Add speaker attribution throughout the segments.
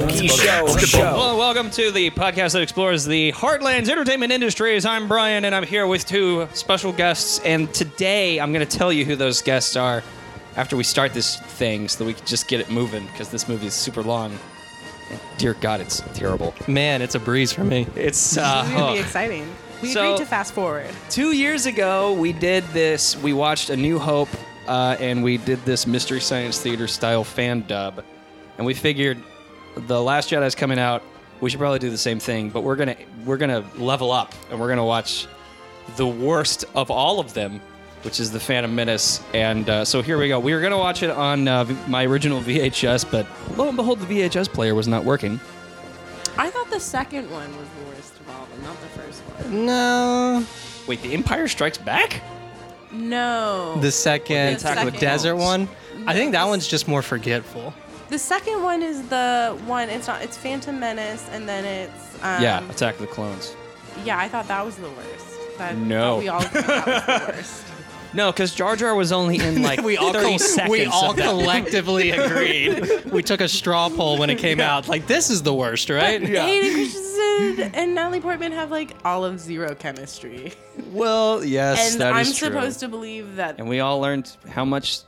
Speaker 1: Well, welcome to the podcast that explores the Heartland's entertainment industries. I'm Brian, and I'm here with two special guests. And today, I'm going to tell you who those guests are after we start this thing, so that we can just get it moving because this movie is super long. And Dear God, it's terrible.
Speaker 2: Man, it's a breeze for me.
Speaker 1: It's uh,
Speaker 3: It's gonna be exciting. We
Speaker 1: So-
Speaker 3: agreed to fast forward.
Speaker 1: two years ago we did this we watched a new hope uh, and we did this mystery science theater style fan dub and we figured the last jedi's coming out we should probably do the same thing but we're gonna we're gonna level up and we're gonna watch the worst of all of them which is the phantom menace and uh, so here we go we were gonna watch it on uh, v- my original vhs but lo and behold the vhs player was not working
Speaker 3: I thought the second one was the worst of all, but not the first one.
Speaker 2: No,
Speaker 1: wait the empire strikes back
Speaker 3: No.
Speaker 2: the second,
Speaker 3: The second.
Speaker 2: desert one. I think that
Speaker 3: Yes.
Speaker 2: one's just more forgetful.
Speaker 3: the second one is the one. It's not. It's Phantom Menace, and then it's. Um,
Speaker 1: yeah attack of the clones
Speaker 3: Yeah, I thought that was the worst. That,
Speaker 1: No.
Speaker 3: that we all agreed that was the worst.
Speaker 1: No, because Jar Jar was only in like
Speaker 2: we all
Speaker 1: 30
Speaker 2: col-
Speaker 1: seconds.
Speaker 2: we all
Speaker 1: of that.
Speaker 2: collectively agreed. We took a straw poll when it came out. Like this is the worst, right?
Speaker 3: Hayden Christensen and Natalie Portman have like all of zero chemistry,
Speaker 1: Well, yes,
Speaker 3: and
Speaker 1: that
Speaker 3: I'm
Speaker 1: is true.
Speaker 3: supposed to believe that.
Speaker 1: and we all learned how much,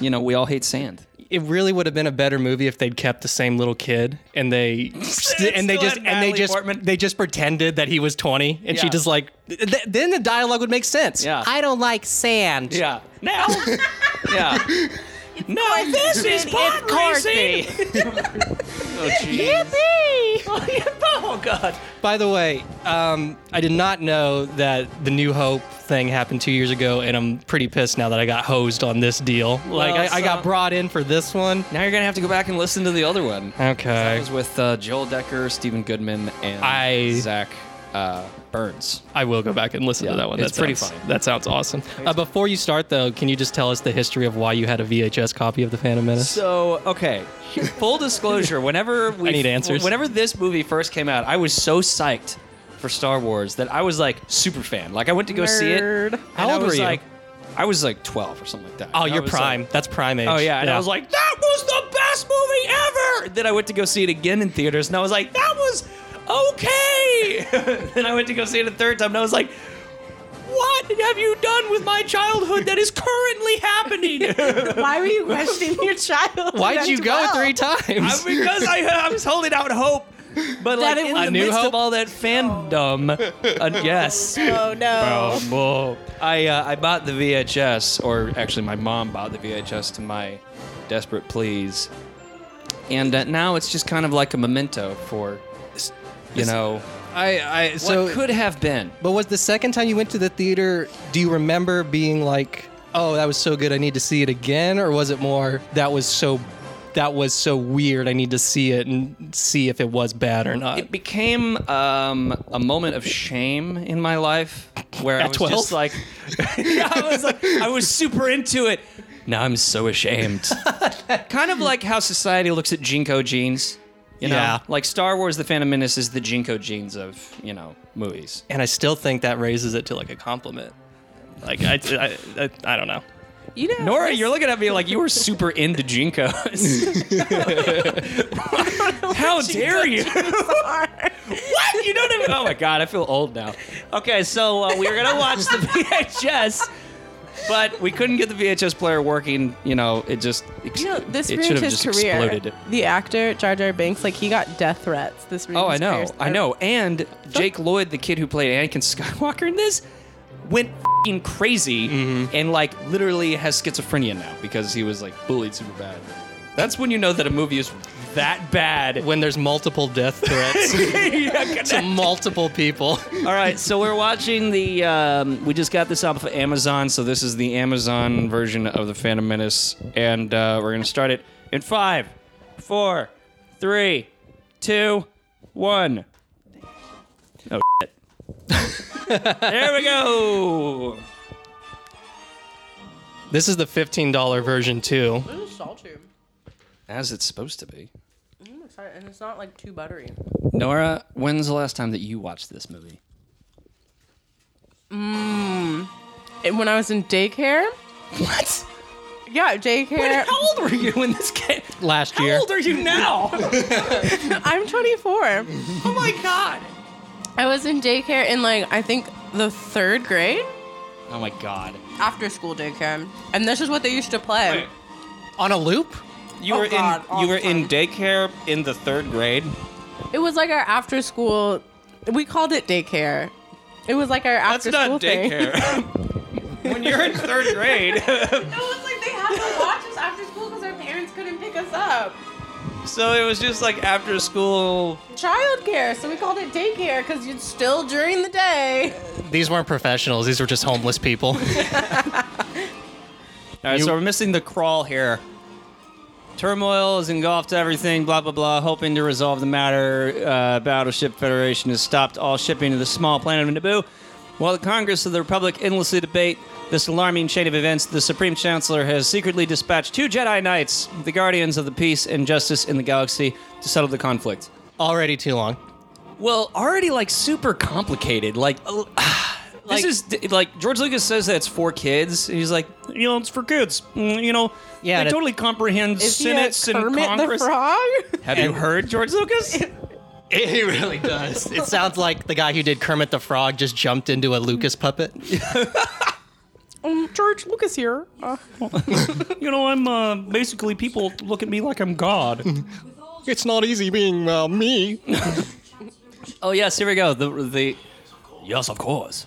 Speaker 1: you know, we all hate sand.
Speaker 2: It really would have been a better movie if they'd kept the same little kid and they and they
Speaker 1: still
Speaker 2: just
Speaker 1: had
Speaker 2: and they
Speaker 1: Natalie
Speaker 2: just
Speaker 1: Portman.
Speaker 2: they just pretended that he was 20 and she
Speaker 1: Yeah.
Speaker 2: just like th- then the dialogue would make sense.
Speaker 1: Yeah.
Speaker 2: I don't like sand.
Speaker 1: Yeah. Now. yeah. No, this is pot racing. oh, jeez. oh, God.
Speaker 2: By the way, um, I did not know that the New Hope thing happened two years ago, and I'm pretty pissed now that I got hosed on this deal. Like,
Speaker 1: Well,
Speaker 2: I, I got
Speaker 1: so-
Speaker 2: brought in for this one.
Speaker 1: Now you're gonna have to go back and listen to the other one. That
Speaker 2: Okay.
Speaker 1: was with uh, Joel Decker, Stephen Goodman, and
Speaker 2: I-
Speaker 1: Zach uh, Burns.
Speaker 2: I will go back and listen
Speaker 1: Yeah,
Speaker 2: to that one.
Speaker 1: it's
Speaker 2: That
Speaker 1: pretty
Speaker 2: sounds-
Speaker 1: funny.
Speaker 2: That sounds awesome. Uh, before you start, though, can you just tell us the history of why you had a VHS copy of The Phantom Menace?
Speaker 1: So okay, full disclosure. Whenever we
Speaker 2: I need answers.
Speaker 1: Whenever this movie first came out, I was so psyched for Star Wars that I was like super fan. Like I went to go see it.
Speaker 3: Nerd.
Speaker 1: and
Speaker 2: How
Speaker 1: I
Speaker 2: old were
Speaker 1: was,
Speaker 2: you?
Speaker 1: Like, I was like twelve or something like that.
Speaker 2: oh,
Speaker 1: And I
Speaker 2: you're
Speaker 1: was,
Speaker 2: prime.
Speaker 1: like-
Speaker 2: That's prime age.
Speaker 1: oh yeah, and I was like, that was the best movie ever. Then I went to go see it again in theaters, and I was like, that was okay. then I went to go see it a third time, and I was like. What have you done with my childhood that is currently happening?
Speaker 3: Why were you questioning your child?
Speaker 2: why'd
Speaker 3: at
Speaker 2: you go
Speaker 3: 12?
Speaker 2: three
Speaker 1: I,
Speaker 2: times?
Speaker 1: because I, I was holding out hope. But like
Speaker 3: it
Speaker 1: in
Speaker 3: was-
Speaker 1: the
Speaker 2: A new
Speaker 1: midst
Speaker 2: hope?
Speaker 1: of all that fandom, uh, yes.
Speaker 3: Oh no.
Speaker 1: I uh, I bought the VHS, or actually, my mom bought the VHS to my desperate pleas, and uh, now it's just kind of like a memento for, you know,
Speaker 2: I, I
Speaker 1: what could have been.
Speaker 2: But was the second time you went to the theater, do you remember being like, "Oh, that was so good, I need to see it again," or was it more that was so that was so weird, I need to see it and see if it was bad or not?
Speaker 1: It became um, a moment of shame in my life where I
Speaker 2: At
Speaker 1: was
Speaker 2: 12?
Speaker 1: just like, I was like, I was super into it. Now I'm so ashamed. kind of like how society looks at Jinko jeans. You know,
Speaker 2: Yeah.
Speaker 1: like Star Wars: The Phantom Menace is the Jinko jeans of you know movies.
Speaker 2: and I still think that raises it to like a compliment. Like I, I, I, I don't know.
Speaker 3: You know.
Speaker 1: Nora,
Speaker 3: this-
Speaker 1: you're looking at me like you were super into Jinkos. How dare you? what? You don't even. Oh my God, I feel old now. Okay, so uh, we were going to watch the VHS, but we couldn't get the VHS player working. You know, it just. Ex-
Speaker 3: You know, this
Speaker 1: it
Speaker 3: ruined
Speaker 1: should have
Speaker 3: his
Speaker 1: just
Speaker 3: career.
Speaker 1: exploded.
Speaker 3: The actor Jar Jar Banks, like he got death threats. This ruined
Speaker 1: Oh, I
Speaker 3: his
Speaker 1: know.
Speaker 3: career.
Speaker 1: I know. And Jake Lloyd, the kid who played Anakin Skywalker in this, went fing crazy and like literally has schizophrenia now because he was like bullied super bad. That's when you know that a movie is that bad.
Speaker 2: When there's multiple death threats to multiple people,
Speaker 1: All right, so we're watching the. Um, we just got this off of Amazon, so this is the Amazon version of the Phantom Menace, and uh, we're gonna start it in five, four, three, two, one. Oh shit! there we go.
Speaker 2: this is the fifteen dollar version too.
Speaker 3: This is salty.
Speaker 1: As it's supposed to be.
Speaker 3: I'm excited, and it's not like too buttery.
Speaker 1: Nora, when's the last time that you watched this movie?
Speaker 3: it- when I was in daycare.
Speaker 1: What?
Speaker 3: Yeah, daycare.
Speaker 1: How old were you when this came?
Speaker 2: Last
Speaker 1: How
Speaker 2: year.
Speaker 1: old are you now?
Speaker 3: I'm 24.
Speaker 1: oh my god.
Speaker 3: I was in daycare in like I think the third grade,
Speaker 1: Oh my god.
Speaker 3: after school daycare, and this is what they used to play.
Speaker 2: On a loop?
Speaker 1: You
Speaker 3: Oh
Speaker 1: were
Speaker 3: God,
Speaker 1: in
Speaker 3: all
Speaker 1: you
Speaker 3: the
Speaker 1: were in
Speaker 3: time.
Speaker 1: daycare in the third grade.
Speaker 3: It was like our after school. We called it daycare. It was like our after school thing.
Speaker 1: when you're in third grade,
Speaker 3: No, it's like they had to watch us after school because our parents couldn't pick us up.
Speaker 1: so it was just like after school.
Speaker 3: Childcare, so we called it daycare because you'd still during the day.
Speaker 2: These weren't professionals. These were just homeless people.
Speaker 1: All right, so we're missing the crawl here. Turmoil has engulfed everything, blah, blah, blah. Hoping to resolve the matter, uh, Battleship Federation has stopped all shipping to the small planet of Naboo. While the Congress of the Republic endlessly debate this alarming chain of events, the Supreme Chancellor has secretly dispatched two Jedi Knights, the guardians of the peace and justice in the galaxy, to settle the conflict.
Speaker 2: Already too long.
Speaker 1: Well, already like super complicated. Like, uh,
Speaker 2: Like-
Speaker 1: this is d- like George Lucas says that it's for kids. And he's like, you know, it's for kids. Mm, You know,
Speaker 2: Yeah,
Speaker 1: yeah,
Speaker 2: and
Speaker 1: they
Speaker 2: it-
Speaker 1: totally comprehend
Speaker 3: Is
Speaker 1: senates
Speaker 3: he a
Speaker 1: and
Speaker 3: Kermit
Speaker 1: Congress.
Speaker 3: the Frog?
Speaker 1: Have you heard George Lucas?
Speaker 2: It really does. It sounds like the guy who did Kermit the Frog just jumped into a Lucas puppet.
Speaker 3: um, George Lucas here. Uh,
Speaker 1: you know, I'm uh, basically people look at me like I'm God.
Speaker 2: It's not easy being uh, me.
Speaker 1: oh yes, here we go. The the yes, of course.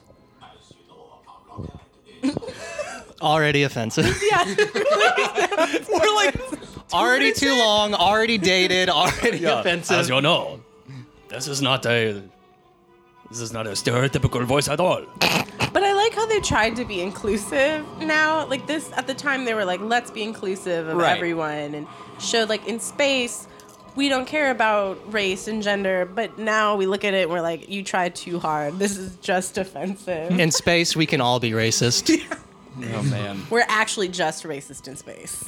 Speaker 2: Already offensive.
Speaker 3: yeah.
Speaker 1: We're like,
Speaker 2: already too long. Already dated. Already offensive.
Speaker 1: you know, this is not a this is not a stereotypical voice at all.
Speaker 3: But I like how they tried to be inclusive now. Like this, at the time, they were like, let's be inclusive of
Speaker 1: Right.
Speaker 3: everyone and showed like in space, we don't care about race and gender. But now we look at it and we're like, you tried too hard. This is just offensive.
Speaker 2: In space, we can all be racist.
Speaker 1: Oh man.
Speaker 3: we're actually just racist in space.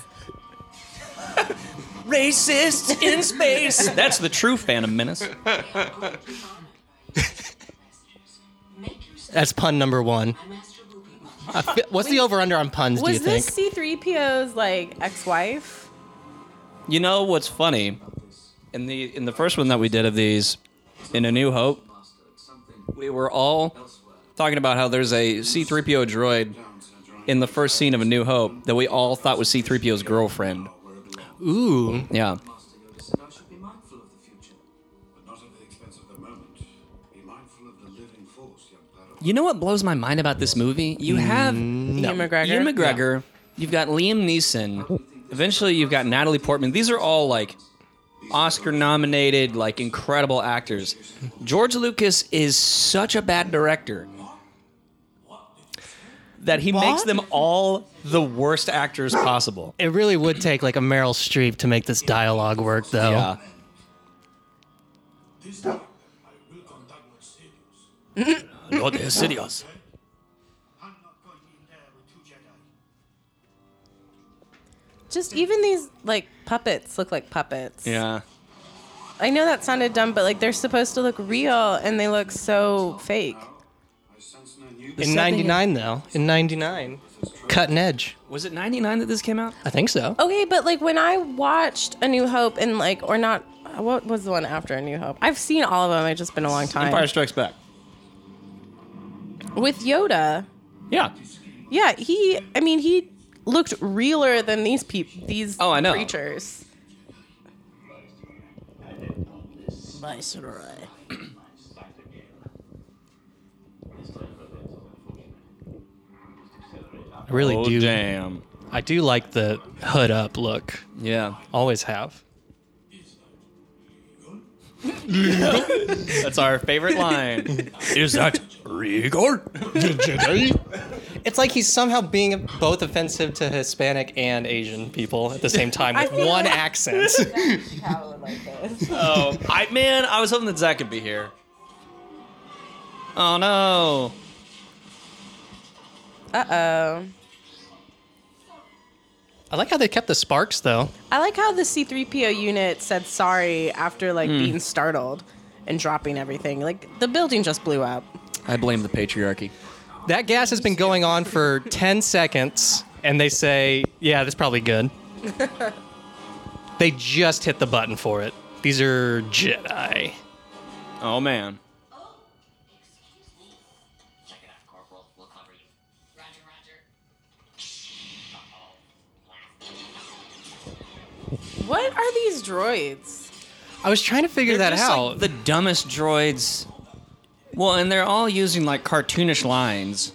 Speaker 1: racist in space. That's the true Phantom Menace.
Speaker 2: That's pun number one. I fe- What's the over under on puns? do you
Speaker 3: Was
Speaker 2: think?
Speaker 3: this C3PO's like ex wife?
Speaker 1: You know what's funny? In the in the first one that we did of these, in A New Hope, we were all talking about how there's a C-3PO droid in the first scene of A New Hope that we all thought was C-3PO's girlfriend.
Speaker 2: Ooh,
Speaker 1: Yeah.
Speaker 4: I should be mindful of the future, but not at the expense of the moment. Be mindful of the living force, young Padawan.
Speaker 1: You know what blows my mind about this movie? You have
Speaker 3: Ian McGregor.
Speaker 1: Ian McGregor. You've got Liam Neeson. Eventually, you've got Natalie Portman. These are all like Oscar-nominated, like incredible actors. George Lucas is such a bad director that he makes them all the worst actors possible.
Speaker 2: it really would take like a Meryl Streep to make this dialogue work, though.
Speaker 1: Yeah.
Speaker 4: This time, I will conduct my serious.
Speaker 1: Lord Sidious.
Speaker 4: I'm not going in there with two Jedi.
Speaker 3: Just even these like puppets look like puppets.
Speaker 1: Yeah.
Speaker 3: I know that sounded dumb, but like they're supposed to look real and they look so fake.
Speaker 4: I sense no new
Speaker 2: In '99, though. In '99, cut and edge.
Speaker 1: Was it 99 that this came out?
Speaker 2: I think so.
Speaker 3: Okay, but like when I watched A New Hope and like, or not, what was the one after A New Hope? I've seen all of them. It's just been a long time.
Speaker 1: Empire Strikes Back.
Speaker 3: With Yoda,
Speaker 1: Yeah.
Speaker 3: yeah, he. I mean, he looked realer than these peop these
Speaker 1: Oh, I know.
Speaker 3: creatures.
Speaker 2: I really
Speaker 1: Oh,
Speaker 2: do.
Speaker 1: damn.
Speaker 2: I do like the hood up look.
Speaker 1: Yeah.
Speaker 2: Always have.
Speaker 1: That's our favorite line. Is that regal?
Speaker 2: It's like he's somehow being both offensive to Hispanic and Asian people at the same time with
Speaker 3: feel
Speaker 2: one
Speaker 3: like-
Speaker 2: accent.
Speaker 1: Oh, I man, I was hoping that Zach could be here. Oh no.
Speaker 3: Uh oh.
Speaker 2: I like how they kept the sparks though.
Speaker 3: I like how the C3PO unit said sorry after like
Speaker 1: Hmm.
Speaker 3: being startled and dropping everything. Like the building just blew up.
Speaker 1: I blame the patriarchy.
Speaker 2: That gas has been going on for 10 seconds, and they say, yeah, that's probably good. they just hit the button for it. These are Jedi.
Speaker 1: Oh man.
Speaker 5: Excuse me? Check it out, Corporal. We'll cover you. Roger, roger.
Speaker 3: What are these droids?
Speaker 2: I was trying to figure that
Speaker 1: They're just,
Speaker 2: out.
Speaker 1: like, the dumbest droids. Well, and they're all using like cartoonish lines.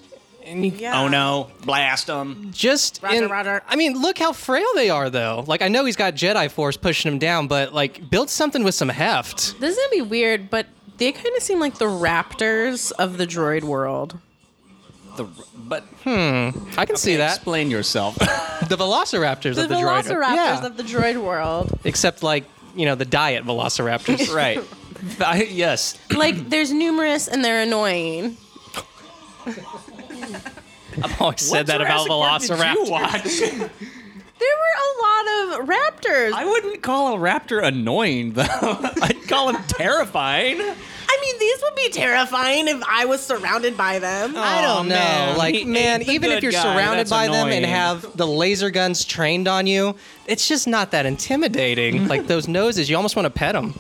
Speaker 3: Yeah.
Speaker 1: Oh no, blast them.
Speaker 2: just
Speaker 3: Roger,
Speaker 2: in-
Speaker 3: roger.
Speaker 2: I mean, look how frail they are, though. Like, I know he's got Jedi Force pushing him down, but like, build something with some heft.
Speaker 3: This is gonna be weird, but they kind of seem like the raptors of the droid world.
Speaker 1: The, but
Speaker 2: I can see that.
Speaker 1: explain yourself.
Speaker 2: The Velociraptors
Speaker 3: The
Speaker 2: of the droid.
Speaker 3: velociraptors
Speaker 2: yeah.
Speaker 3: of the droid world.
Speaker 2: Except like, you know, the diet Velociraptors.
Speaker 1: right. I, yes.
Speaker 3: like, there's numerous and they're annoying.
Speaker 2: I've always said that about
Speaker 1: You
Speaker 2: Velociraptors.
Speaker 1: watch?
Speaker 3: There were a lot of raptors.
Speaker 1: I
Speaker 3: I,
Speaker 1: wouldn't call a raptor annoying though. I'd call him terrifying.
Speaker 3: mean, these would be terrifying if I was surrounded by them.
Speaker 2: I
Speaker 1: Aw,
Speaker 2: don't know.
Speaker 1: Oh, man.
Speaker 2: Like,
Speaker 1: He
Speaker 2: man,
Speaker 1: ate the
Speaker 2: even if
Speaker 1: good
Speaker 2: you're
Speaker 1: guy.
Speaker 2: surrounded
Speaker 1: That's
Speaker 2: by them and
Speaker 1: annoying.
Speaker 2: have the laser guns trained on you, it's just not that intimidating. like those noses, you almost want to pet them.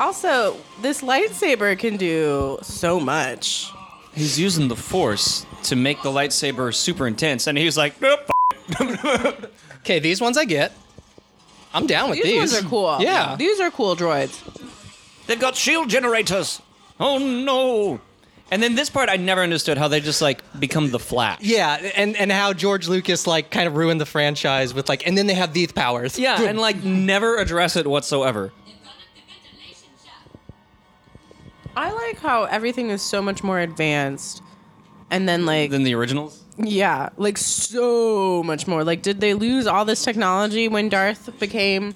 Speaker 3: Also, this lightsaber can do so much.
Speaker 1: He's using the force to make the lightsaber super intense, and he was like, nope.
Speaker 2: Okay, these ones I get. I'm down with
Speaker 3: These,
Speaker 2: these.
Speaker 3: ones are cool.
Speaker 2: Yeah.
Speaker 3: These are cool droids.
Speaker 1: They've got shield generators. Oh no! And then this part I never understood how they just like become the Flash.
Speaker 2: Yeah, and and how George Lucas like kind of ruined the franchise with like, and then they have these powers.
Speaker 1: Yeah, and like never address it whatsoever.
Speaker 5: They've gone up the ventilation shaft.
Speaker 3: I like how everything is so much more advanced. And then, like,
Speaker 1: Than the originals.
Speaker 3: yeah, like so much more. Like, did they lose all this technology when Darth became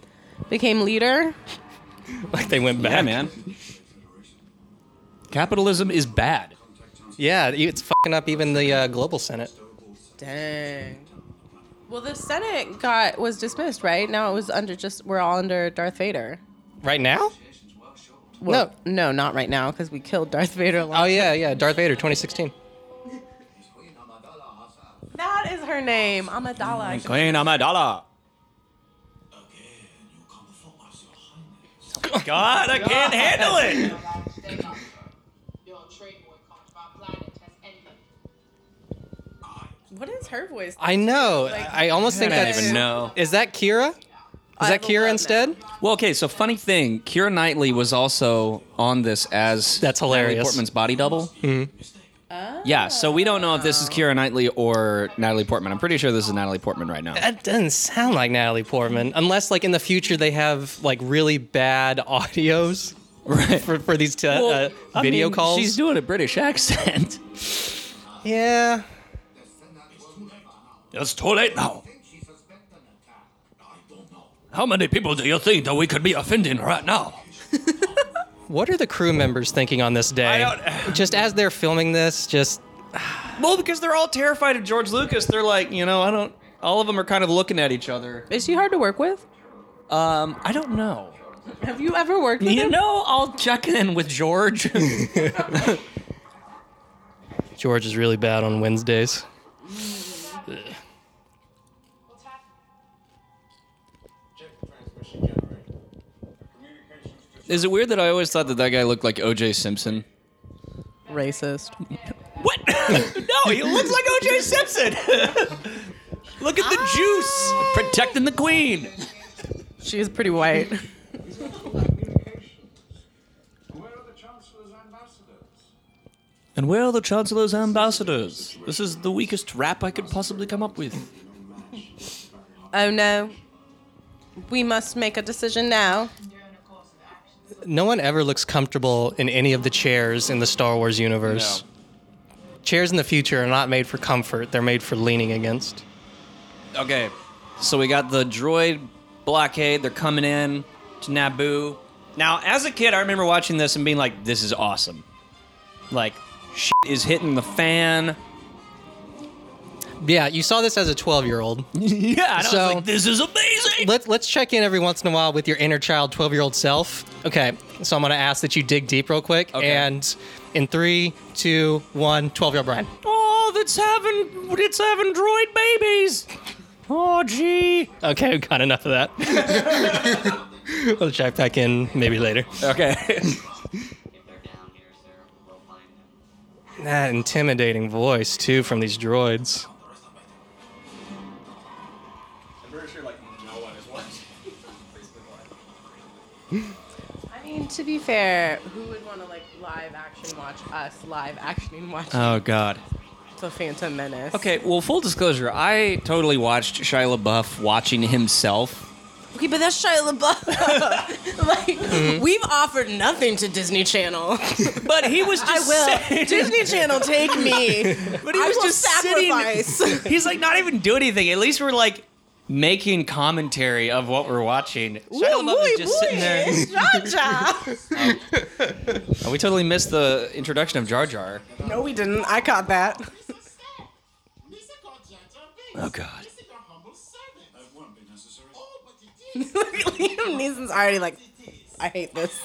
Speaker 3: became leader?
Speaker 2: like they went
Speaker 1: Yeah, man. Capitalism is bad.
Speaker 2: Yeah, it's fucking up even the uh, global senate.
Speaker 3: Dang. Well, the Senate got was dismissed, right? Now it was under just we're all under Darth Vader.
Speaker 2: Right now?
Speaker 3: Well, no, no, not right now because we killed Darth Vader.
Speaker 2: Oh
Speaker 3: Long.
Speaker 2: yeah, yeah. Darth Vader, 2016.
Speaker 3: That is her name,
Speaker 2: Oh
Speaker 3: Amidala.
Speaker 1: Queen Amidala.
Speaker 4: Again, you come before us, your highness.
Speaker 1: God, I can't handle it.
Speaker 5: Your trade boycott of our planet has ended.
Speaker 3: What is her voice?
Speaker 2: I know. I almost think
Speaker 1: I don't
Speaker 2: that's.
Speaker 1: even know.
Speaker 2: Is that Kira? Is that Kira instead?
Speaker 1: Well, okay. So funny thing, Kira Knightley was also on this as
Speaker 2: That's hilarious.
Speaker 1: Natalie Portman's body double. Mm-hmm. Yeah. So we don't know if this is Kira Knightley or Natalie Portman. I'm pretty sure this is Natalie Portman right now.
Speaker 2: That doesn't sound like Natalie Portman, unless like in the future they have like really bad audios
Speaker 1: Right.
Speaker 2: for, for these te-
Speaker 1: Well,
Speaker 2: uh,
Speaker 1: Oh, I
Speaker 2: video
Speaker 1: mean,
Speaker 2: calls.
Speaker 1: She's doing a British accent.
Speaker 2: yeah,
Speaker 1: It's too late now. How many people do you think that we could be offending right now?
Speaker 2: What are the crew members thinking on this day?
Speaker 1: I don't-
Speaker 2: just as they're filming this, just
Speaker 1: Well, because they're all terrified of George Lucas. They're like, you know, I don't. All of them are kind of looking at each other.
Speaker 3: Is she hard to work with?
Speaker 1: Um, I don't know.
Speaker 3: Have you ever worked with
Speaker 1: You
Speaker 3: him?
Speaker 1: know, I'll check in with George.
Speaker 2: George is really bad on Wednesdays.
Speaker 5: What's happening?
Speaker 1: Is it weird that I always thought that that guy looked like O.J. Simpson?
Speaker 3: Racist.
Speaker 1: What? no, he looks like O.J. Simpson. Look at the juice protecting the queen.
Speaker 3: She is pretty white.
Speaker 4: Where are the Chancellor's ambassadors?
Speaker 1: And where are the Chancellor's ambassadors? This is the weakest rap I could possibly come up with.
Speaker 3: oh no. We must make a decision now.
Speaker 5: During the course of action,
Speaker 2: No one ever looks comfortable in any of the chairs in the Star Wars universe. Chairs in the future are not made for comfort; they're made for leaning against.
Speaker 1: Okay, so we got the droid blockade. They're coming in to Naboo. Now, as a kid, I remember watching this and being like, "This is awesome!" Like, shit is hitting the fan.
Speaker 2: Yeah, you saw this as a 12-year-old.
Speaker 1: Yeah, and I
Speaker 2: So-
Speaker 1: was like, "This is amazing."
Speaker 2: Let's let's check in every once in a while with your inner child, 12-year-old self, Okay, so I'm gonna ask that you dig deep real quick.
Speaker 1: Okay.
Speaker 2: And in three, two, one, 12 year old Brian.
Speaker 1: Oh, that's having it's having droid babies. Oh, gee.
Speaker 2: Okay, we've got enough of that. we'll check back in maybe later.
Speaker 1: Okay.
Speaker 5: If they're down here, sir, we'll find them.
Speaker 2: That intimidating voice, too, from these droids.
Speaker 6: I'm pretty sure like no one is watching. Basically, like-
Speaker 3: I mean, to be fair, who would want to like live action watch us live action watch
Speaker 1: oh God.
Speaker 3: the Phantom Menace?
Speaker 7: Okay, well, full disclosure, I totally watched Shia LaBeouf watching himself.
Speaker 3: okay, but that's Shia LaBeouf. like,
Speaker 7: Mm-hmm.
Speaker 3: we've offered nothing to Disney Channel.
Speaker 7: But he was
Speaker 3: I
Speaker 7: just
Speaker 3: will.
Speaker 7: sitting-
Speaker 3: Disney Channel, take me.
Speaker 7: but he
Speaker 3: I
Speaker 7: was
Speaker 3: will
Speaker 7: just
Speaker 3: sacrifice.
Speaker 7: sitting. He's like not even doing anything. At least we're like making commentary of what we're watching. Shia
Speaker 3: Ooh,
Speaker 7: LaBeouf
Speaker 3: muy,
Speaker 7: is just sitting
Speaker 3: muy,
Speaker 7: there.
Speaker 3: it's Jar
Speaker 1: We totally missed the introduction of Jar Jar.
Speaker 3: Jar. no, we didn't. I caught that.
Speaker 1: Oh God.
Speaker 4: That won't be necessary.
Speaker 3: Liam Neeson's already like, I hate this.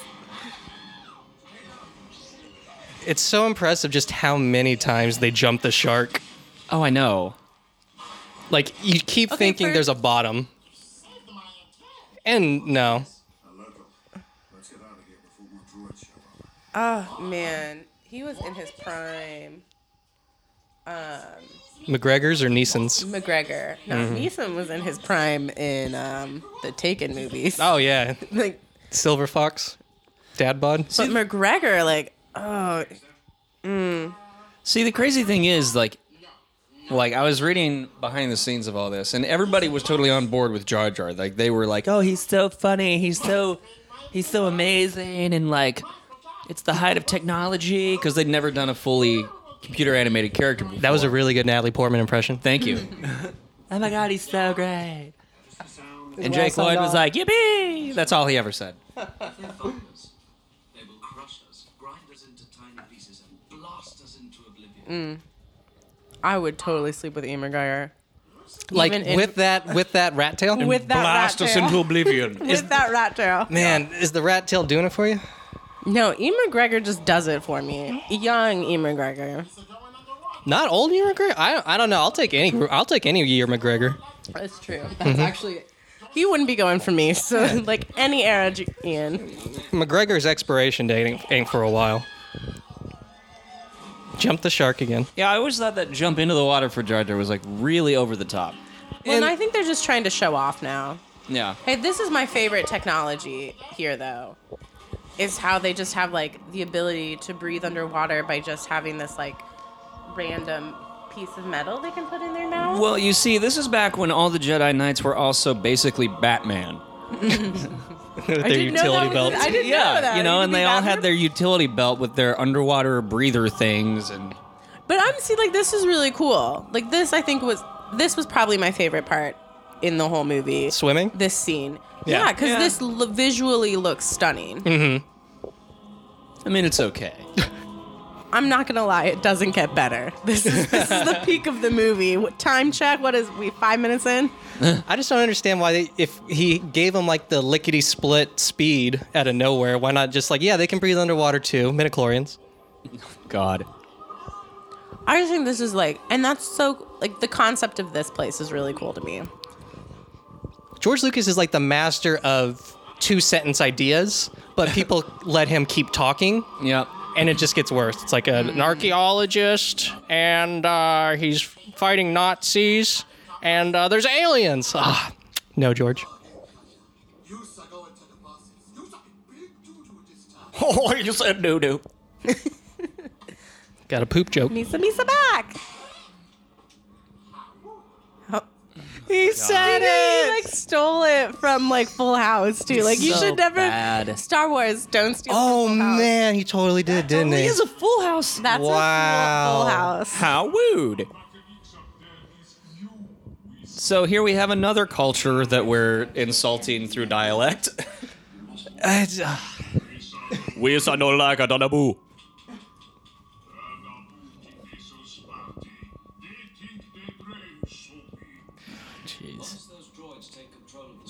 Speaker 2: It's so impressive just how many times they jump the shark.
Speaker 1: Oh, I know.
Speaker 2: Like, you keep
Speaker 3: Okay,
Speaker 2: thinking
Speaker 3: for-
Speaker 2: there's a bottom. And no.
Speaker 4: A local. Let's get out of here before more droids show up.
Speaker 3: Oh man, he was in his prime.
Speaker 2: McGregor's or Neeson's?
Speaker 3: McGregor. No,
Speaker 2: Mm-hmm.
Speaker 3: Neeson was in his prime in um, the Taken movies.
Speaker 2: Oh, yeah.
Speaker 3: Like,
Speaker 2: Silver Fox? Dad bod?
Speaker 3: but McGregor, like, oh,
Speaker 1: See, the crazy thing is, like, like I was reading behind the scenes of all this, and everybody was totally on board with Jar Jar. Like, they were like, "Oh,
Speaker 7: he's so funny. He's so he's so amazing and like it's the height of technology.
Speaker 1: because they'd never done a fully computer animated character." Before.
Speaker 2: That was a really good Natalie Portman impression.
Speaker 1: Thank you.
Speaker 7: Oh my god, he's so great.
Speaker 1: And Jake Lloyd was like, "Yippee!" That's all he ever said.
Speaker 4: They're thunders. They will crush us, grind us into tiny pieces, and blast us into oblivion.
Speaker 1: Mm.
Speaker 3: I would totally sleep with Ian McGregor.
Speaker 2: Like
Speaker 3: Even in-
Speaker 2: with that with that rat tail.
Speaker 3: With that
Speaker 7: Blast
Speaker 3: rat
Speaker 7: us
Speaker 3: tail.
Speaker 7: into oblivion.
Speaker 3: With that rat tail.
Speaker 2: Man, is the rat tail doing it for you?
Speaker 3: No, Ian McGregor just does it for me. Young Ian McGregor.
Speaker 2: Not old year McGregor. I don't, I don't know. I'll take any. I'll take any year McGregor.
Speaker 3: That's true.
Speaker 2: Mm-hmm.
Speaker 3: That's actually. He wouldn't be going for me. So, like any era, J- Ian.
Speaker 2: McGregor's expiration date ain't, ain't for a while. Jump the shark again.
Speaker 1: Yeah, I always thought that jump into the water for Jar Jar was like really over the top.
Speaker 3: Well, and I think they're just trying to show off now.
Speaker 1: Yeah.
Speaker 3: Hey, this is my favorite technology here, though. Is how they just have like the ability to breathe underwater by just having this like random piece of metal they can put in there now.
Speaker 1: Well, you see, this is back when all the Jedi Knights were also basically Batman.
Speaker 2: Their
Speaker 3: I didn't know that
Speaker 2: utility
Speaker 3: was-
Speaker 2: belt.
Speaker 3: I didn't know that.
Speaker 1: you know,
Speaker 3: You
Speaker 1: and
Speaker 3: could be
Speaker 1: they all
Speaker 3: Batman.
Speaker 1: had their utility belt with their underwater breather things, and
Speaker 3: But I'm see like this is really cool. Like this, I think was this was probably my favorite part in the whole movie.
Speaker 2: Swimming?
Speaker 3: This scene.
Speaker 2: Yeah.
Speaker 3: Yeah, because this l- visually looks stunning.
Speaker 1: I mean, it's okay.
Speaker 3: I'm not gonna lie, it doesn't get better. This is, this is the peak of the movie. What, time check? What is we five minutes in?
Speaker 2: I just don't understand why they, if he gave him like the lickety split speed out of nowhere, why not just like yeah they can breathe underwater too, midichlorians.
Speaker 1: God.
Speaker 3: I just think this is like, and that's so like the concept of this place is really cool to me.
Speaker 2: George Lucas is like the master of two sentence ideas, but people let him keep talking
Speaker 1: Yep.
Speaker 2: and it just gets worse. It's like an archaeologist, and uh, he's fighting Nazis, and uh, there's aliens. Ah, no, George.
Speaker 4: You suck go into the bosses. You suck a big doo-doo this time.
Speaker 7: oh, you said doo doo.
Speaker 2: Got a poop joke.
Speaker 3: Misa, Misa back.
Speaker 7: Oh
Speaker 3: He said it. He like stole it from like Full House too. Like you
Speaker 7: so
Speaker 3: should never.
Speaker 7: bad.
Speaker 3: Star Wars, don't steal.
Speaker 2: Oh
Speaker 3: from Full House.
Speaker 2: man, he totally did, didn't he?
Speaker 7: a full house.
Speaker 3: that's a full,
Speaker 2: Wow.
Speaker 3: full House.
Speaker 7: How wooed.
Speaker 1: So here we have another culture that we're insulting through dialect.
Speaker 7: uh, We are no like a donabu.
Speaker 1: Jeez.
Speaker 4: Once those droids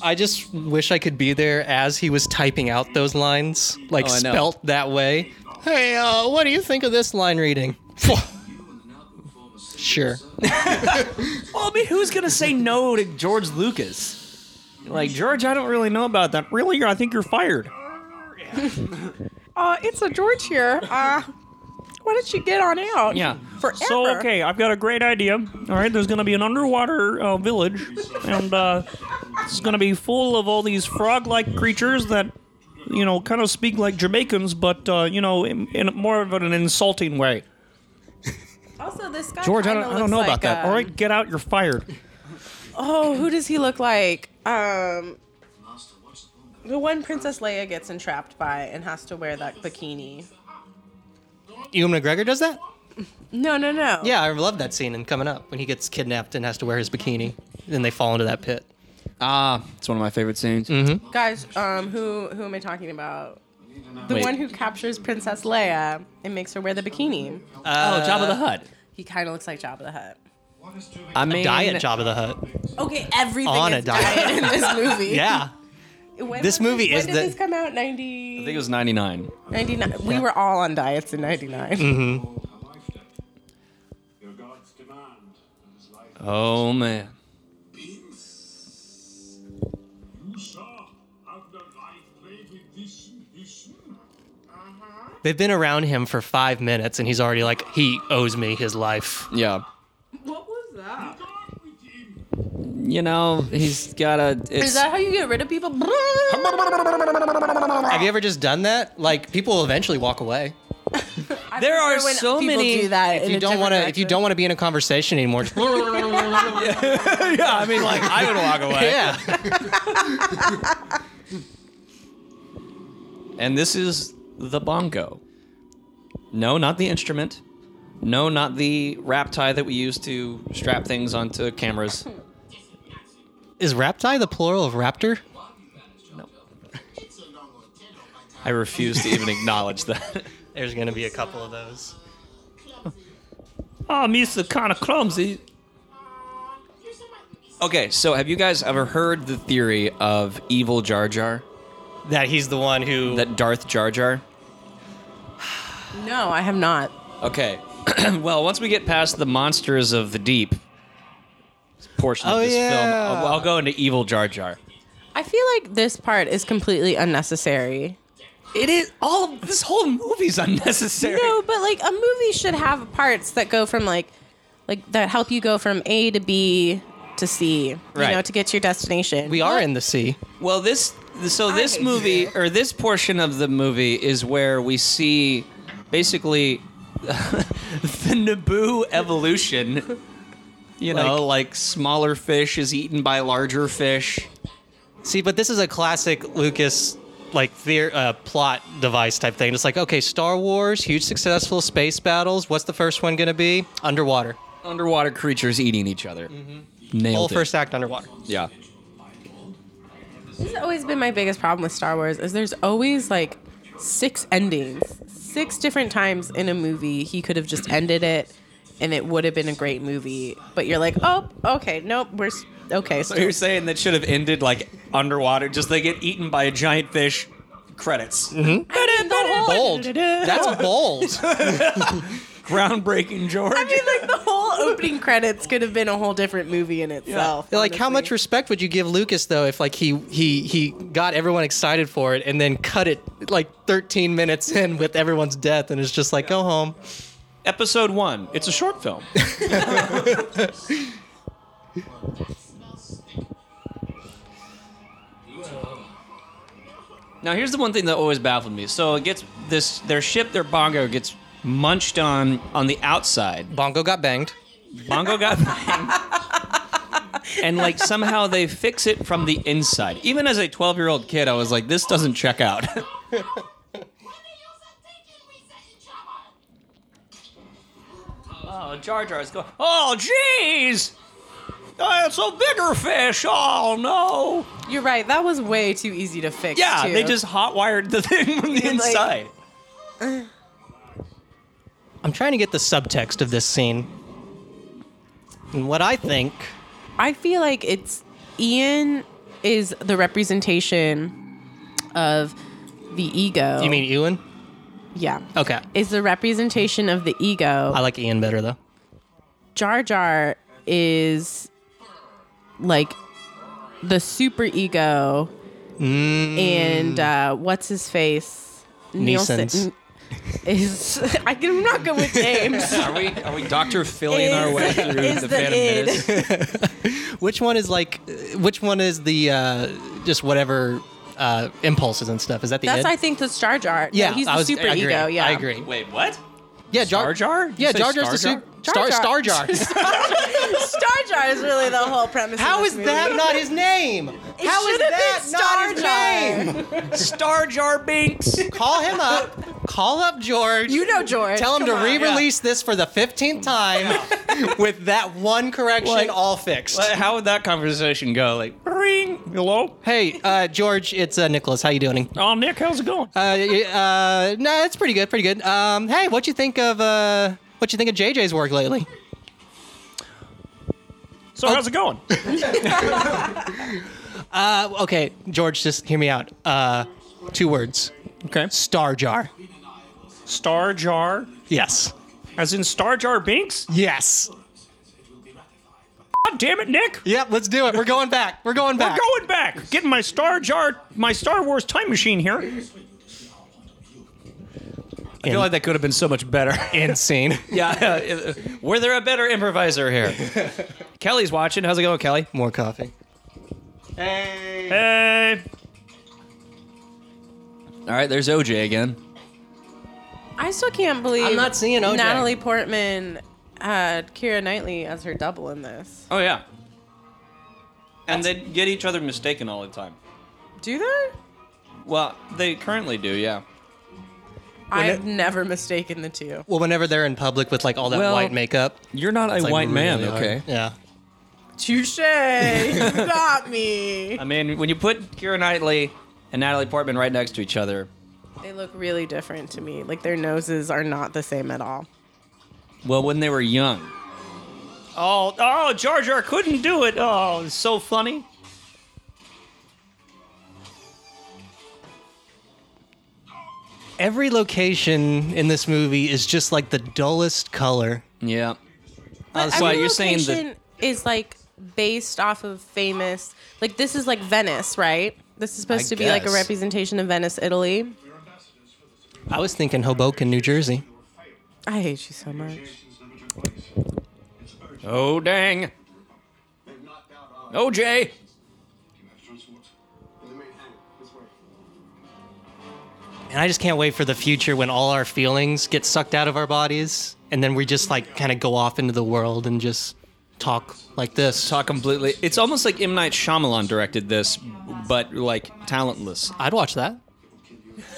Speaker 2: I just wish I could be there as he was typing out those lines, like
Speaker 7: Oh, I know.
Speaker 2: spelt that way. Hey, uh, what do you think of this line reading? sure.
Speaker 7: Well, I mean, who's gonna say no to George Lucas? Like George, I don't really know about that. Really, I think you're fired.
Speaker 3: Uh, it's a George here. Uh, why don't you get on out?
Speaker 7: Yeah.
Speaker 3: Forever.
Speaker 7: So okay, I've got a great idea. All right, there's gonna be an underwater uh, village, and uh, it's gonna be full of all these frog-like creatures that, you know, kind of speak like Jamaicans, but uh, you know, in, in more of an insulting way.
Speaker 3: Also, this guy.
Speaker 7: George, I
Speaker 3: kinda
Speaker 7: don't, I don't
Speaker 3: looks
Speaker 7: know
Speaker 3: like,
Speaker 7: about that.
Speaker 3: um,
Speaker 7: All right, get out. You're fired.
Speaker 3: Oh, who does he look like? Um, the one Princess Leia gets entrapped by and has to wear that bikini.
Speaker 2: Ewan McGregor does that?
Speaker 3: No, no, no.
Speaker 2: Yeah, I love that scene in Coming Up when he gets kidnapped and has to wear his bikini. Then they fall into that pit.
Speaker 1: Ah, it's one of my favorite scenes.
Speaker 3: Guys, um, who who am I talking about? The
Speaker 1: Wait.
Speaker 3: one who captures Princess Leia and makes her wear the bikini.
Speaker 7: oh, Job of
Speaker 1: Uh,
Speaker 7: the Hut.
Speaker 3: He kind of looks like Jabba the Hutt.
Speaker 1: I mean,
Speaker 2: Diet Job of the Hut.
Speaker 3: Okay, everything
Speaker 2: On
Speaker 3: is
Speaker 2: a diet.
Speaker 3: diet in this movie.
Speaker 2: Yeah.
Speaker 3: When was
Speaker 2: This
Speaker 3: this
Speaker 2: movie
Speaker 3: when
Speaker 2: is
Speaker 3: did
Speaker 2: the-
Speaker 3: this come out? 90,
Speaker 1: I think it was 99.
Speaker 3: 99. We were all on diets in 99.
Speaker 2: Mm.
Speaker 4: A lifetime. Your god's command and his life.
Speaker 1: Oh, man.
Speaker 4: Beams. You saw how the life played with this vision.
Speaker 2: They've been around him for five minutes and he's already like, he owes me his life.
Speaker 1: Yeah.
Speaker 3: What was that?
Speaker 4: God with him.
Speaker 1: You know, he's got a. It's,
Speaker 3: Is that how you get rid of people?
Speaker 2: Have you ever just done that? Like, people will eventually walk away.
Speaker 1: there are
Speaker 3: when
Speaker 1: so
Speaker 3: people
Speaker 1: many.
Speaker 3: do that.
Speaker 2: If you don't want to, if you don't want to be in a conversation anymore, just-
Speaker 1: Yeah, I mean, like, I would walk away.
Speaker 2: yeah.
Speaker 1: And this is the bongo. No, not the instrument. No, not the wrap tie that we use to strap things onto cameras.
Speaker 2: Is rapti the plural of raptor?
Speaker 1: I refuse to even acknowledge that.
Speaker 2: There's gonna be a couple of those.
Speaker 7: Oh, me's kind of clumsy.
Speaker 1: Okay, so have you guys ever heard the theory of evil Jar Jar?
Speaker 2: That he's the one who.
Speaker 1: That Darth Jar Jar?
Speaker 3: No, I have not.
Speaker 1: Okay. well, once we get past the monsters of the deep portion
Speaker 2: Oh,
Speaker 1: of this
Speaker 2: yeah.
Speaker 1: film, I'll, I'll go into evil Jar Jar.
Speaker 3: I feel like this part is completely unnecessary.
Speaker 1: It is all of this whole movie's unnecessary.
Speaker 3: No, but like a movie should have parts that go from like, like that help you go from A to B to C, you
Speaker 1: Right.
Speaker 3: know, to get to your destination.
Speaker 2: we are in the sea.
Speaker 1: Well, this so this
Speaker 3: hate
Speaker 1: movie or this portion of the movie is where we see basically the Naboo evolution. You know, like, smaller fish is eaten by larger fish.
Speaker 2: See, but this is a classic Lucas like theor- uh, plot device type thing. It's like, okay, Star Wars, huge successful space battles. What's the first one gonna be? Underwater.
Speaker 1: Underwater creatures eating each other. Nailed
Speaker 2: Whole
Speaker 1: it.
Speaker 2: first act underwater.
Speaker 1: yeah.
Speaker 3: This has always been my biggest problem with Star Wars is there's always like six endings. Six different times in a movie he could have just ended it and it would have been a great movie. But you're like, "Oh, okay, nope, we're s- okay."
Speaker 1: So
Speaker 3: So
Speaker 1: you're saying that should have ended like underwater, just they get eaten by a giant fish. Credits.
Speaker 2: Bold. That's bold.
Speaker 1: Groundbreaking, George.
Speaker 3: I mean, like the whole opening credits could have been a whole different movie in itself.
Speaker 2: Yeah, like how much
Speaker 3: honestly.
Speaker 2: respect would you give Lucas though if like he he he got everyone excited for it and then cut it like 13 minutes in with everyone's death and it's just like go home.
Speaker 1: Episode one. It's a short film. now here's the one thing that always baffled me. So it gets this their ship, their bongo gets munched on on the outside.
Speaker 2: Bongo got banged.
Speaker 1: Bongo got banged. And like somehow they fix it from the inside. Even as a 12 year old kid, I was like, this doesn't check out. oh, Jar Jar's going, oh, jeez! Oh, it's a bigger fish. Oh, no.
Speaker 3: You're right. That was way too easy to fix.
Speaker 1: Yeah,
Speaker 3: too.
Speaker 1: they just hotwired the thing from the
Speaker 3: It's like-
Speaker 1: inside.
Speaker 2: I'm trying to get the subtext of this scene. And what I think
Speaker 3: I feel like it's Ian is the representation of the ego.
Speaker 2: You mean Ewan?
Speaker 3: yeah?
Speaker 2: Okay.
Speaker 3: Is the representation of the ego.
Speaker 2: I like Ian better though.
Speaker 3: Jar Jar is like the super ego, and uh, what's his face?
Speaker 2: Mm. Neeson's.
Speaker 3: is I can, I'm not good with names.
Speaker 1: Are we are we Doctor Philly
Speaker 3: Is-
Speaker 1: our way through
Speaker 3: is
Speaker 1: the
Speaker 3: the
Speaker 1: Phantom
Speaker 3: id.
Speaker 1: Menace?
Speaker 2: Which one is like? uh, Which one is the uh, just whatever uh, impulses and stuff? Is that the?
Speaker 3: That's
Speaker 2: id?
Speaker 3: I think the Jar Jar. No,
Speaker 2: Yeah,
Speaker 3: he's
Speaker 2: I
Speaker 3: the
Speaker 2: was,
Speaker 3: super
Speaker 2: I agree.
Speaker 3: ego. Yeah,
Speaker 2: I agree.
Speaker 6: Wait, what?
Speaker 2: Yeah, Jar
Speaker 1: Star Jar? Did you
Speaker 2: Yeah,
Speaker 1: say
Speaker 2: Jar Jar's the
Speaker 1: Star Jar?
Speaker 2: super Star Star
Speaker 3: Jar
Speaker 2: Jar.
Speaker 3: Star Jar is really the whole premise. of
Speaker 2: How
Speaker 3: this
Speaker 2: is that
Speaker 3: movie.
Speaker 2: not his name?
Speaker 3: It
Speaker 2: How is
Speaker 3: should have
Speaker 2: that
Speaker 3: been
Speaker 2: not
Speaker 3: Star
Speaker 2: his name?
Speaker 1: Star Jar Binks.
Speaker 2: Call him up. Call up George.
Speaker 3: You know George.
Speaker 2: Tell him
Speaker 3: Come
Speaker 2: to
Speaker 3: on.
Speaker 2: re-release this for the fifteenth time, with that one correction
Speaker 1: Like-
Speaker 2: all fixed.
Speaker 1: How would that conversation go? Like,
Speaker 7: Ring. Hello.
Speaker 2: Hey, uh, George, it's uh, Nicholas. How you doing?
Speaker 7: Oh, Nick, how's it going?
Speaker 2: Uh, y- uh, no, it's pretty good, pretty good. Um, hey, what you think of uh, what you think of JJ's work lately?
Speaker 7: So how's it going?
Speaker 2: Uh, okay, George, just hear me out. Uh, two words:
Speaker 7: Okay.
Speaker 2: Star Jar.
Speaker 7: Star Jar,
Speaker 2: Yes,
Speaker 7: as in Star Jar Binks.
Speaker 2: yes.
Speaker 7: God damn it, Nick.
Speaker 2: Yep, let's do it. We're going back. We're going
Speaker 7: We're
Speaker 2: back.
Speaker 7: going back. Getting my Star Jar, my Star Wars time machine here.
Speaker 1: I feel like that could have been so much better.
Speaker 2: Insane.
Speaker 1: yeah. Were there a better improviser here? Kelly's watching. How's it going, Kelly?
Speaker 2: More coffee.
Speaker 7: Hey.
Speaker 1: All right, there's OJ again.
Speaker 3: I still can't believe
Speaker 2: I'm not seeing OJ.
Speaker 3: Natalie Portman had Kira Knightley as her double in this.
Speaker 1: Oh yeah. And they get each other mistaken all the time.
Speaker 3: Do they?
Speaker 1: Well, they currently do, yeah.
Speaker 3: I've never mistaken the two.
Speaker 2: Well, whenever they're in public with like all that
Speaker 1: Well,
Speaker 2: white makeup,
Speaker 1: You're not a
Speaker 2: it's, like,
Speaker 1: white man,
Speaker 2: really hard.
Speaker 1: okay?
Speaker 2: Yeah.
Speaker 3: Touche. You got me.
Speaker 1: I mean, when you put Kira Knightley and Natalie Portman right next to each other,
Speaker 3: They look really different to me. Like their noses are not the same at all.
Speaker 1: well, when they were young,
Speaker 7: Oh, oh, Jar Jar couldn't do it. Oh, it's so funny.
Speaker 2: Every location in this movie is just like the dullest color.
Speaker 1: yeah.
Speaker 3: But
Speaker 1: That's why
Speaker 3: every
Speaker 1: you're saying that.
Speaker 3: location is like based off of famous. Like this is like Venice, right? This is supposed
Speaker 1: I
Speaker 3: to be like a
Speaker 1: guess.
Speaker 3: representation of Venice, Italy.
Speaker 2: I was thinking Hoboken, New Jersey.
Speaker 3: I hate you so much.
Speaker 1: Oh dang! OJ,
Speaker 2: And I just can't wait for the future when all our feelings get sucked out of our bodies and then we just like kind of go off into the world and just talk like this.
Speaker 1: talk completely. It's almost like M Night Shyamalan directed this, but like talentless.
Speaker 2: I'd watch that.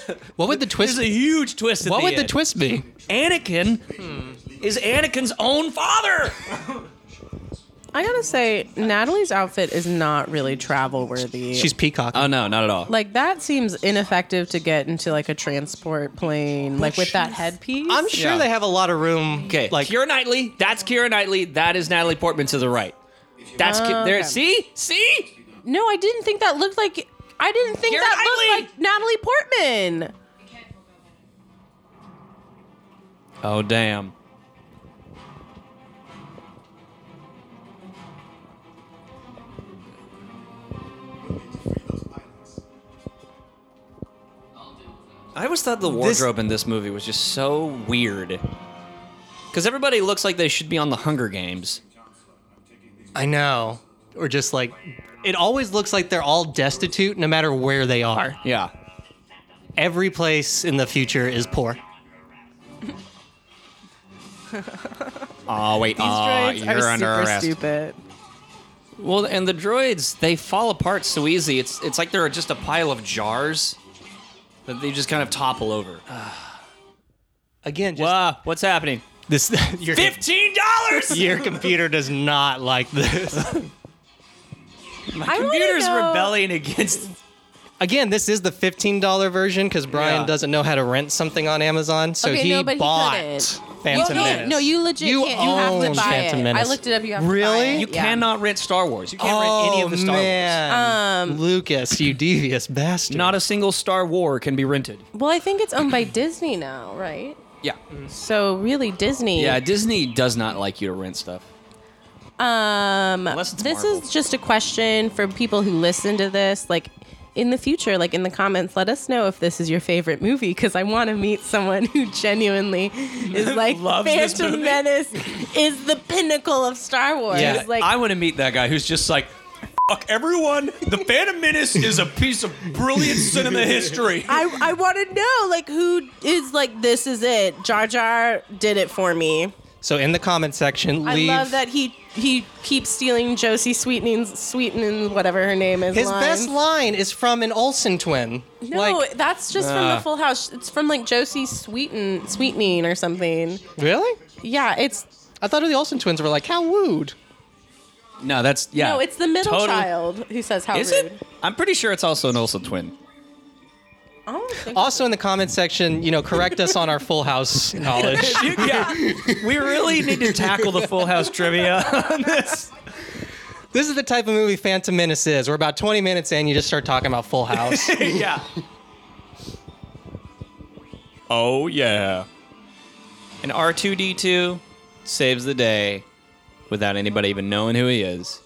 Speaker 2: What would the twist
Speaker 1: There's a huge twist. At
Speaker 2: What
Speaker 1: the
Speaker 2: would the
Speaker 1: end.
Speaker 2: twist be?
Speaker 1: Anakin is Anakin's own father.
Speaker 3: I gotta say, Natalie's outfit is not really travel worthy.
Speaker 2: She's peacock.
Speaker 1: Oh no, not at all.
Speaker 3: like that seems ineffective to get into like a transport plane, like with that headpiece.
Speaker 2: I'm sure
Speaker 1: Yeah.
Speaker 2: they have a lot of room.
Speaker 1: Okay, like
Speaker 2: Like
Speaker 1: Kira Knightley. That's Kira Knightley. That is Natalie Portman to the right. That's Ki- there.
Speaker 3: Okay.
Speaker 1: See, see.
Speaker 3: no, I didn't think that looked like. I didn't think
Speaker 1: Keira
Speaker 3: that
Speaker 1: Knightley!
Speaker 3: looked like Natalie Portman.
Speaker 1: Oh damn. I always thought the wardrobe in this movie was just so weird. Because everybody looks like they should be on the Hunger Games.
Speaker 2: I know. Or just like it always looks like they're all destitute no matter where they are.
Speaker 1: Yeah.
Speaker 2: Every place in the future is poor.
Speaker 1: Oh wait.
Speaker 3: These
Speaker 1: Aw,
Speaker 3: droids are
Speaker 1: you're under
Speaker 3: super
Speaker 1: arrest.
Speaker 3: stupid.
Speaker 1: Well, and the droids they fall apart so easy. It's it's like they're just a pile of jars that they just kind of topple over.
Speaker 2: Again, just
Speaker 1: Wow, what's happening?
Speaker 2: this your,
Speaker 1: Fifteen dollars.
Speaker 2: your computer does not like this.
Speaker 1: My
Speaker 3: I wanna
Speaker 1: computer's
Speaker 3: know-
Speaker 1: rebelling against.
Speaker 2: Again, this is the $15 version cuz Brian
Speaker 1: Yeah.
Speaker 2: doesn't know how to rent something on Amazon, so
Speaker 3: Okay,
Speaker 2: he
Speaker 3: no, but he
Speaker 2: bought
Speaker 3: couldn't.
Speaker 2: Phantom
Speaker 3: you
Speaker 2: Menace.
Speaker 3: No, you legit
Speaker 2: You
Speaker 3: can't. You have to
Speaker 2: own
Speaker 3: buy
Speaker 2: Phantom
Speaker 3: it.
Speaker 2: Menace.
Speaker 3: I looked it up. You have to buy
Speaker 2: Really?
Speaker 3: it.
Speaker 1: You
Speaker 3: Yeah.
Speaker 1: cannot rent Star Wars. You can't rent any of the Star Wars.
Speaker 2: Oh, man.
Speaker 3: Um,
Speaker 2: Lucas, you devious bastard.
Speaker 1: Not a single Star War can be rented.
Speaker 3: Well, I think it's owned by Disney now, right?
Speaker 1: Yeah.
Speaker 3: So really, Disney.
Speaker 1: Yeah, Disney does not like you to rent stuff.
Speaker 3: Um,
Speaker 1: Unless it's
Speaker 3: this
Speaker 1: Marvel.
Speaker 3: is just a question for people who listen to this. Like in the future, like in the comments, let us know if this is your favorite movie because I want to meet someone who genuinely is like
Speaker 7: Loves this
Speaker 3: Phantom
Speaker 7: movie.
Speaker 3: Menace is the pinnacle of Star Wars.
Speaker 2: Yeah,
Speaker 3: like
Speaker 1: I want to meet that guy who's just like,
Speaker 7: Fuck everyone. The Phantom Menace is a piece of brilliant cinema history.
Speaker 3: I, I want to know like who is like this is it. Jar Jar did it for me.
Speaker 2: so in the comment section,
Speaker 3: I
Speaker 2: leave
Speaker 3: love that he he keeps stealing Josie Sweetening's Sweetening whatever her name is.
Speaker 2: his
Speaker 3: lines.
Speaker 2: best line is from an Olsen twin.
Speaker 3: No,
Speaker 2: Like, uh,
Speaker 3: that's just from the Full House. It's from like Josie Sweeten Sweetening or something.
Speaker 2: really?
Speaker 3: Yeah, it's
Speaker 2: I thought the Olsen twins were like, how wooed.
Speaker 1: no, that's yeah.
Speaker 3: no, it's the middle
Speaker 1: Totally-
Speaker 3: child who says how
Speaker 1: Is
Speaker 3: rude.
Speaker 1: it? I'm pretty sure it's also an Olsen twin.
Speaker 3: I don't think-
Speaker 2: Also in the comment section, you know, correct us on our Full House knowledge.
Speaker 7: yeah, we really need to tackle the Full House trivia on this.
Speaker 2: this is the type of movie Phantom Menace is. We're about 20 minutes in, you just start talking about Full House.
Speaker 7: yeah. Oh yeah.
Speaker 1: And R2D2 saves the day without anybody even knowing who he is.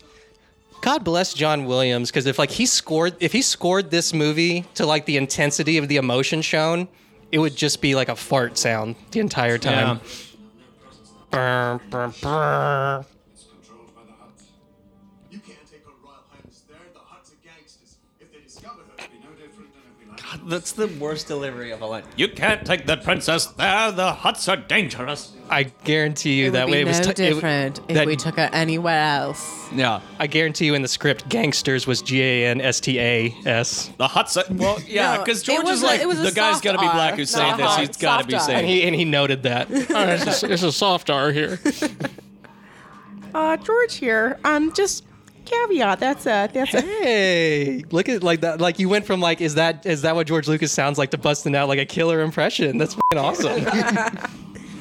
Speaker 2: God bless John Williams because if like he scored, if he scored this movie to like the intensity of the emotion shown, it would just be like a fart sound the entire time. Brr, brr, brr.
Speaker 4: It's controlled by the Hutt. You can't take her royal highness there. The Hutt's are gangsters. If they discover her, it'll be no different than if we like.
Speaker 1: That's the worst delivery of a line.
Speaker 7: You can't take the princess there. The huts are dangerous.
Speaker 2: I guarantee you that way it was t- it- that-
Speaker 3: her anywhere else.
Speaker 1: Yeah.
Speaker 2: I guarantee you in the script, gangsters was G A N S T A S,
Speaker 7: The huts. Are, well,
Speaker 1: Yeah,
Speaker 3: No,
Speaker 1: because
Speaker 3: it
Speaker 1: George
Speaker 3: was
Speaker 1: is
Speaker 3: a-
Speaker 1: like,
Speaker 3: it was a
Speaker 1: the guy's
Speaker 3: soft
Speaker 1: got to be
Speaker 3: R,
Speaker 1: black who's
Speaker 3: not
Speaker 1: saying
Speaker 3: a
Speaker 1: this.
Speaker 3: hard-
Speaker 1: He's got to be
Speaker 3: soft R.
Speaker 1: saying
Speaker 2: and he and he noted that. it's, a, soft R here.
Speaker 3: Uh, George here. Um, just caveat. That's a that's a.
Speaker 2: Hey, look at like that. Like you went from like, is that is that what George Lucas sounds like to busting out like a killer impression? That's fing awesome.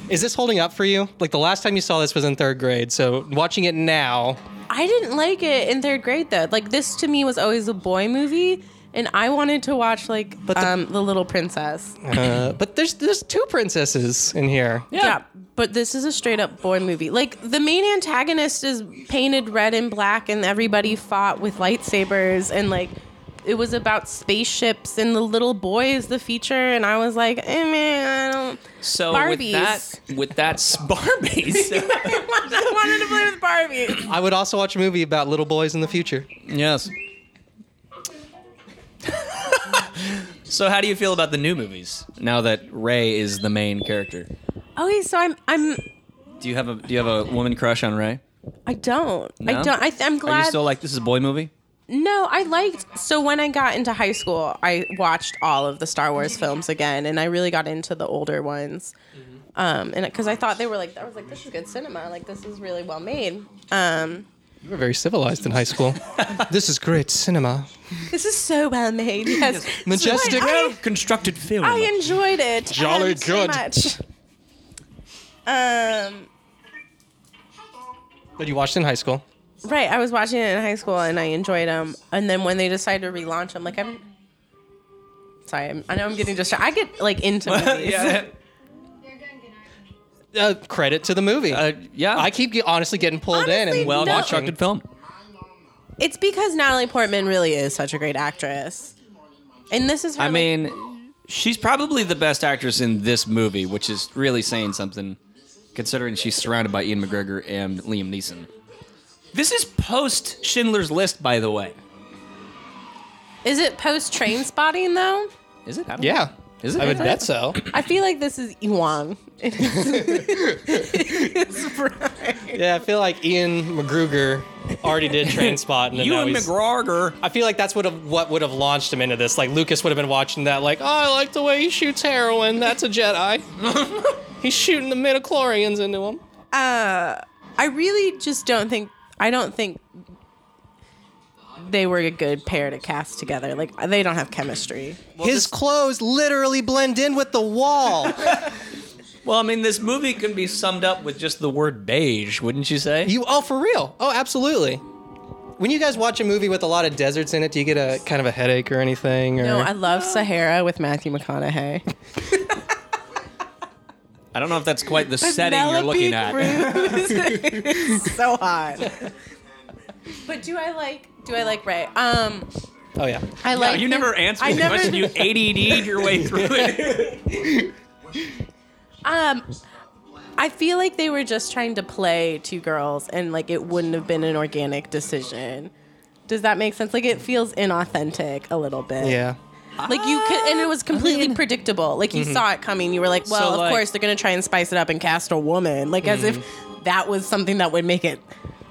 Speaker 2: is this holding up for you? Like the last time you saw this was in third grade, so watching it now,
Speaker 3: I didn't like it in third grade though. Like this to me was always a boy movie, and I wanted to watch like
Speaker 2: the-
Speaker 3: um the Little Princess.
Speaker 2: uh, but there's there's two princesses in here.
Speaker 3: Yeah. but this is a straight up boy movie. Like the main antagonist is painted red and black, and everybody fought with lightsabers, and like it was about spaceships, and the little boy is the feature, and I was like, eh, man, I don't.
Speaker 1: So
Speaker 3: Barbies.
Speaker 1: with that, with that s- Barbies.
Speaker 3: I wanted- I wanted to play with Barbie.
Speaker 2: I would also watch a movie about little boys in the future.
Speaker 1: yes. so how do you feel about the new movies now that Ray is the main character?
Speaker 3: Okay, Oh, so I'm I'm
Speaker 1: Do you have a do you have a woman crush on Ray?
Speaker 3: I don't
Speaker 1: No?
Speaker 3: I don't I th- I'm glad
Speaker 1: Are you still like this is a boy movie?
Speaker 3: No, I liked. So when I got into high school, I watched all of the Star Wars films again, and I really got into the older ones. Um, and because I thought they were like, I was like, this is good cinema. Like this is really well made. Um,
Speaker 2: You were very civilized in high school. this is great cinema.
Speaker 3: this is so well made. Yes,
Speaker 2: Majestic.
Speaker 3: So I,
Speaker 7: constructed film.
Speaker 3: I, I enjoyed it.
Speaker 2: Jolly
Speaker 3: um, so
Speaker 2: good.
Speaker 3: much. Um,
Speaker 2: That you watched in high school.
Speaker 3: right. I was watching it in high school, and I enjoyed them. And then when they decided to relaunch them, like I'm. Sorry, I'm, I know I'm getting distracted. I get like into movies.
Speaker 1: yeah.
Speaker 2: Uh, credit to the movie.
Speaker 1: Uh, yeah.
Speaker 2: I keep get, honestly getting pulled in
Speaker 3: Honestly,
Speaker 2: and
Speaker 1: well
Speaker 3: No.
Speaker 1: constructed film.
Speaker 3: It's because Natalie Portman really is such a great actress. And this is her.
Speaker 1: I
Speaker 3: like-
Speaker 1: mean, she's probably the best actress in this movie, which is really saying something, considering she's surrounded by Ian McGregor and Liam Neeson. This is post Schindler's List, by the way.
Speaker 3: is it post train spotting though?
Speaker 1: Is it? I don't
Speaker 2: Yeah.
Speaker 1: Is it?
Speaker 2: I would bet so.
Speaker 3: I feel like this is Iwan.
Speaker 2: Yeah, I feel like Ian McGruger already did Train Spot, and then
Speaker 1: You
Speaker 2: now
Speaker 1: and
Speaker 2: he's-
Speaker 1: McGregor.
Speaker 2: I feel like that's what have, what would have launched him into this. Like Lucas would have been watching that, like, oh, I like the way he shoots heroin. That's a Jedi. he's shooting the midichlorians into him.
Speaker 3: I really just don't think. I don't think they were a good pair to cast together. Like they don't have chemistry.
Speaker 2: His clothes literally blend in with the wall.
Speaker 1: Well, I mean, this movie can be summed up with just the word beige, wouldn't you say?
Speaker 2: You oh for real? Oh, absolutely. When you guys watch a movie with a lot of deserts in it, do you get a kind of a headache or anything? Or
Speaker 3: No, I love Sahara with Matthew McConaughey.
Speaker 1: I don't know if that's quite the setting you're looking at.
Speaker 3: It's so hot. But do I like do I like Ray? Um
Speaker 2: oh yeah.
Speaker 3: I
Speaker 1: Wow,
Speaker 3: like
Speaker 1: you
Speaker 3: him-
Speaker 1: never answered
Speaker 3: I
Speaker 1: the
Speaker 3: never-
Speaker 1: question. You ADD'd your way through it.
Speaker 3: Um, I feel like they were just trying to play two girls, and like it wouldn't have been an organic decision. Does that make sense? Like it feels inauthentic a little bit.
Speaker 2: Yeah.
Speaker 3: Like you could, and it was completely predictable. Like
Speaker 2: Mm-hmm.
Speaker 3: you saw it coming. You were like, well, of
Speaker 1: like-
Speaker 3: course they're gonna try and spice it up and cast a woman. Like as if
Speaker 2: Mm-hmm.
Speaker 3: that was something that would make it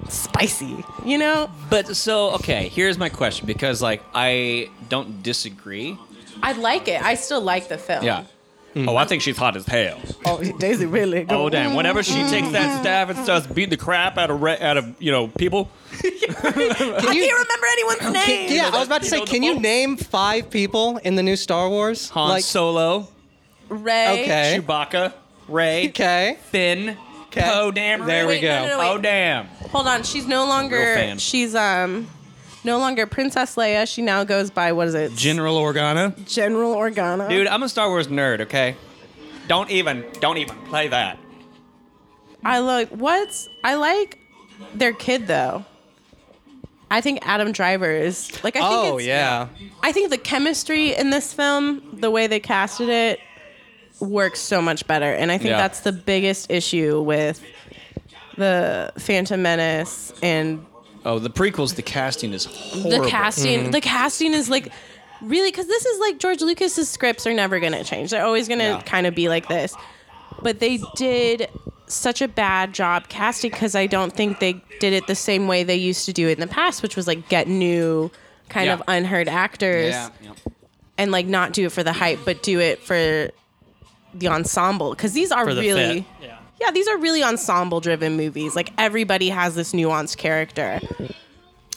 Speaker 3: spicy. You know?
Speaker 1: But so, okay, here's my question because, like, I don't disagree.
Speaker 3: I like it. I still like the film.
Speaker 1: Oh, I think she's hot as hell.
Speaker 3: Oh, Daisy really.
Speaker 1: Oh damn! Whenever she takes that staff and starts beating the crap out of re- out of you know people,
Speaker 3: I can't remember anyone's name.
Speaker 2: Yeah, I was about to say, can you name five people in the new Star Wars?
Speaker 1: Han Solo,
Speaker 3: Ray.
Speaker 2: Okay.
Speaker 1: Chewbacca, Ray,
Speaker 2: Okay.
Speaker 1: Finn,
Speaker 2: Okay.
Speaker 1: Poe Dameron.
Speaker 2: There we
Speaker 3: Wait, no,
Speaker 2: go.
Speaker 3: no, no, wait.
Speaker 1: Oh damn!
Speaker 3: Hold on, she's no
Speaker 1: Real
Speaker 3: longer
Speaker 1: fan.
Speaker 3: she's um no longer Princess Leia. She now goes by what is it?
Speaker 1: General Organa.
Speaker 3: General Organa.
Speaker 1: Dude, I'm a Star Wars nerd. Okay, don't even don't even play that.
Speaker 3: I like what's I like their kid though. I think Adam Driver is like I think
Speaker 2: Oh
Speaker 3: it's-
Speaker 2: yeah.
Speaker 3: I think the chemistry in this film, the way they casted it, works so much better. And I think
Speaker 1: Yeah.
Speaker 3: that's the biggest issue with the Phantom Menace and
Speaker 1: Oh, the prequels. The casting is horrible.
Speaker 3: the casting the casting is like really because this is like george lucas's scripts are never going to change they're always going to
Speaker 1: Yeah.
Speaker 3: kind of be like this but they did such a bad job casting because i don't think they did it the same way they used to do it in the past which was like get new kind
Speaker 1: Yeah.
Speaker 3: of unheard actors and like not do it for the hype but do it for the ensemble because these are
Speaker 2: For the
Speaker 3: really
Speaker 2: fit.
Speaker 7: Yeah.
Speaker 3: yeah, these are really ensemble driven movies. Like everybody has this nuanced character.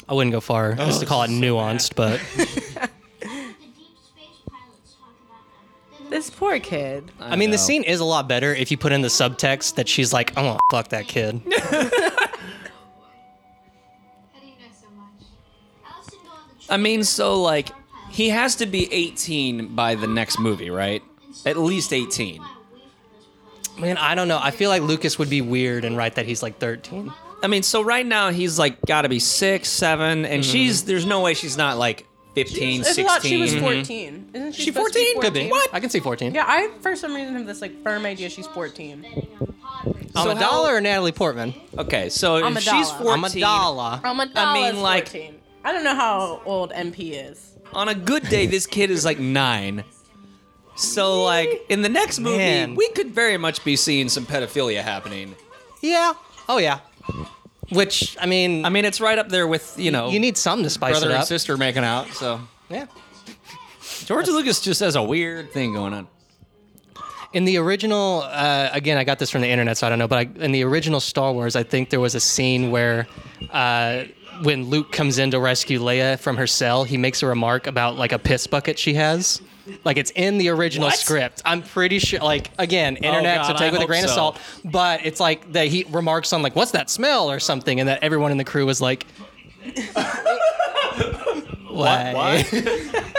Speaker 2: I wouldn't go far just
Speaker 1: Oh,
Speaker 2: to call it nuanced, but
Speaker 5: The deep space pilots talk about them. They
Speaker 3: This poor kid.
Speaker 2: I mean, the scene is a lot better if you put in the subtext that she's like, I want to fuck that kid.
Speaker 5: How do you know so much? Allison go on the trip
Speaker 1: I mean, so like, he has to be 18 by the next movie, right? At least
Speaker 5: away
Speaker 1: 18.
Speaker 5: from this place.
Speaker 2: Man, I don't know. I feel like Lucas would be weird and write that he's like 13.
Speaker 1: I mean, so right now he's like got to be six, seven,
Speaker 2: Mm-hmm.
Speaker 1: and she's there's no way she's not like 15,
Speaker 3: It's
Speaker 1: 16.
Speaker 3: a lot. She was 14. Isn't she,
Speaker 1: She
Speaker 3: supposed to be
Speaker 1: 14? Could be.
Speaker 2: What? I can see 14.
Speaker 3: Yeah, I for some reason have this like firm idea she's 14.
Speaker 5: Betting on the pod race.
Speaker 1: So
Speaker 2: Amidala
Speaker 1: how-
Speaker 2: or Natalie Portman?
Speaker 1: Okay, so if
Speaker 3: Amidala.
Speaker 1: she's 14.
Speaker 3: Oh
Speaker 2: Amidala.
Speaker 1: I mean, like-
Speaker 3: 14. I don't know how old MP is.
Speaker 1: On a good day, this kid is like nine. So like in the next movie,
Speaker 2: Man.
Speaker 1: we could very much be seeing some pedophilia happening.
Speaker 2: Yeah. Oh, yeah. Which, I mean,
Speaker 1: I mean, it's right up there with you know
Speaker 2: you need something to spice
Speaker 1: brother
Speaker 2: it
Speaker 1: and
Speaker 2: up.
Speaker 1: sister making out. So
Speaker 2: Yeah.
Speaker 1: George Lucas just has a weird thing going on.
Speaker 2: In the original, uh, again, I got this from the internet, so I don't know, but I, in the original Star Wars, I think there was a scene where uh, when Luke comes in to rescue Leia from her cell, he makes a remark about like a piss bucket she has. Like it's in the original
Speaker 1: What? Oh,
Speaker 2: script. I'm pretty sure. Like again, internet,
Speaker 1: God,
Speaker 2: so take
Speaker 1: I
Speaker 2: with a
Speaker 1: hope
Speaker 2: grain of
Speaker 1: so.
Speaker 2: salt. But it's like that he remarks on like, "What's that smell?" or something, and that everyone in the crew was like, "Why?"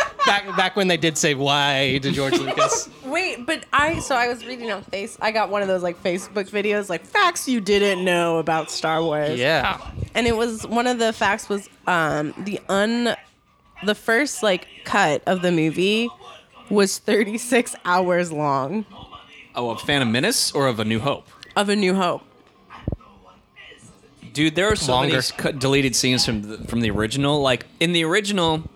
Speaker 2: back back when they did say "Why" to George Lucas.
Speaker 3: Wait, but I so I was reading on face. I got one of those like Facebook videos like facts you didn't know about Star Wars.
Speaker 2: yeah.
Speaker 3: and it was one of the facts was um the un the first like cut of the movie was 36 hours long
Speaker 1: Oh, of Phantom Menace or of A New Hope?
Speaker 3: of A New Hope.
Speaker 1: Dude, there are so
Speaker 2: Longer.
Speaker 1: many cut, deleted scenes from the, from the original. Like in the original,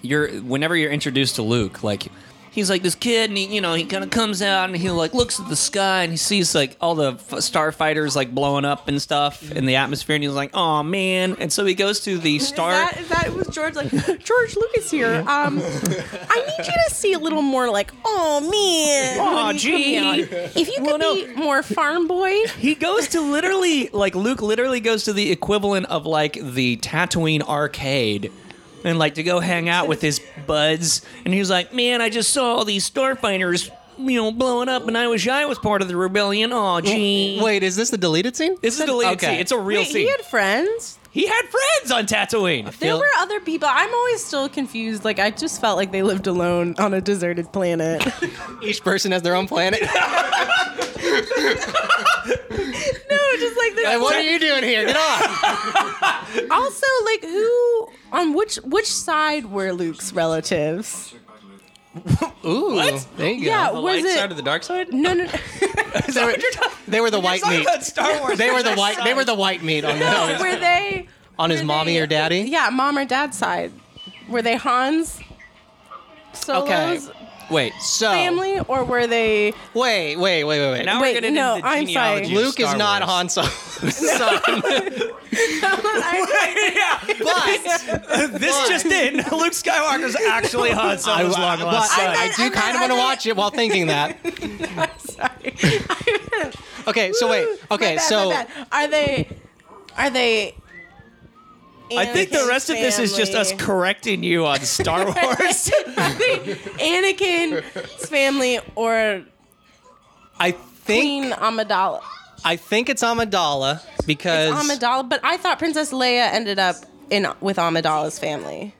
Speaker 1: you're whenever you're introduced to Luke, like he's like this kid, and he you know he kind of comes out and he like looks at the sky and he sees like all the f- starfighters like blowing up and stuff in the atmosphere, and he's like, oh man, and so he goes to the star.
Speaker 3: Is that, is that was George like George Lucas here? Um, I need you to see a little more like oh man,
Speaker 1: Aw,
Speaker 3: when you come
Speaker 1: gee.
Speaker 3: out. If you could
Speaker 1: no.
Speaker 3: be more farm boy,
Speaker 1: He goes to literally, like Luke literally goes to the equivalent of like the Tatooine arcade, and like to go hang out with his buds. And he's like, "Man, I just saw all these starfighters
Speaker 7: you know, blowing up, and I wish I was part of the rebellion. Oh, gee.
Speaker 2: Wait, is this the deleted scene?
Speaker 1: This is a deleted
Speaker 2: Okay.
Speaker 1: scene. It's a real
Speaker 3: Wait,
Speaker 1: scene.
Speaker 3: he had friends.
Speaker 1: He had friends on Tatooine.
Speaker 3: There
Speaker 2: Feel-
Speaker 3: were other people. I'm always still confused. Like I just felt like they lived alone on a deserted planet.
Speaker 2: Each person has their own planet.
Speaker 3: no, just like this.
Speaker 2: Like, what are you doing here? Get off!
Speaker 3: Also, like who on which which side were Luke's relatives?
Speaker 2: Ooh, there you go.
Speaker 3: Yeah,
Speaker 1: The
Speaker 3: was
Speaker 1: light
Speaker 3: it?
Speaker 1: side or the dark side?
Speaker 3: no, no.
Speaker 2: They were, they were the white meat.
Speaker 1: Star Wars.
Speaker 2: They were the white. They were the white meat on
Speaker 3: no.
Speaker 2: the,
Speaker 3: were they?
Speaker 2: on his
Speaker 3: were
Speaker 2: mommy
Speaker 3: they-
Speaker 2: or daddy.
Speaker 3: Yeah, mom or dad's side. Were they Han's? Solo's
Speaker 1: Wait.
Speaker 2: So
Speaker 3: family, or were they?
Speaker 2: wait, wait, wait, wait, wait.
Speaker 1: Now
Speaker 3: Wait,
Speaker 1: we're getting
Speaker 3: no,
Speaker 1: into the
Speaker 3: I'm sorry.
Speaker 1: genealogy of
Speaker 2: Luke is
Speaker 1: Star
Speaker 2: not
Speaker 1: Wars.
Speaker 2: Han Solo's son,
Speaker 1: yeah,
Speaker 2: but
Speaker 1: this just in. Luke Skywalker's actually Han Solo's
Speaker 2: I-
Speaker 1: long
Speaker 2: but
Speaker 1: lost son.
Speaker 2: I, do
Speaker 3: I meant-
Speaker 2: kind of
Speaker 3: I
Speaker 2: want to
Speaker 3: meant-
Speaker 2: watch it while thinking that.
Speaker 3: Sorry. I meant-
Speaker 2: Okay, so wait.
Speaker 3: My bad,
Speaker 2: Okay,
Speaker 3: my
Speaker 2: so
Speaker 3: bad. are they? Are they?
Speaker 1: I think the
Speaker 3: Anakin's
Speaker 1: rest of this is just us
Speaker 3: family?
Speaker 1: correcting you on Star Wars.
Speaker 3: I think Anakin's family or
Speaker 2: I think
Speaker 3: Queen Amidala.
Speaker 2: I think it's Amidala because
Speaker 3: Amidala, but I thought Princess Leia ended up in with Amidala's family.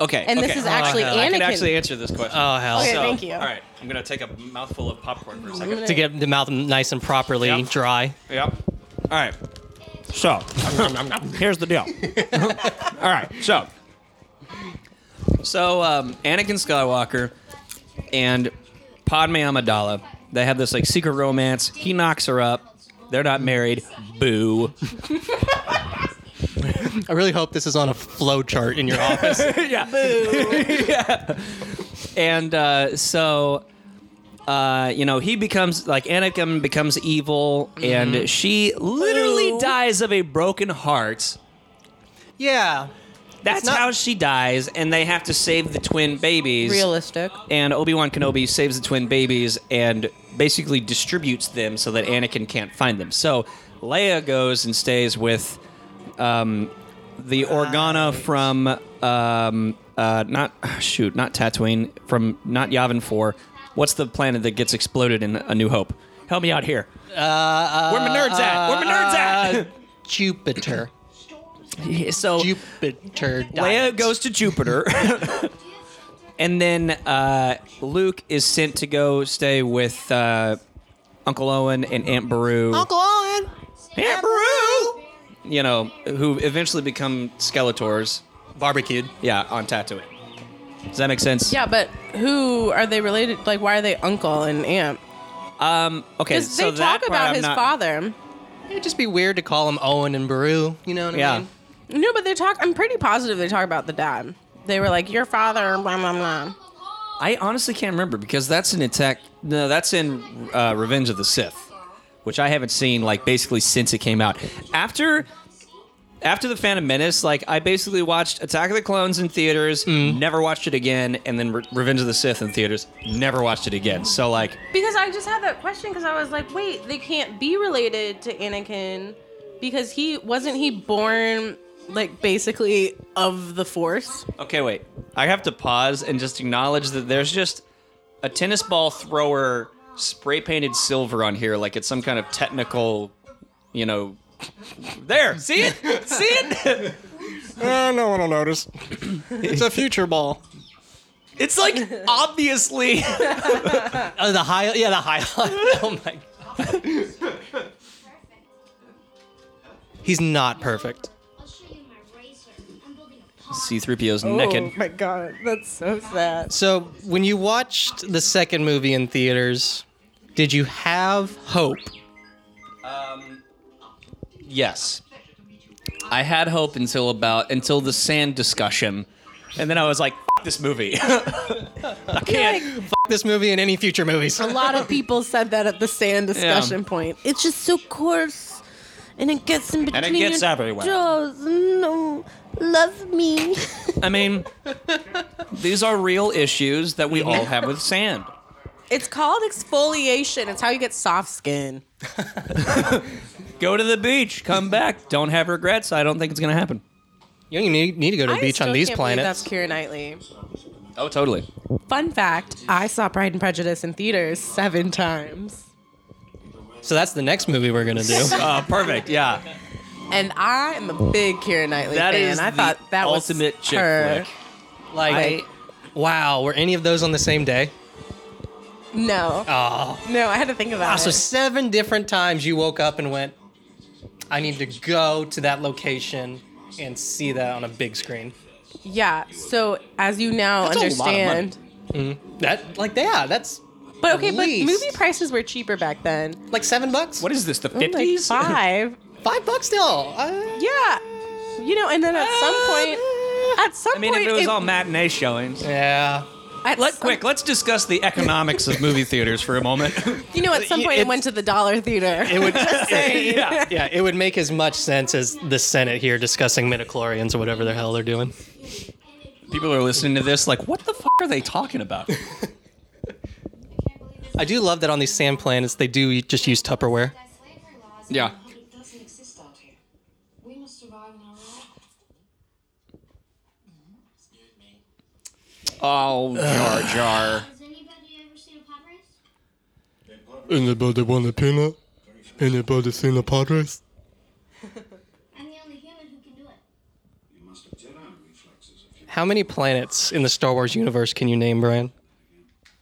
Speaker 1: okay.
Speaker 3: And this
Speaker 1: okay.
Speaker 3: is actually
Speaker 2: hell.
Speaker 1: I can
Speaker 3: Anakin.
Speaker 1: actually answer this question.
Speaker 2: Oh, hell. Okay,
Speaker 3: thank you.
Speaker 1: All right, I'm gonna take a mouthful of popcorn for a
Speaker 3: I'm gonna-
Speaker 1: second.
Speaker 2: to get the mouth nice and properly
Speaker 1: Yep.
Speaker 2: dry.
Speaker 1: Yep. All right.
Speaker 7: So, here's the deal. All right, so
Speaker 1: So um, Anakin Skywalker and Padme Amidala, they have this like secret romance. He knocks her up. They're not married. Boo.
Speaker 2: I really hope this is on a flow chart in your office.
Speaker 1: And uh, so, uh, you know, he becomes like Anakin becomes evil, and she literally
Speaker 3: Boo.
Speaker 1: dies of a broken heart.
Speaker 2: yeah.
Speaker 1: That's
Speaker 2: not-
Speaker 1: how she dies, and they have to save the twin babies.
Speaker 3: Realistic.
Speaker 1: and Obi Wan Kenobi saves the twin babies and basically distributes them so that Anakin can't find them. So Leia goes and stays with um, the Organa from um, uh, not shoot not Tatooine from not Yavin Four. What's the planet that gets exploded in A New Hope? Help me out here. Where my nerds at? Where my nerds
Speaker 2: Jupiter.
Speaker 1: at?
Speaker 2: Oh.
Speaker 1: so
Speaker 2: Jupiter.
Speaker 1: Leia
Speaker 2: diet.
Speaker 1: goes to Jupiter. and then uh, Luke is sent to go stay with uh, Uncle Owen and Aunt Beru.
Speaker 2: Uncle Owen.
Speaker 1: Aunt Beru! You know, who eventually become Skeletors.
Speaker 2: Barbecued.
Speaker 1: Yeah, on Tatooine. Does that make sense?
Speaker 3: Yeah, but who are they related? Like, why are they uncle and aunt?
Speaker 1: Um, okay,
Speaker 3: Because
Speaker 1: so
Speaker 3: they
Speaker 1: that part
Speaker 3: talk about
Speaker 1: I'm
Speaker 3: his
Speaker 1: not-
Speaker 3: father.
Speaker 2: It'd just be weird to call him Owen and Baru. You know what I
Speaker 1: Yeah.
Speaker 2: mean?
Speaker 3: No, but they talk. I'm pretty positive they talk about the dad. They were like, your father, blah, blah, blah.
Speaker 1: I honestly can't remember because that's an attack. No, that's in uh, Revenge of the Sith, which I haven't seen like basically since it came out. After after the Phantom Menace, like I basically watched Attack of the Clones in theaters, never watched it again, and then Re- Revenge of the Sith in theaters, never watched it again. So like,
Speaker 3: Because I just had that question because I was like, wait, they can't be related to Anakin because he wasn't he born like basically of the Force.
Speaker 1: okay, wait, I have to pause and just acknowledge that there's just a tennis ball thrower spray painted silver on here, like it's some kind of technical, you know. There, see it, see it.
Speaker 2: Uh, no one will notice. it's a future ball.
Speaker 1: It's like obviously.
Speaker 2: Oh, the high. Yeah, the high. oh my. He's not perfect.
Speaker 5: I'll show you my razor. I'm building a pot.
Speaker 1: C3PO's
Speaker 3: Oh my god, that's so sad.
Speaker 2: So, when you watched the second movie in theaters, did you have hope?
Speaker 1: Yes. I had hope until about until the sand discussion, and then I was like, F- "This movie." I can't.
Speaker 2: This movie and any future movies.
Speaker 3: A lot of people said that at the sand discussion point. It's just so coarse and it gets in between
Speaker 1: it gets
Speaker 3: your
Speaker 1: everywhere.
Speaker 3: jaws. No, love me.
Speaker 1: I mean, these are real issues that we all have with sand.
Speaker 3: It's called exfoliation. It's how you get soft skin.
Speaker 1: Go to the beach, come back, don't have regrets. I don't think it's gonna happen.
Speaker 2: You don't even need, need to go to a
Speaker 3: I
Speaker 2: beach
Speaker 3: still
Speaker 2: on these
Speaker 3: can't believe That's
Speaker 2: planets.
Speaker 3: Keira Knightley.
Speaker 1: Oh, totally.
Speaker 3: Fun fact I saw Pride and Prejudice in theaters seven times.
Speaker 2: So that's the next movie we're gonna do.
Speaker 8: Uh, perfect. Yeah.
Speaker 3: And I am a big Kira Knightley
Speaker 8: That
Speaker 3: fan.
Speaker 8: is
Speaker 3: I thought
Speaker 8: the
Speaker 3: that
Speaker 8: ultimate
Speaker 3: was
Speaker 8: chick
Speaker 3: her.
Speaker 8: flick.
Speaker 2: like, wow, were any of those on the same day?
Speaker 3: No.
Speaker 2: Oh,
Speaker 3: No, I had to think about
Speaker 2: so
Speaker 3: it.
Speaker 2: seven different times you woke up and went, I need to go to that location and see that on a big screen.
Speaker 3: Yeah. So as you now
Speaker 8: That's a lot of money.
Speaker 3: understand,
Speaker 2: That like yeah, that's
Speaker 3: but okay, but
Speaker 2: least.
Speaker 3: movie prices were cheaper back then.
Speaker 2: like seven bucks.
Speaker 8: What is this?
Speaker 1: Oh
Speaker 8: The
Speaker 3: Like
Speaker 8: fifties?
Speaker 3: five.
Speaker 2: Five bucks still. Uh,
Speaker 3: yeah. You know, and then at some point, at some
Speaker 1: I mean,
Speaker 3: point,
Speaker 1: if it was all matinee showings.
Speaker 2: yeah.
Speaker 3: at
Speaker 1: Let
Speaker 3: some-
Speaker 1: quick. Let's discuss the economics of movie theaters for a moment.
Speaker 3: You know, at some point, it went to the dollar theater.
Speaker 2: It would
Speaker 3: saying.
Speaker 2: yeah, yeah, it would make as much sense as the Senate here discussing midichlorians or whatever the hell they're doing.
Speaker 1: People are listening to this like, what the fuck are they talking about?
Speaker 2: I do love that on these sand planets they do just use Tupperware.
Speaker 1: Yeah.
Speaker 9: It doesn't exist out here. We must survive in our own.
Speaker 1: Oh, Jar Jar.
Speaker 9: Has anybody ever seen a pod race?
Speaker 10: Anybody want a peanut? Anybody seen a Padres?
Speaker 9: I'm the only human who can do it.
Speaker 4: You must have Jedi reflexes if you
Speaker 2: How many planets in the Star Wars universe can you name, Brian?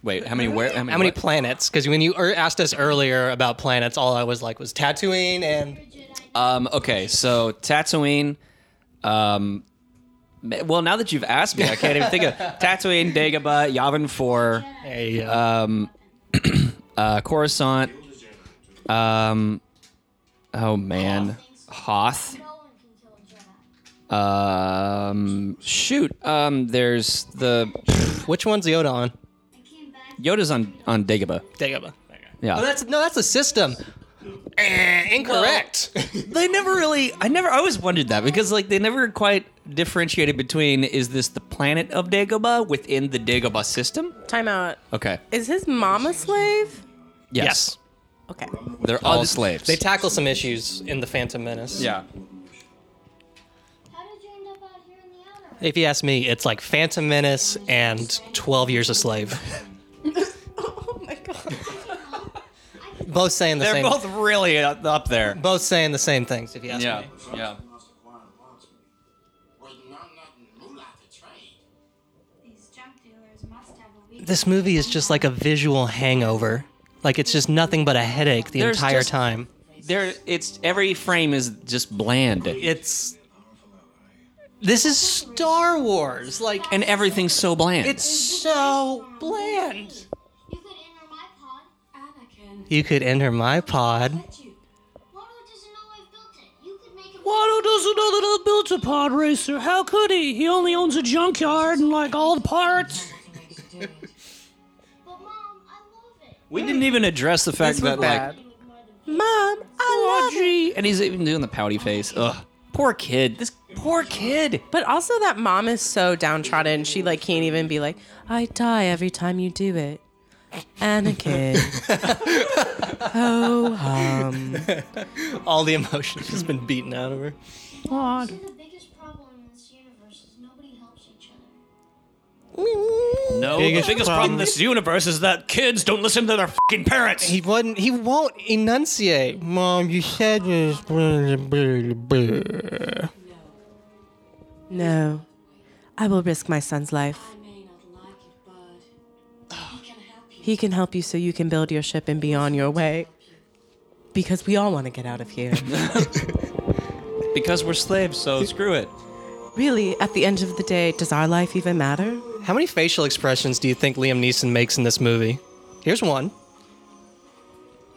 Speaker 1: Wait, how many? Where? How many?
Speaker 2: How many
Speaker 1: what?
Speaker 2: planets? Because when you er- asked us earlier about planets, all I was like was Tatooine and
Speaker 1: Um, okay, so Tatooine. Um, ma- well, now that you've asked me, I can't even think of Tatooine, Dagobah, Yavin Four, um,
Speaker 2: hey, uh,
Speaker 1: uh, Coruscant. Um, oh man, Hoth.
Speaker 9: No one can kill a Jedi.
Speaker 1: Um, shoot. Um, there's the
Speaker 2: which one's Yoda on?
Speaker 9: I came back.
Speaker 1: Yoda's on on Dagobah.
Speaker 2: Dagobah.
Speaker 1: Yeah.
Speaker 2: Oh, that's no, that's the system. Eh, incorrect.
Speaker 1: they never really i never I always wondered that because like they never quite differentiated between is this the planet of dagobah within the dagobah system
Speaker 3: Time out.
Speaker 1: okay
Speaker 3: Is his mom a slave?
Speaker 1: yes,
Speaker 3: Okay.
Speaker 1: they're all slaves
Speaker 2: they tackle some issues in the Phantom Menace.
Speaker 1: yeah
Speaker 9: How did you end up out here in the outer? Rim?
Speaker 2: If you ask me, it's like Phantom Menace and Twelve Years a Slave.
Speaker 3: Oh my god.
Speaker 2: Both saying the
Speaker 1: they're
Speaker 2: same.
Speaker 1: both really up up there
Speaker 2: both saying the same things. If you ask
Speaker 1: yeah
Speaker 2: me.
Speaker 1: yeah
Speaker 4: must acquire parts.
Speaker 5: Waiting on nothing moolah to trade.
Speaker 9: These junk dealers must have a weak.
Speaker 2: This movie is just like a visual hangover. Like it's just nothing but a headache the
Speaker 1: There's
Speaker 2: entire
Speaker 1: just-
Speaker 2: time.
Speaker 1: there it's every frame is just bland
Speaker 2: It's. This is Star Wars. Like
Speaker 1: and everything's so bland
Speaker 2: It's so bland.
Speaker 9: You could enter my pod. Anakin.
Speaker 2: You could enter my pod.
Speaker 9: Bet you. Waddle doesn't know I've built it. You could make him.
Speaker 7: Waddle doesn't know that I built a pod racer. How could he? He only owns a junkyard and like all the parts.
Speaker 9: But mom, I love it.
Speaker 1: we didn't even address the fact
Speaker 3: This was
Speaker 1: that like
Speaker 3: bad. Mom, Um, I love you.
Speaker 1: Audrey, and he's even doing the pouty face ugh poor kid this poor kid
Speaker 3: But also that mom is so downtrodden. She like can't even be like, I die every time you do it. Anakin. oh, hum.
Speaker 2: All the emotion has been beaten out of her.
Speaker 9: See, the biggest problem in this universe is nobody helps each other.
Speaker 8: No,
Speaker 2: Biggest
Speaker 8: the biggest problem in
Speaker 2: problem.
Speaker 8: this universe is that kids don't listen to their fucking parents.
Speaker 2: He wouldn't. He won't enunciate. Mom, you said this.
Speaker 3: No. I will risk my son's life. He can help you so you can build your ship and be on your way. Because we all want to get out of here.
Speaker 1: because we're slaves so screw it
Speaker 3: really, at the end of the day, does our life even matter?
Speaker 2: How many facial expressions do you think Liam Neeson makes in this movie? Here's one.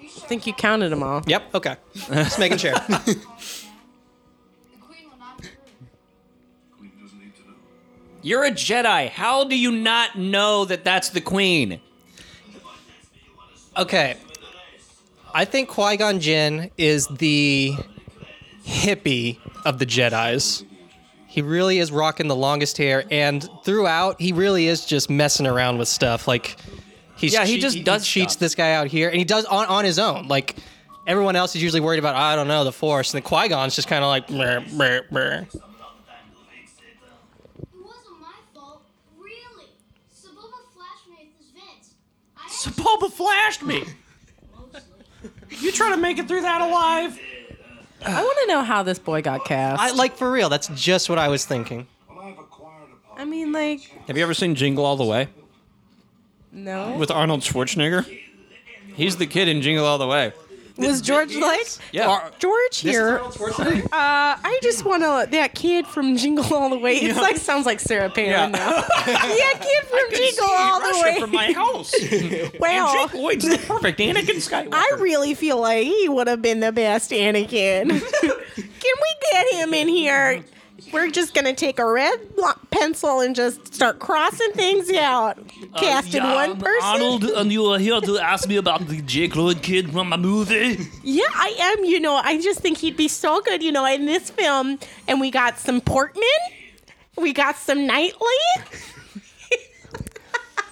Speaker 3: I think you counted them all.
Speaker 2: Yep. Okay. Just making sure.
Speaker 9: The queen will not approve.
Speaker 4: Queen doesn't need to know.
Speaker 1: You're a Jedi. How do you not know that that's the queen?
Speaker 2: Okay. I think Qui Gon Jinn is the hippie of the Jedi's. He really is rocking the longest hair, and throughout, he really is just messing around with stuff. Like, he's
Speaker 1: Yeah, he just does
Speaker 2: cheats
Speaker 1: stuff.
Speaker 2: this guy out here, and he does on on his own. Like, everyone else is usually worried about I don't know the Force, and the Qui Gon's just kind of like. "Brr, brr, brr."
Speaker 9: It wasn't my fault, really.
Speaker 8: Boba flashed me. you trying to make it through that alive?
Speaker 3: I want to know how this boy got cast.
Speaker 2: I like for real. That's just what I was thinking.
Speaker 3: I mean, like,
Speaker 1: Have you ever seen Jingle All the Way
Speaker 3: no.
Speaker 1: with Arnold Schwarzenegger? He's the kid in Jingle All the Way.
Speaker 3: Was George like?
Speaker 1: Yeah.
Speaker 3: George here.
Speaker 1: Arnold
Speaker 3: Uh, I just want to that kid from Jingle All the Way. It's like sounds like Sarah Palin now. yeah, kid from Jingle All the Way.
Speaker 8: from my house.
Speaker 3: well,
Speaker 8: Jake Lloyd's the perfect Anakin Skywalker.
Speaker 3: I really feel like he would have been the best Anakin. Can we get him in here? We're just gonna take a red blo- pencil and just start crossing things out, casting
Speaker 7: Uh, Yeah, um,
Speaker 3: one person.
Speaker 7: Arnold, and you are here to ask me about the Jake Lloyd kid from my movie.
Speaker 3: Yeah, I am. You know, I just think he'd be so good. You know, in this film, and we got some Portman, we got some Knightley.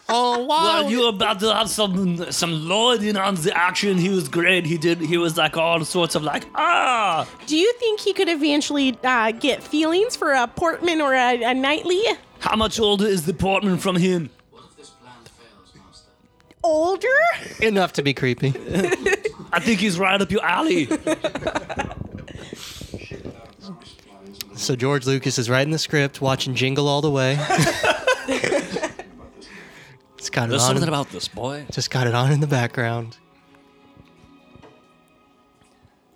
Speaker 2: Oh wow!
Speaker 7: Well, you're about to have some some Lloyd in on the action. He was great. He did. He was like all sorts of like ah.
Speaker 3: Do you think he could eventually uh, get feelings for a Portman or a, a Knightley?
Speaker 7: How much older is the Portman from him?
Speaker 3: Older?
Speaker 2: Enough to be creepy.
Speaker 7: I think he's right up your alley.
Speaker 2: So George Lucas is writing the script, watching Jingle all the way. it's got it
Speaker 7: There's
Speaker 2: on.
Speaker 7: something about this boy.
Speaker 2: just got it on in the background.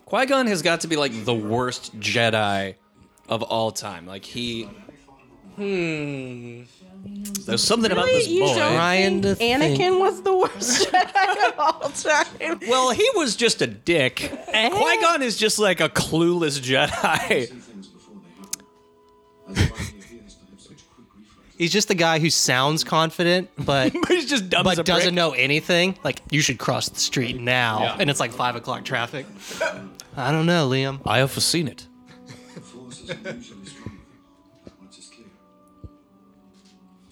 Speaker 1: Qui Gon has got to be like the worst Jedi of all time. Like he. Hmm.
Speaker 8: There's something about this
Speaker 3: Really? You don't
Speaker 8: boy.
Speaker 2: Ryan
Speaker 3: think
Speaker 2: to
Speaker 3: Anakin
Speaker 2: think.
Speaker 3: was the worst Jedi of all time.
Speaker 8: Well, he was.
Speaker 1: It's just a dick. Qui Gon is just like a clueless Jedi.
Speaker 2: He's just the guy who sounds confident, but
Speaker 1: He's just dumb as a
Speaker 2: but doesn't
Speaker 1: brick.
Speaker 2: know anything. Like you should cross the street now, and it's like five o'clock traffic. I don't know, Liam.
Speaker 1: I have foreseen it.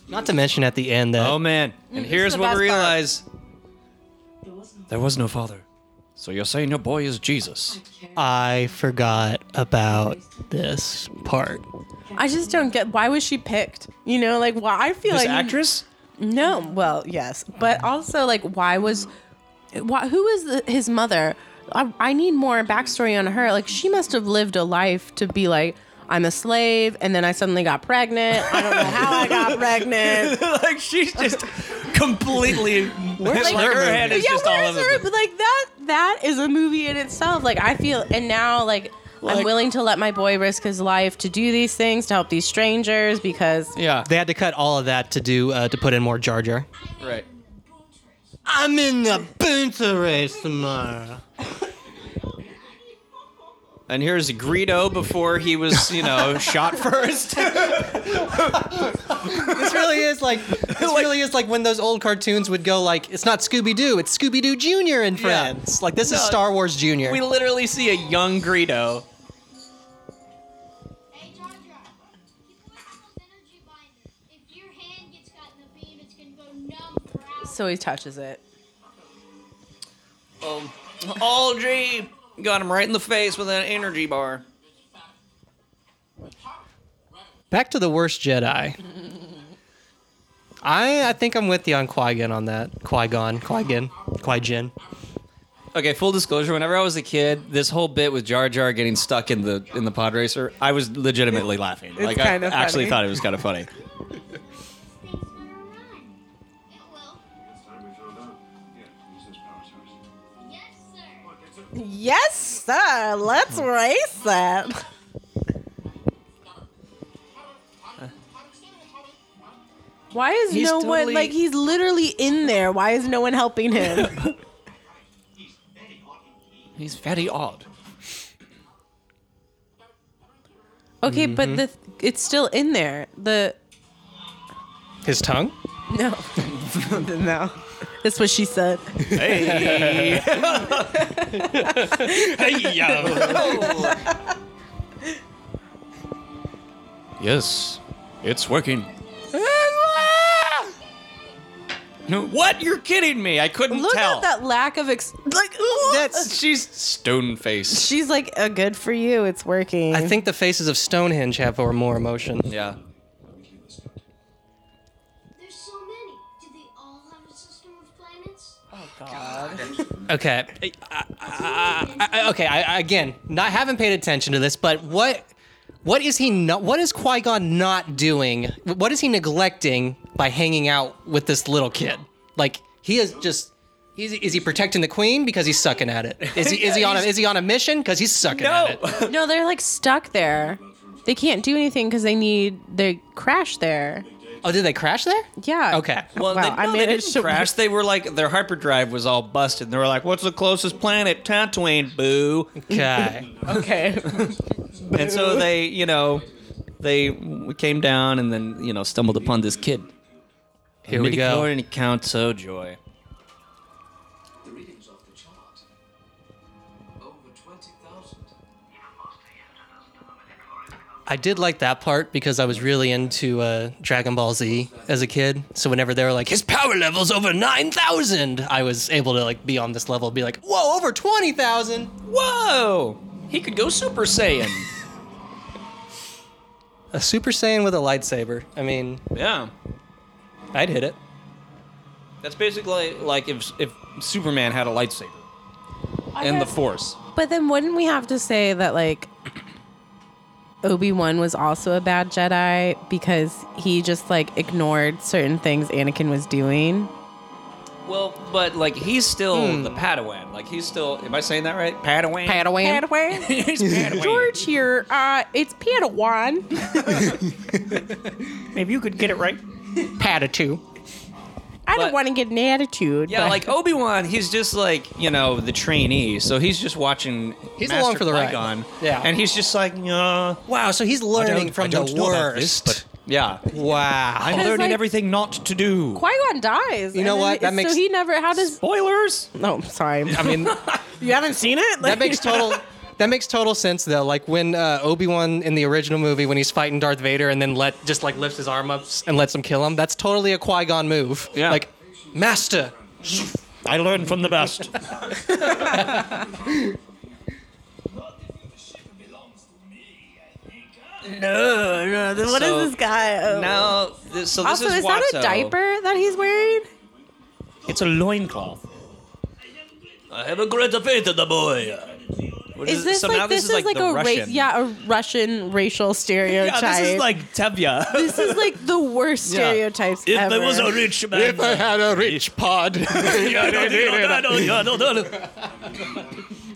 Speaker 2: Not to mention at the end that
Speaker 1: Oh man!
Speaker 7: Mm.
Speaker 1: And here's
Speaker 3: the
Speaker 1: what
Speaker 3: best
Speaker 1: we realize: there was no father. So you're saying your boy is Jesus?
Speaker 2: I forgot about this part.
Speaker 3: I just don't get why was she picked? You know, like why I feel
Speaker 1: This
Speaker 3: like
Speaker 1: actress?
Speaker 3: No, well, yes, but also like why was why, who was the, his mother? I, I need more backstory on her. Like she must have lived a life to be like I'm a slave, and then I suddenly got pregnant. I don't know how I got pregnant.
Speaker 1: like she's just completely. Where's
Speaker 3: Like,
Speaker 1: her head is
Speaker 3: yeah,
Speaker 1: just all
Speaker 3: where's
Speaker 1: over.
Speaker 3: her?
Speaker 1: the-
Speaker 3: But like that that is a movie in itself. Like I feel, and now like. I'm
Speaker 1: Like-
Speaker 3: willing to let my boy risk his life to do these things to help these strangers because
Speaker 1: Yeah.
Speaker 2: They had to cut all of that to do uh, to put in more Jar Jar.
Speaker 1: Right.
Speaker 2: I'm in the boonta race tomorrow.
Speaker 1: And here's Greedo before he was, you know, shot first.
Speaker 2: This really is like this really is like when those old cartoons would go like it's not Scooby Doo, it's Scooby Doo Junior and Friends. Like this
Speaker 1: No.
Speaker 2: is Star Wars Junior.
Speaker 1: we literally see a young Greedo.
Speaker 9: Hey, Jar Jar, you put on those energy binders. If your hand gets caught in the beam, it's gonna go numb for hours.
Speaker 3: so he touches it.
Speaker 1: Aldry got him right in the face with an energy bar.
Speaker 2: Back to the worst Jedi. I I think I'm with you on Qui Gon on that. Qui Gon, Qui Gon, Qui Jin.
Speaker 1: Okay, full disclosure. Whenever I was a kid, this whole bit with Jar Jar getting stuck in the in the pod racer, I was legitimately laughing. like I
Speaker 3: kinda
Speaker 1: actually
Speaker 3: funny.
Speaker 1: thought it was kind of funny.
Speaker 9: Things gonna run. It will. Yes, sir.
Speaker 3: Yes, sir. Let's race that. Why is
Speaker 1: He's
Speaker 3: no one
Speaker 1: totally-
Speaker 3: like he's literally in there? Why is no one helping him?
Speaker 1: He's very odd.
Speaker 3: okay, but the it's still in there. The
Speaker 2: His tongue.
Speaker 3: no, no. That's what she said.
Speaker 8: Hey, yo.
Speaker 1: Yes, it's working. No, what? You're kidding me! I couldn't
Speaker 3: Look
Speaker 1: tell.
Speaker 3: at that lack of ex- like.
Speaker 1: That's she's stone faced.
Speaker 3: she's like a good for you. It's working.
Speaker 2: I think the faces of Stonehenge have or more emotion.
Speaker 1: Yeah.
Speaker 9: There's so many. Do they all have a system of planets?
Speaker 3: God.
Speaker 2: Okay. I- I- I- I- okay. I, I- again, not haven't paid attention to this, but what what is he not? What is Qui Gon not doing? What is he neglecting by hanging out with this little kid? Like he is just. Is, is he protecting the queen because he's sucking at it? Is he is he on a, is he on a mission because he's sucking at it?
Speaker 3: no, they're like stuck there. They can't do anything because they need they crash there.
Speaker 2: Oh, did they crash there?
Speaker 3: Yeah.
Speaker 2: Okay.
Speaker 3: Well, wow, I
Speaker 1: no,
Speaker 3: made
Speaker 1: they
Speaker 3: it
Speaker 1: didn't crash. They were like their hyperdrive was all busted. And they were like, "What's the closest planet? Tatooine." Boo.
Speaker 2: Okay.
Speaker 3: okay.
Speaker 1: and so they, you know, they came down and then you know stumbled upon this kid.
Speaker 2: Here we go.
Speaker 1: And Count Sojoy.
Speaker 5: The readings off the chart. Over 20,000.
Speaker 2: I did like that part because I was really into uh, Dragon Ball Z as a kid. So whenever they were like, his power level's over 9,000, I was able to like be on this level, be like, whoa, over 20,000.
Speaker 1: Whoa! He could go Super Saiyan.
Speaker 2: A Super Saiyan with a lightsaber. I mean,
Speaker 1: yeah,
Speaker 2: I'd hit it.
Speaker 1: that's basically like if if Superman had a lightsaber and the Force.
Speaker 3: But then wouldn't we have to say that like Obi Wan was also a bad Jedi because he just like ignored certain things Anakin was doing?
Speaker 1: Well, but like he's still
Speaker 2: Hmm.
Speaker 1: the Padawan. Like he's still. Am I saying that right? Padawan.
Speaker 3: Padawan. Padawan.
Speaker 1: He's Padawan.
Speaker 3: George here. Uh, it's Padawan.
Speaker 7: If you could get it right.
Speaker 2: Patatu.
Speaker 3: I
Speaker 1: But-
Speaker 3: don't want to get an attitude.
Speaker 1: Yeah,
Speaker 3: but-
Speaker 1: like Obi Wan, he's just like you know the trainee, so he's just watching.
Speaker 2: He's
Speaker 1: Master
Speaker 2: along for the ride.
Speaker 1: Qui-Gon,
Speaker 2: Yeah.
Speaker 1: and he's just like, uh,
Speaker 2: Wow, so he's learning from the worst.
Speaker 1: yeah,
Speaker 2: wow.
Speaker 3: Because, learning like-
Speaker 1: everything not to do.
Speaker 3: Qui Gon dies.
Speaker 2: You know
Speaker 3: and then-
Speaker 2: what? That makes-
Speaker 3: so he never. How does?
Speaker 1: Spoilers.
Speaker 3: No, I'm sorry.
Speaker 2: I mean,
Speaker 3: You haven't seen it?
Speaker 2: that makes total. That makes total sense though. Like when uh, Obi Wan in the original movie, when he's fighting Darth Vader, and then let just like lifts his arm up and lets him kill him. That's totally a Qui Gon move.
Speaker 1: Yeah.
Speaker 2: Like, master,
Speaker 7: I learned from the best.
Speaker 1: No, no.
Speaker 3: What is this guy? Oh.
Speaker 1: Now, this, so this
Speaker 3: also, is,
Speaker 1: is,
Speaker 3: that
Speaker 1: Watto.
Speaker 3: a diaper that he's wearing?
Speaker 7: It's a loincloth.
Speaker 1: I have a great faith in the boy. What
Speaker 3: Is
Speaker 1: it?
Speaker 3: this
Speaker 1: so now
Speaker 3: like
Speaker 1: this,
Speaker 3: this, is like,
Speaker 1: the
Speaker 3: a race?
Speaker 1: Russian.
Speaker 3: Yeah, a Russian racial stereotype.
Speaker 7: like Tevya.
Speaker 3: this is like the worst stereotypes ever.
Speaker 7: rich
Speaker 10: If I had a rich pod.
Speaker 1: It's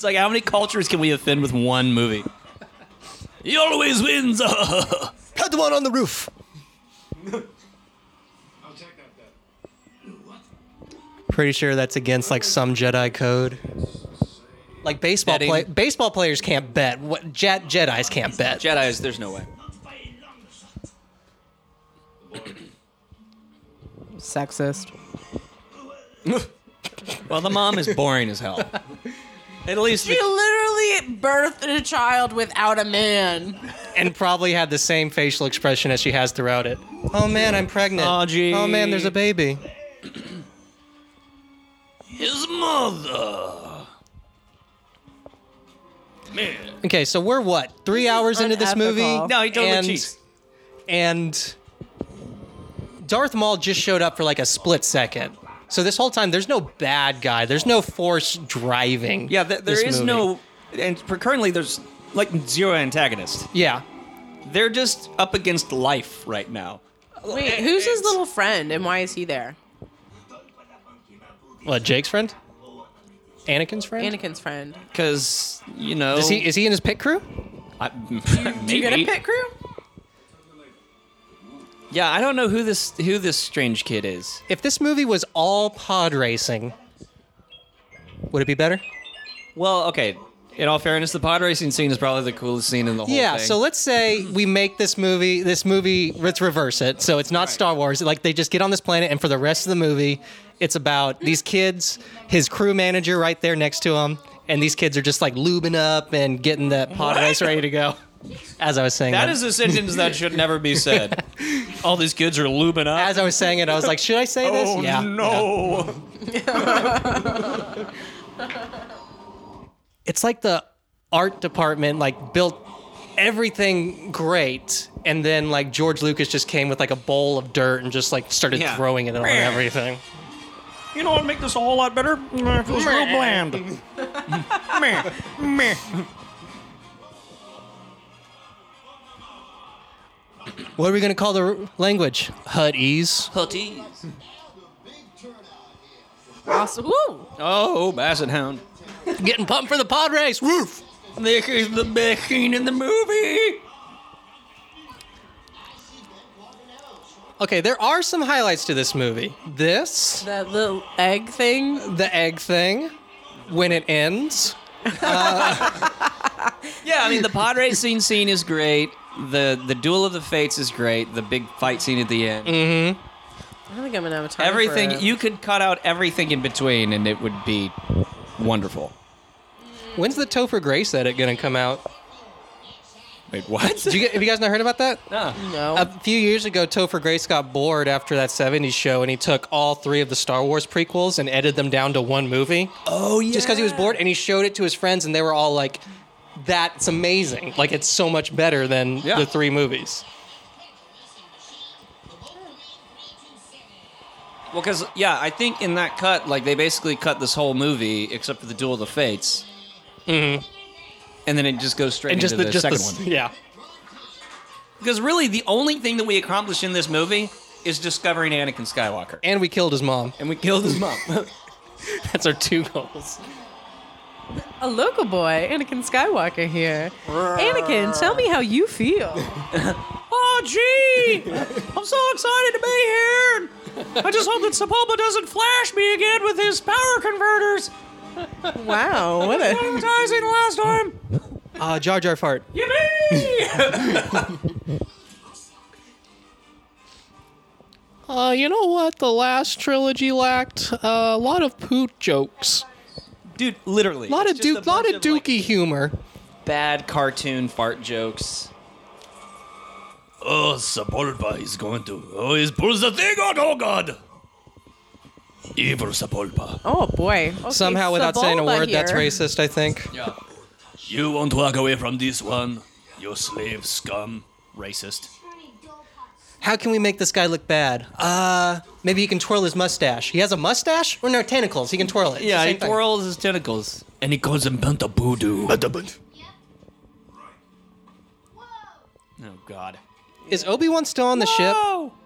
Speaker 1: like how many cultures can we offend with one movie? He always wins.
Speaker 2: Padawan on the roof.
Speaker 4: I'll take that bet.
Speaker 2: Pretty sure that's against like some Jedi code. Like baseball
Speaker 1: Betting.
Speaker 2: play, baseball players can't bet. What Je- Jedi's can't bet.
Speaker 1: Jedi's, there's no way.
Speaker 3: Sexist.
Speaker 1: Well, the mom is boring as hell. At least
Speaker 3: She literally birthed a child without a man.
Speaker 2: and probably had the same facial expression as she has throughout it. Oh man, I'm pregnant.
Speaker 1: Aw, gee.
Speaker 2: Oh man, there's a baby.
Speaker 1: his mother.
Speaker 2: Okay, so we're what three hours into this movie?
Speaker 3: unethical.
Speaker 1: No, he totally
Speaker 2: and,
Speaker 1: cheats.
Speaker 2: And Darth Maul just showed up for like a split second. So this whole time, there's no bad guy. There's no force driving.
Speaker 1: Yeah, th- there
Speaker 2: this
Speaker 1: is
Speaker 2: movie.
Speaker 1: no. And per- currently, there's like zero antagonist.
Speaker 2: Yeah,
Speaker 1: They're just up against life right now.
Speaker 3: Wait, who's his little friend and why is he there?
Speaker 2: what Jake's friend? Anakin's friend?
Speaker 3: Anakin's friend.
Speaker 1: Because, you know.
Speaker 2: Is he is he in his pit crew?
Speaker 1: I,
Speaker 3: Do you get a
Speaker 1: maybe.
Speaker 3: pit crew?
Speaker 1: Yeah, I don't know who this who this strange kid is.
Speaker 2: If this movie was all pod racing, would it be better?
Speaker 1: Well, okay. In all fairness, the pod racing scene is probably the coolest scene in the whole
Speaker 2: Yeah,
Speaker 1: thing.
Speaker 2: so let's say we make this movie. This movie, let's reverse it. So it's not Star Wars. Like they just get on this planet, and for the rest of the movie, it's about these kids, his crew manager right there next to him, and these kids are just like lubing up and getting that pod race ready to go. As I was saying
Speaker 1: that is a sentence that should never be said. all these kids are lubing up.
Speaker 2: as I was saying it, I was like, should I say this?
Speaker 7: Oh
Speaker 2: yeah. yeah.
Speaker 7: no!
Speaker 2: It's like the art department like built everything great, and then like George Lucas just came with like a bowl of dirt and just like started
Speaker 1: Yeah.
Speaker 2: throwing it on everything.
Speaker 7: You know what would make this a whole lot better? Uh, If it was real bland. meh, meh.
Speaker 2: What are we gonna call the r- language? Hutties.
Speaker 7: Hutties.
Speaker 3: Awesome. Woo!
Speaker 1: Oh, Basset Hound.
Speaker 2: Getting pumped for the pod race. Roof.
Speaker 7: This is the best scene in the movie.
Speaker 2: Okay, there are some highlights to this movie. This,
Speaker 3: That little egg thing.
Speaker 2: the egg thing, when it ends.
Speaker 1: Yeah, I mean the pod racing scene is great. The the duel of the fates is great. The big fight scene at the end.
Speaker 3: I don't think I'm gonna have time. for
Speaker 1: Everything
Speaker 3: it.
Speaker 1: you could cut out everything in between, and it would be wonderful.
Speaker 2: When's the Topher Grace edit gonna come out?
Speaker 1: Wait, what?
Speaker 2: Did you get, have you guys not heard about that?
Speaker 1: Nah.
Speaker 3: No.
Speaker 2: A few years ago, Topher Grace got bored after that 70s show and he took all three of the Star Wars prequels and edited them down to one movie. Oh, yeah. Just because he was bored and he showed it to his friends and they were all like, that's amazing. Like, it's so much better than
Speaker 1: Yeah.
Speaker 2: the three movies.
Speaker 1: Well, because yeah, I think in that cut, like they basically cut this whole movie except for the Duel of the Fates, mm-hmm. and then it just goes straight
Speaker 2: And
Speaker 1: into
Speaker 2: just
Speaker 1: the,
Speaker 2: the, just
Speaker 1: second
Speaker 2: the,
Speaker 1: one.
Speaker 2: Yeah.
Speaker 1: Because really, the only thing that we accomplished in this movie is discovering Anakin Skywalker,
Speaker 2: And we killed his mom.
Speaker 1: and we killed his mom.
Speaker 2: That's our two goals.
Speaker 3: a local boy, Anakin Skywalker here. Anakin, tell me how you feel.
Speaker 7: Oh, gee! I'm so excited to be here! I just hope that Sepulpa doesn't flash me again with his power converters!
Speaker 3: Wow, what a
Speaker 7: Advertising last time!
Speaker 2: Uh, Jar Jar fart.
Speaker 7: Yippee!
Speaker 2: Uh, you know what the last trilogy lacked? uh, a lot of poot jokes.
Speaker 1: Dude, literally,
Speaker 2: A lot of,
Speaker 1: It's just
Speaker 2: du- lot
Speaker 1: bunch
Speaker 2: of dookie humor.
Speaker 1: like, bad cartoon fart jokes.
Speaker 6: Oh, Sepulpa is going to. Oh, he pulls the thing out. Oh, God. Evil Sepulpa.
Speaker 3: Oh boy. Okay,
Speaker 2: Somehow, without saying a
Speaker 3: Sebulba
Speaker 2: word, that's
Speaker 3: here.
Speaker 2: racist, I think.
Speaker 6: You won't walk away from this one, you slave scum. Racist.
Speaker 2: How can we make this guy look bad? Uh, maybe he can twirl his mustache. He has a mustache? Or no, tentacles. He can twirl it. It's the
Speaker 1: Yeah,
Speaker 2: same
Speaker 1: he
Speaker 2: thing.
Speaker 1: twirls his tentacles.
Speaker 6: And he calls him Pantabudu. Pantabudu.
Speaker 1: Oh God.
Speaker 2: Is Obi Wan still on the
Speaker 7: Oh.
Speaker 2: ship?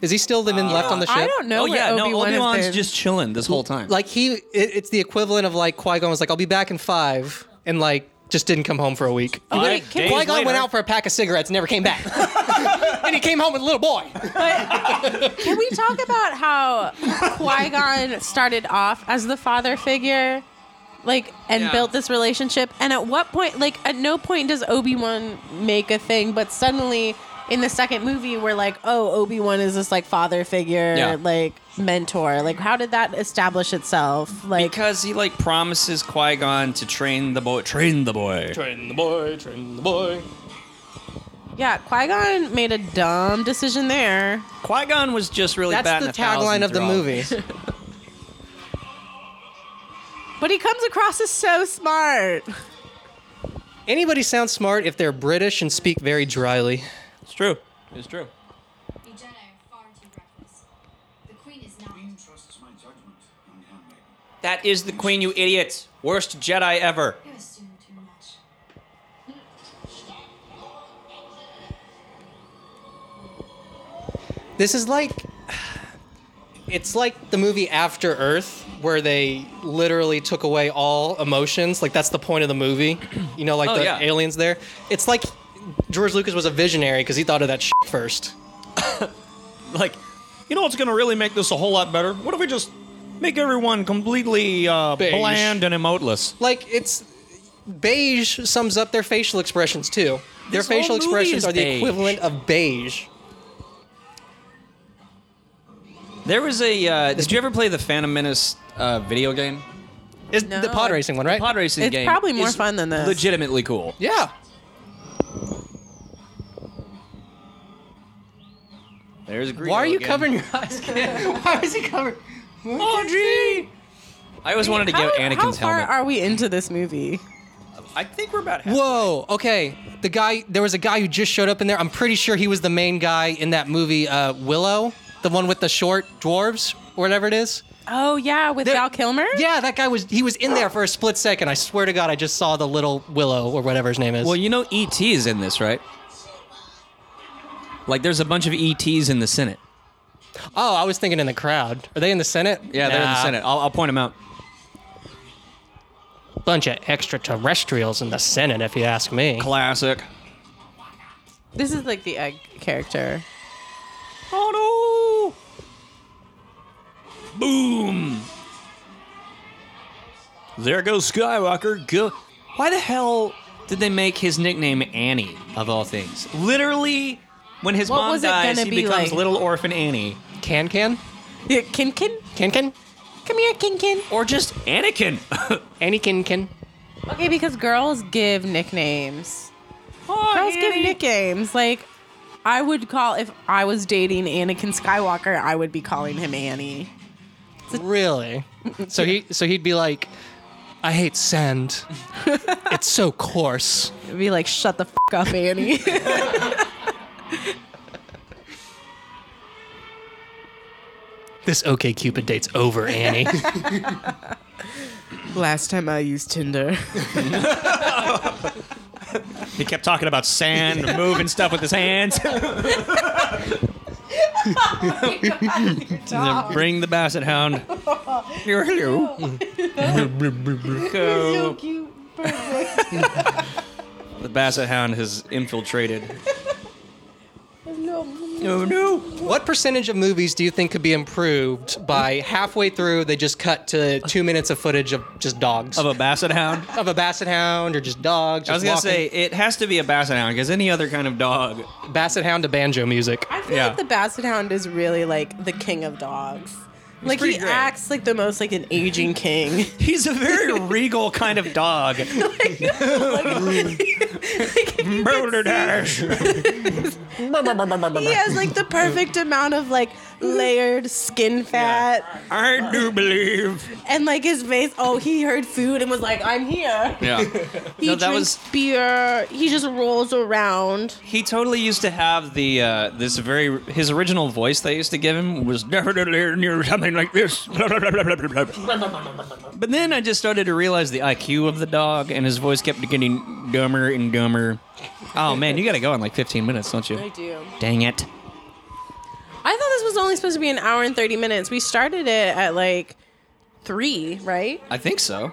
Speaker 2: Is he still living left on the ship?
Speaker 3: I don't know.
Speaker 1: oh yeah,
Speaker 3: where
Speaker 1: no,
Speaker 3: Obi-Wan has
Speaker 1: Obi-Wan's
Speaker 3: been.
Speaker 1: just chilling this whole time.
Speaker 2: Like he, it, it's the equivalent of like Qui Gon was like, "I'll be back in five, and like just didn't come home for a week.
Speaker 1: Five
Speaker 3: Wait,
Speaker 1: days
Speaker 3: can-
Speaker 2: Qui Gon
Speaker 1: later-
Speaker 2: went out for a pack of cigarettes, and never came back, and he came home with a little boy.
Speaker 3: Can we talk about how Qui Gon started off as the father figure, like, and
Speaker 1: Yeah.
Speaker 3: built this relationship? And at what point, like, at no point does Obi Wan make a thing, but suddenly in the second movie, we're like, oh, Obi Wan is this like father figure,
Speaker 1: Yeah.
Speaker 3: like mentor. Like, how did that establish itself? Like,
Speaker 1: Because he like promises Qui Gon to train the boy, train the boy.
Speaker 2: Train the boy, train the boy.
Speaker 3: yeah, Qui Gon made a dumb decision there.
Speaker 1: Qui Gon was just really
Speaker 2: That's
Speaker 1: batting
Speaker 2: the
Speaker 1: a thousand
Speaker 2: tagline of the
Speaker 1: through all
Speaker 2: movie.
Speaker 1: this.
Speaker 3: But he comes across as so smart.
Speaker 2: Anybody sounds smart if they're British and speak very dryly.
Speaker 1: It's true. It's true.
Speaker 9: You Jedi are far too reckless. The queen is not.
Speaker 4: trusts my judgment, young handmaiden.
Speaker 1: That is the queen, you idiot. Worst Jedi ever.
Speaker 9: You assume too much.
Speaker 2: This is like it's like the movie After Earth where they literally took away all emotions. Like that's the point of the movie. You know, like
Speaker 1: Oh,
Speaker 2: the
Speaker 1: yeah.
Speaker 2: aliens there. It's like George Lucas was a visionary because he thought of that shit first.
Speaker 7: like, you know what's going to really make this a whole lot better? What if we just make everyone completely uh,
Speaker 2: Beige.
Speaker 7: bland and emoteless?
Speaker 2: Like it's beige sums up their facial expressions too. Their
Speaker 1: This whole
Speaker 2: facial
Speaker 1: movie
Speaker 2: expressions
Speaker 1: is
Speaker 2: are the
Speaker 1: beige.
Speaker 2: equivalent of beige.
Speaker 1: There was a. Uh, did you ever play the Phantom Menace uh, video game?
Speaker 2: Is
Speaker 3: No,
Speaker 2: the pod
Speaker 3: I-
Speaker 2: racing one, right?
Speaker 1: Pod racing
Speaker 3: It's
Speaker 1: game.
Speaker 3: probably more
Speaker 1: is
Speaker 3: fun than this.
Speaker 1: Legitimately cool.
Speaker 2: yeah.
Speaker 1: There's Greedo
Speaker 2: Why are you
Speaker 1: again.
Speaker 2: covering your eyes? Why is he covering?
Speaker 7: Oh, gee!
Speaker 1: I always wanted to
Speaker 3: How-
Speaker 1: give Anakin's
Speaker 3: how far
Speaker 1: helmet.
Speaker 3: are we into this movie?
Speaker 1: I think we're about. half-
Speaker 2: Whoa. Okay. The guy. There was a guy who just showed up in there. I'm pretty sure he was the main guy in that movie uh, Willow, the one with the short dwarves or whatever it is.
Speaker 3: Oh yeah, with Val Kilmer.
Speaker 2: Yeah, that guy was he was in there for a split second. I swear to God, I just saw the little Willow or whatever his name is.
Speaker 1: Well, you know E.T. is in this, right? Like, there's a bunch of E.T.s in the Senate.
Speaker 2: oh, I was thinking in the crowd. Are they in the Senate?
Speaker 1: Yeah, they're in the Senate. I'll, I'll point them out.
Speaker 2: Bunch of extraterrestrials in the Senate, if you ask me.
Speaker 1: Classic.
Speaker 3: This is like the egg character.
Speaker 11: Oh
Speaker 12: no! Boom!
Speaker 1: There goes Skywalker. Go. Why the hell did they make his nickname Annie of all things? Literally, when his
Speaker 3: What
Speaker 1: mom
Speaker 3: was it
Speaker 1: dies,
Speaker 3: gonna
Speaker 1: he
Speaker 3: be
Speaker 1: becomes
Speaker 3: like?
Speaker 1: Little Orphan Annie.
Speaker 2: Can Can?
Speaker 3: Yeah, Kin Kin?
Speaker 2: Kin Kin?
Speaker 3: Come here, Kin Kin.
Speaker 1: Or just Anakin.
Speaker 2: Anakin Kin.
Speaker 3: Okay, because girls give nicknames. girls give nicknames. Like, I would call if I was dating Anakin Skywalker, I would be calling him Annie.
Speaker 2: Really? So he so he'd be like, I hate sand. it's so coarse.
Speaker 3: It'd be like, shut the fuck up, Annie.
Speaker 2: This OK Cupid date's over, Annie.
Speaker 3: Last time I used Tinder.
Speaker 1: He kept talking about sand, and moving stuff with his hands.
Speaker 13: Then bring the basset hound.
Speaker 1: Hello.
Speaker 3: Oh.
Speaker 13: Go. The basset hound has infiltrated.
Speaker 2: No, no. What percentage of movies do you think could be improved by halfway through they just cut to two minutes of footage of just dogs? Of
Speaker 1: a basset hound?
Speaker 2: Of a basset hound or just dogs?
Speaker 1: I was gonna say it has to be a basset hound because any other kind of dog.
Speaker 2: Basset hound to banjo music.
Speaker 3: I feel like the Basset Hound is really like the king of dogs. like he
Speaker 1: pretty great.
Speaker 3: acts like the most like an aging king.
Speaker 1: He's a very regal kind of dog. Murder dash.
Speaker 3: he has like the perfect amount of like layered skin fat.
Speaker 1: I do believe.
Speaker 3: And like his face, oh, he heard food and was like, "I'm here."
Speaker 1: Yeah.
Speaker 3: He
Speaker 1: No, that
Speaker 3: drinks beer. He just rolls around.
Speaker 1: He totally used to have the uh, this very his original voice they used to give him was definitely near something like this. But then I just started to realize the IQ of the dog, and his voice kept getting dumber and dumber. Oh man, you gotta go in like 15 minutes, don't you?
Speaker 3: I do.
Speaker 1: Dang it!
Speaker 3: I thought this was only supposed to be an hour and thirty minutes. We started it at like three, right?
Speaker 1: I think so.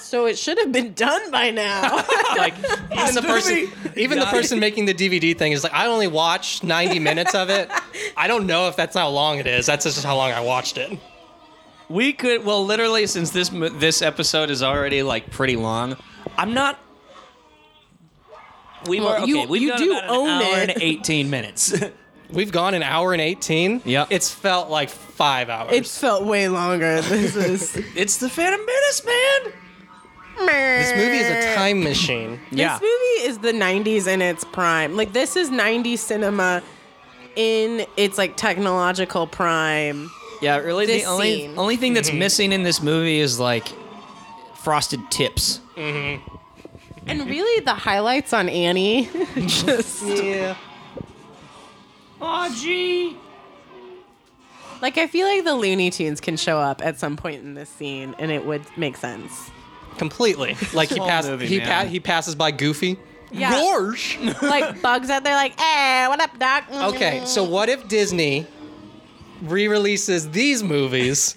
Speaker 3: So it should have been done by now.
Speaker 2: like even the person, even the person making the DVD thing is like, I only watched 90 minutes of it. I don't know if that's how long it is. That's just how long I watched it.
Speaker 1: We could well literally since this mo- this episode is already like pretty long. I'm not. We
Speaker 3: Well,
Speaker 1: were okay.
Speaker 3: you-
Speaker 1: we've
Speaker 3: you
Speaker 1: got
Speaker 3: do
Speaker 1: about an
Speaker 3: own
Speaker 1: hour
Speaker 3: it.
Speaker 1: and 18 minutes.
Speaker 2: We've gone an hour and 18. Yeah, it's felt like five hours.
Speaker 3: it felt way longer. This is.
Speaker 1: it's the Phantom Menace, man.
Speaker 2: this movie is a time machine.
Speaker 3: This movie is the 90s in its prime. Like, this is 90s cinema in its, like, technological prime.
Speaker 1: Yeah, really.
Speaker 3: This
Speaker 1: the only
Speaker 3: scene.
Speaker 1: only thing
Speaker 14: Mm-hmm.
Speaker 1: that's missing in this movie is like frosted tips.
Speaker 3: Mm-hmm. And really, the highlights on Annie. just.
Speaker 2: Yeah.
Speaker 15: Aw, gee.
Speaker 3: Like, I feel like the Looney Tunes can show up at some point in this scene, and it would make sense.
Speaker 2: Completely. Like he
Speaker 3: Whole
Speaker 2: passes,
Speaker 3: movie,
Speaker 2: he,
Speaker 3: man.
Speaker 2: pa- he passes by Goofy.
Speaker 3: Yeah.
Speaker 2: Gorge.
Speaker 3: like, bugs out there, like, eh, what up, Doc?
Speaker 2: Okay, so what if Disney re-releases these movies,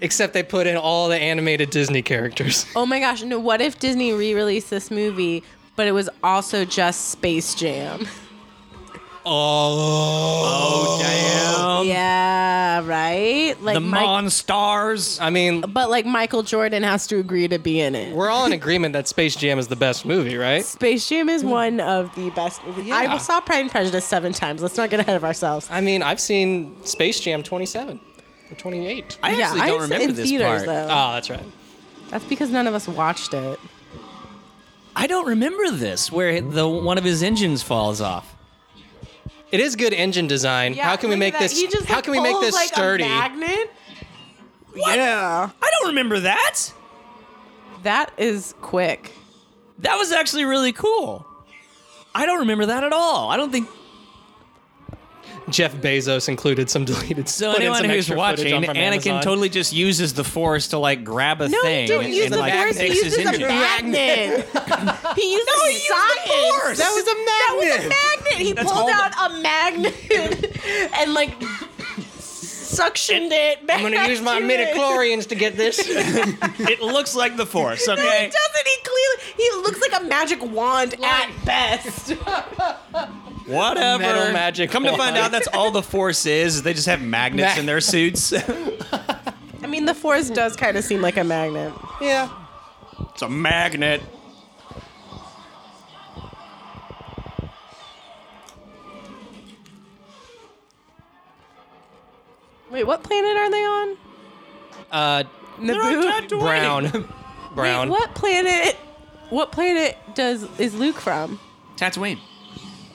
Speaker 2: except they put in all the animated Disney characters?
Speaker 3: Oh my gosh, no, what if Disney re released this movie, but it was also just Space Jam?
Speaker 2: Oh,
Speaker 1: damn!
Speaker 3: yeah, right? Like, Mike-
Speaker 1: Monstars.
Speaker 2: I mean,
Speaker 3: But like Michael Jordan has to agree to be in it.
Speaker 2: we're all in agreement that Space Jam is the best movie, right?
Speaker 3: Space Jam is one of the best movies.
Speaker 2: Yeah.
Speaker 3: I saw Pride and Prejudice seven times. Let's not get ahead of ourselves.
Speaker 2: I mean, I've seen Space Jam 27 or 28.
Speaker 3: I Yeah, actually don't I saw it remember in this theaters, part. though.
Speaker 2: Oh, that's right.
Speaker 3: That's because none of us watched it.
Speaker 1: I don't remember this where the one of his engines falls off.
Speaker 2: It is good engine design. how can we make this? how can we make this sturdy?
Speaker 3: magnet.
Speaker 1: Yeah. I don't remember that.
Speaker 3: That is quick.
Speaker 1: That was actually really cool. I don't remember that at all. I don't think
Speaker 2: Jeff Bezos included some deleted.
Speaker 14: So
Speaker 2: put in
Speaker 14: anyone
Speaker 2: some
Speaker 14: who's
Speaker 2: extra footage
Speaker 14: watching,
Speaker 2: on from
Speaker 14: Anakin
Speaker 2: Amazon.
Speaker 14: totally just uses the Force to like grab a
Speaker 2: No, he
Speaker 14: thing
Speaker 2: don't
Speaker 14: and,
Speaker 2: use
Speaker 14: and
Speaker 2: the
Speaker 14: like
Speaker 2: Force, he
Speaker 14: fix his
Speaker 2: uses the
Speaker 14: engine.
Speaker 3: magnet. he used no, he science.
Speaker 14: force. That was a
Speaker 3: That was a
Speaker 14: magnet.
Speaker 3: magnet. He
Speaker 14: That's
Speaker 3: pulled
Speaker 14: all
Speaker 3: out a magnet and like suctioned it back.
Speaker 2: I'm gonna use my
Speaker 3: to it.
Speaker 2: midichlorians to get this.
Speaker 14: it looks like the Force,
Speaker 3: No, he doesn't. He clearly he looks like a magic wand at best.
Speaker 14: Whatever.
Speaker 2: Metal magic
Speaker 14: Come to
Speaker 2: wand.
Speaker 14: find out, that's all the Force is. is They just have magnets in their suits.
Speaker 3: I mean, the force does kind of seem like a magnet.
Speaker 2: Yeah.
Speaker 14: it's a magnet.
Speaker 3: Wait, what planet are they on?
Speaker 2: Uh,
Speaker 3: Naboo.
Speaker 2: Brown. Brown.
Speaker 3: Wait, what planet? What planet does is Luke from?
Speaker 14: Tatooine.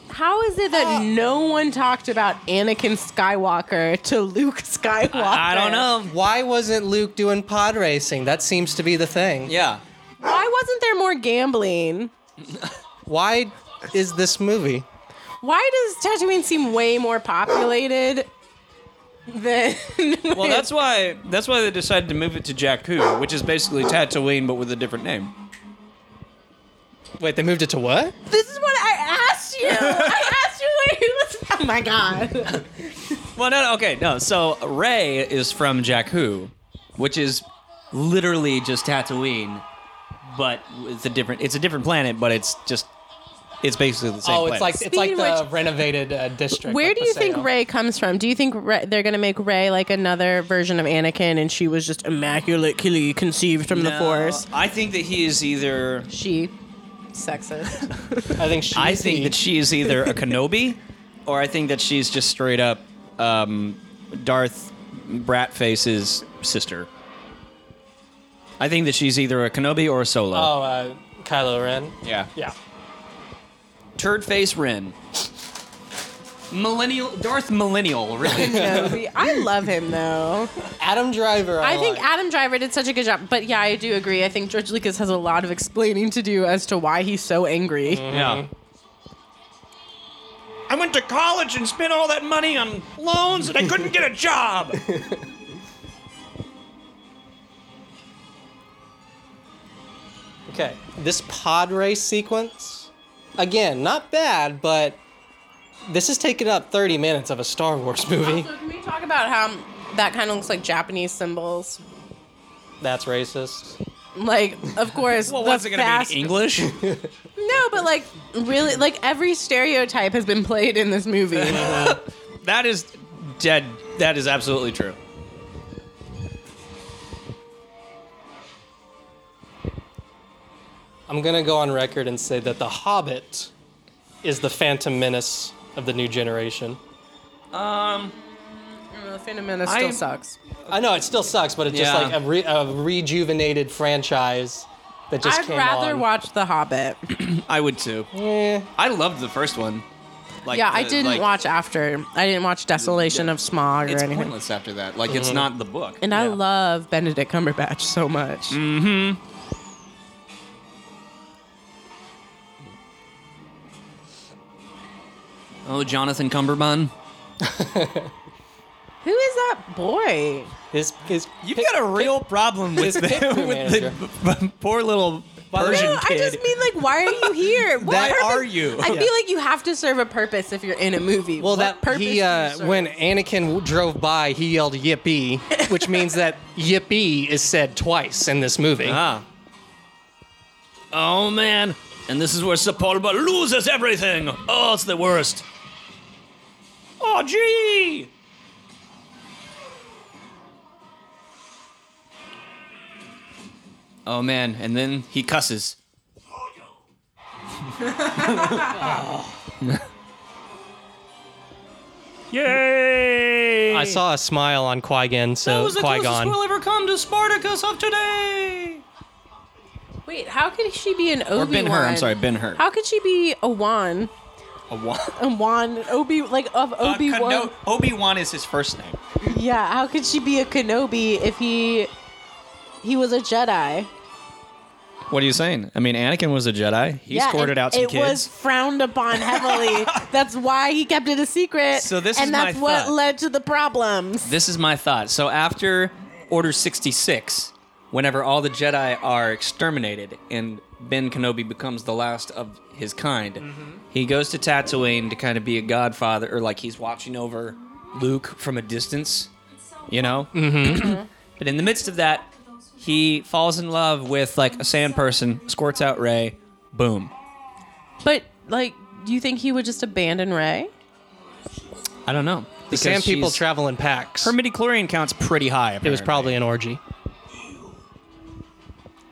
Speaker 3: How is it that no one talked about Anakin Skywalker to Luke Skywalker?
Speaker 2: Um, Why wasn't Luke doing pod racing? That seems to be the thing.
Speaker 14: Yeah.
Speaker 3: Why wasn't there more gambling?
Speaker 2: Why is this movie?
Speaker 3: Why does Tatooine seem way more populated than?
Speaker 1: Well, that's why that's why they decided to move it to Jakku, which is basically Tatooine but with a different name.
Speaker 2: Wait, they moved it to what?
Speaker 3: This is what I asked you. I asked you where he was. Oh my god.
Speaker 1: Well, no, no, okay, no. So Ray is from Jakku,
Speaker 14: which is literally just Tatooine, but it's a different it's a different planet, but it's just it's basically the same.
Speaker 2: oh, it's
Speaker 14: planet.
Speaker 2: like it's like
Speaker 3: Speaking
Speaker 2: the
Speaker 3: of which-
Speaker 2: renovated uh, district.
Speaker 3: Where
Speaker 2: like
Speaker 3: do you think
Speaker 2: Paseo.
Speaker 3: Ray comes from? Do you think Rey, they're gonna make Ray like another version of Anakin, and she was just immaculately conceived from the
Speaker 1: No,
Speaker 3: Force?
Speaker 1: I think that he is either.
Speaker 3: She, sexist.
Speaker 2: I think she.
Speaker 1: I think that she is either a Kenobi, or I think that she's just straight up um, Darth Bratface's sister. I think that she's either a Kenobi or a Solo.
Speaker 2: Oh, uh, Kylo Ren.
Speaker 1: Yeah.
Speaker 2: Yeah.
Speaker 1: Turd face Ren.
Speaker 14: millennial Darth Millennial, really.
Speaker 3: Kenobi. I love him though.
Speaker 2: Adam Driver. Oh, I,
Speaker 3: I think
Speaker 2: like.
Speaker 3: Adam Driver did such a good job, but yeah, I do agree. I think George Lucas has a lot of explaining to do as to why he's so angry.
Speaker 1: Mm-hmm.
Speaker 14: Yeah.
Speaker 6: I went to college and spent all that money on loans and I couldn't get a job.
Speaker 2: Okay, this pod race sequence, again, not bad, but this is taking up 30 minutes of a Star Wars movie.
Speaker 3: Also, can we talk about how that kind of looks like Japanese symbols?
Speaker 2: That's racist.
Speaker 3: Like, of course,
Speaker 14: Well,
Speaker 3: the
Speaker 14: what's it gonna
Speaker 3: fast-
Speaker 14: be in English?
Speaker 3: No, but like, really, like every stereotype has been played in this movie.
Speaker 1: That is dead. That is absolutely true.
Speaker 2: I'm gonna go on record and say that The Hobbit is the Phantom Menace of the new generation.
Speaker 1: Um,
Speaker 3: the Phantom Menace still
Speaker 1: I-
Speaker 3: sucks.
Speaker 2: I know it still sucks, but it's just
Speaker 1: Yeah.
Speaker 2: like a, re- a rejuvenated franchise that just
Speaker 3: I'd
Speaker 2: came
Speaker 3: rather
Speaker 2: on.
Speaker 3: watch The Hobbit.
Speaker 1: I would too.
Speaker 2: Eh,
Speaker 1: I loved the first one. Like
Speaker 3: yeah, I
Speaker 1: the-
Speaker 3: didn't
Speaker 1: like,
Speaker 3: watch after. I didn't watch Desolation of Smog or
Speaker 14: it's
Speaker 3: anything.
Speaker 14: pointless after that. Like it's not the book.
Speaker 3: And I love Benedict Cumberbatch so much.
Speaker 14: Mm-hmm. Oh, Jonathan Cumberbun.
Speaker 3: Who is that boy?
Speaker 2: his his
Speaker 14: You've got a real problem with
Speaker 2: His
Speaker 14: the,
Speaker 2: picture
Speaker 14: with the
Speaker 2: manager.
Speaker 14: b- b- poor little
Speaker 2: the way-
Speaker 14: Persian
Speaker 3: No, I
Speaker 14: kid.
Speaker 3: just mean like, why are you here? What
Speaker 14: Why
Speaker 3: purpose-
Speaker 14: are you?
Speaker 3: I
Speaker 14: Yeah.
Speaker 3: feel like you have to serve a purpose if you're in a movie.
Speaker 2: Well,
Speaker 3: What
Speaker 2: that
Speaker 3: purpose do
Speaker 2: he
Speaker 3: you
Speaker 2: uh,
Speaker 3: serve?
Speaker 2: when Anakin w- drove by, he yelled "Yippee," which means that "Yippee" is said twice in this movie.
Speaker 14: ah.
Speaker 6: Oh man. And this is where Sepulba loses everything. Oh, it's the worst. Oh gee.
Speaker 14: Oh man, and then he cusses.
Speaker 7: Yay!
Speaker 2: I saw a smile on Qui Gon,
Speaker 7: That
Speaker 2: so
Speaker 7: was the
Speaker 2: Qui
Speaker 7: closest
Speaker 2: Gon.
Speaker 7: we'll ever come to Spartacus of today.
Speaker 3: Wait, how could she be an Obi?
Speaker 14: Or Ben-Hur, I'm sorry, Ben-Hur.
Speaker 3: How could she be a Wan?
Speaker 14: A wa-
Speaker 3: A Wan Obi like of Obi Wan?
Speaker 14: Obi Wan is his first name.
Speaker 3: yeah, how could she be a Kenobi if he he was a Jedi?
Speaker 16: What are you saying? I mean, Anakin was a Jedi. He
Speaker 3: Yeah,
Speaker 16: squirted
Speaker 3: and
Speaker 16: out some
Speaker 3: it
Speaker 16: kids.
Speaker 3: was frowned upon heavily. that's why he kept it a secret.
Speaker 1: So this
Speaker 3: and
Speaker 1: is
Speaker 3: that's
Speaker 1: my
Speaker 3: what
Speaker 1: thought.
Speaker 3: led to the problems.
Speaker 1: This is my thought. So after Order 66, whenever all the Jedi are exterminated and Ben Kenobi becomes the last of his kind,
Speaker 3: Mm-hmm.
Speaker 1: he goes to Tatooine to kind of be a godfather, or like he's watching over Luke from a distance, you know?
Speaker 3: Mm-hmm.
Speaker 16: Mhm.
Speaker 1: but in the midst of that, he falls in love with like a sand person, squirts out Ray, boom.
Speaker 3: But like, do you think he would just abandon Ray?
Speaker 1: I don't know.
Speaker 2: The sand people travel in packs.
Speaker 1: Her midichlorian count's pretty high. Apparently.
Speaker 2: It was probably an orgy.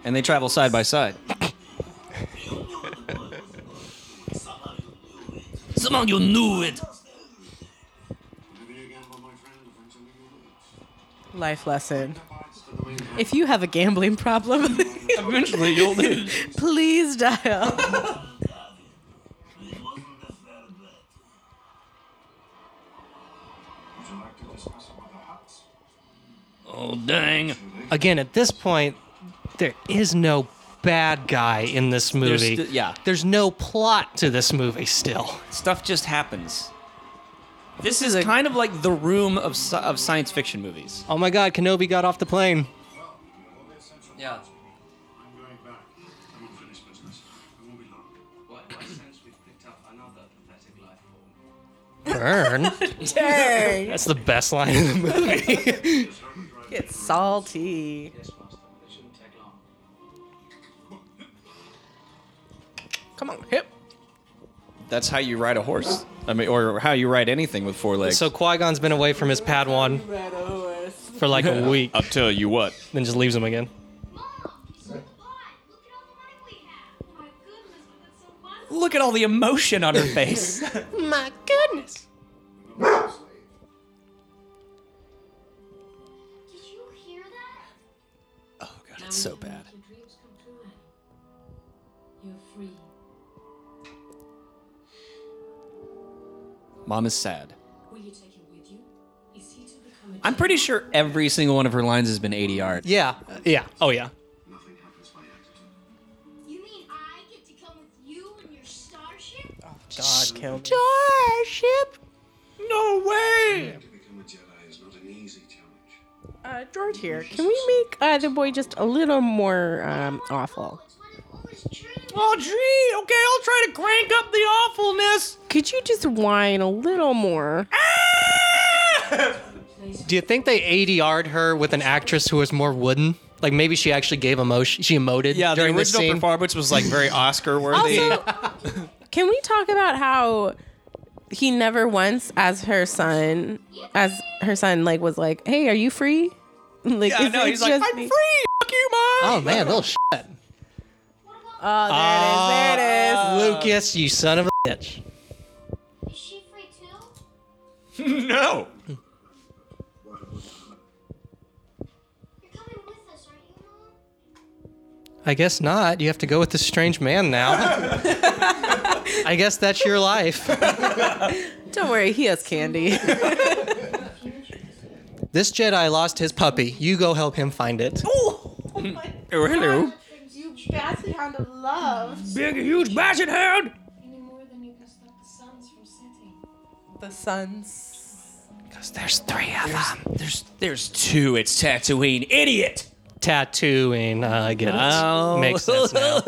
Speaker 1: And they travel side by side.
Speaker 6: Somehow you knew it.
Speaker 3: Life lesson. If you have a gambling problem,
Speaker 1: eventually you'll do.
Speaker 3: Please dial.
Speaker 6: Oh dang!
Speaker 2: Again, at this point, there is no bad guy in this
Speaker 1: There's
Speaker 2: movie.
Speaker 1: st- yeah.
Speaker 2: There's no plot to this movie still.
Speaker 1: Stuff just happens. This is kind of like the room of, sci- of science fiction movies.
Speaker 2: Oh my god, Kenobi got off the plane.
Speaker 1: Yeah.
Speaker 17: I'm going back. I'm unfinished business. It won't be long. What? What sense we've picked up another pathetic life form?
Speaker 2: Burn.
Speaker 3: Dang.
Speaker 2: That's the best line in the movie.
Speaker 3: It's salty. Come on, hip.
Speaker 16: That's how you ride a horse. I mean, or how you ride anything with four legs.
Speaker 2: so Qui Gon's been away from his Padawan for like a week.
Speaker 16: I'll tell you what.
Speaker 2: Then just leaves him again.
Speaker 1: Look at all the emotion on her face.
Speaker 3: My goodness.
Speaker 1: That's Oh, so bad.
Speaker 9: You're free.
Speaker 1: Mom is sad.
Speaker 9: Will you take him with you? Is he to become a
Speaker 1: I'm pretty sure every single one of her lines has been 80 yard.
Speaker 2: Yeah. Yeah. Oh yeah.
Speaker 1: Uh.
Speaker 3: God, kill me.
Speaker 9: Starship?
Speaker 1: No way!
Speaker 3: Uh, George here. Can we make uh, the boy just a little more um, awful?
Speaker 18: Oh, gee. Okay, I'll try to crank up the awfulness.
Speaker 3: Could you just whine a little more?
Speaker 2: Do you think they 80 yard her with an actress who was more wooden? Like maybe she actually gave emotion. She emoted.
Speaker 16: Yeah, the
Speaker 2: during this
Speaker 16: original
Speaker 2: scene.
Speaker 16: performance was like very Oscar worthy.
Speaker 3: Also, can we talk about how he never once, as her son, as her son, like was like, "Hey, are you free?" Like,
Speaker 18: Yeah, I
Speaker 3: it's-
Speaker 18: know,
Speaker 3: it's
Speaker 18: he's like,
Speaker 3: just
Speaker 18: "I'm
Speaker 3: me.
Speaker 18: free, fuck you, Mom."
Speaker 2: Oh man, little shit.
Speaker 3: Oh, there it is. There it is.
Speaker 2: Lucas, you son of a bitch.
Speaker 1: uh.
Speaker 16: no.
Speaker 2: I guess not. You have to go with this strange man now. I guess that's your life.
Speaker 3: Don't worry, he has candy.
Speaker 2: This Jedi lost his puppy. You go help him find it.
Speaker 16: Oh, hello.
Speaker 3: you bastard hound of love.
Speaker 19: Big, huge bashing hound.
Speaker 3: The sons.
Speaker 2: Because there's three of them.
Speaker 1: There's there's two. It's Tatooine. Idiot.
Speaker 2: Tattooing. Uh, I get
Speaker 1: No.
Speaker 2: it. Makes sense now.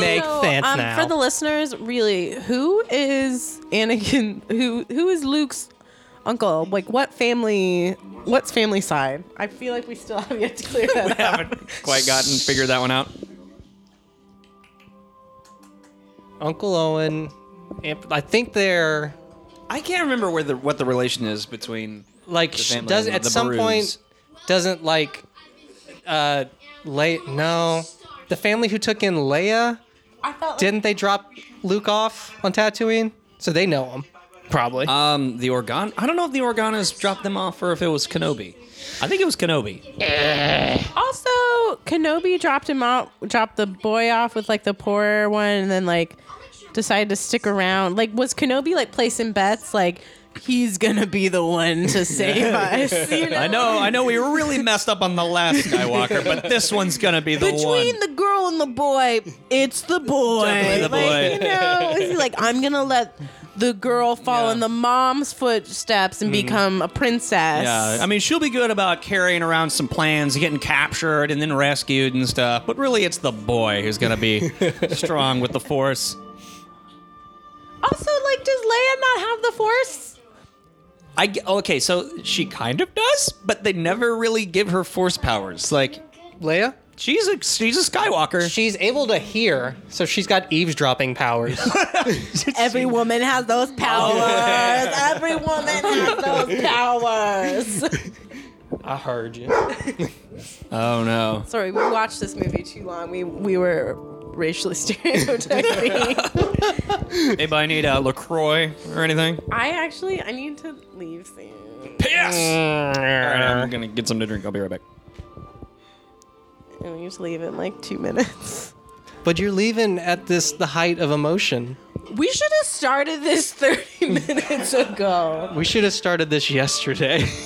Speaker 2: Makes sense
Speaker 3: um,
Speaker 2: now.
Speaker 3: For the listeners, really, who is Anakin? Who who is Luke's uncle? Like, what family? What's family side? I feel like we still have yet to clear that up.
Speaker 16: Quite gotten figured that one out.
Speaker 2: Uncle Owen. Aunt- I think they're
Speaker 16: I can't remember where the what the relation is between
Speaker 2: like
Speaker 16: the
Speaker 2: she
Speaker 16: family
Speaker 2: does
Speaker 16: and
Speaker 2: at
Speaker 16: the
Speaker 2: some
Speaker 16: Barus.
Speaker 2: point doesn't like uh late no the family who took in Leia
Speaker 3: I felt
Speaker 2: didn't they drop Luke off on Tatooine so they know him probably
Speaker 7: Uh,
Speaker 1: Um, the Organ. I don't know if the Organas dropped them off or if it was Kenobi. I think it was Kenobi.
Speaker 3: Also, Kenobi dropped him out, dropped the boy off with like the poorer one, and then like decided to stick around. Like, was Kenobi like placing bets? Like, he's gonna be the one to save us. You know?
Speaker 1: I know, Oh, I know we really messed up on the last Skywalker, but this one's gonna be the one.
Speaker 3: Between the girl and the boy, it's the boy.
Speaker 1: Definitely the boy.
Speaker 3: Like, you know, it's like I'm gonna let the girl fall in the mom's footsteps and become a princess.
Speaker 1: Mm-hmm. Yeah, I mean, she'll be good about carrying around some plans, getting captured and then rescued and stuff, but really it's the boy who's gonna be strong with the Force.
Speaker 3: Also, like, does Leia not have the force?
Speaker 1: I g- okay, so she kind of does, but they never really give her Force powers. Like
Speaker 2: Leia,
Speaker 1: she's a she's a Skywalker.
Speaker 2: She's able to hear, so she's got eavesdropping powers.
Speaker 3: Every woman has those powers. Every woman has those powers.
Speaker 2: I heard you.
Speaker 1: Oh no.
Speaker 3: Sorry, we watched this movie too long. We we were racially stereotyping.
Speaker 1: Anybody need a Lacroix or anything?
Speaker 3: I actually I need to leave soon.
Speaker 1: Piss. All right, I'm gonna get something to drink. I'll be right back.
Speaker 3: And we just leave in like two minutes.
Speaker 2: But you're leaving at this the height of emotion.
Speaker 3: We should have started this 30 minutes ago.
Speaker 2: We should have started this yesterday.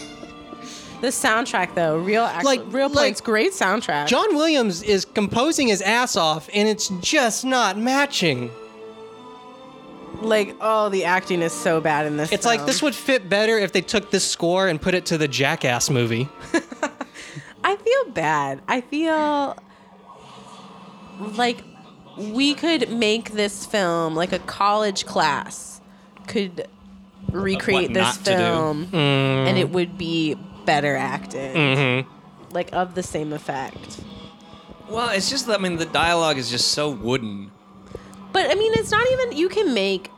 Speaker 3: The soundtrack though, real actual,
Speaker 2: Like-
Speaker 3: real Plains, great soundtrack.
Speaker 2: John Williams is composing his ass off, and it's just not matching.
Speaker 3: like oh, the acting is so bad in this.
Speaker 2: It's like
Speaker 3: film.
Speaker 2: this would fit better if they took this score and put it to the Jackass movie.
Speaker 3: I feel bad. I feel like we could make this film like a college class could recreate this
Speaker 1: not to do.
Speaker 3: film
Speaker 1: Mm.
Speaker 3: and it would be better acted.
Speaker 1: Mm-hmm.
Speaker 3: Like of the same effect.
Speaker 1: Well, it's just I mean the dialogue is just so wooden.
Speaker 3: But I mean it's not even you can make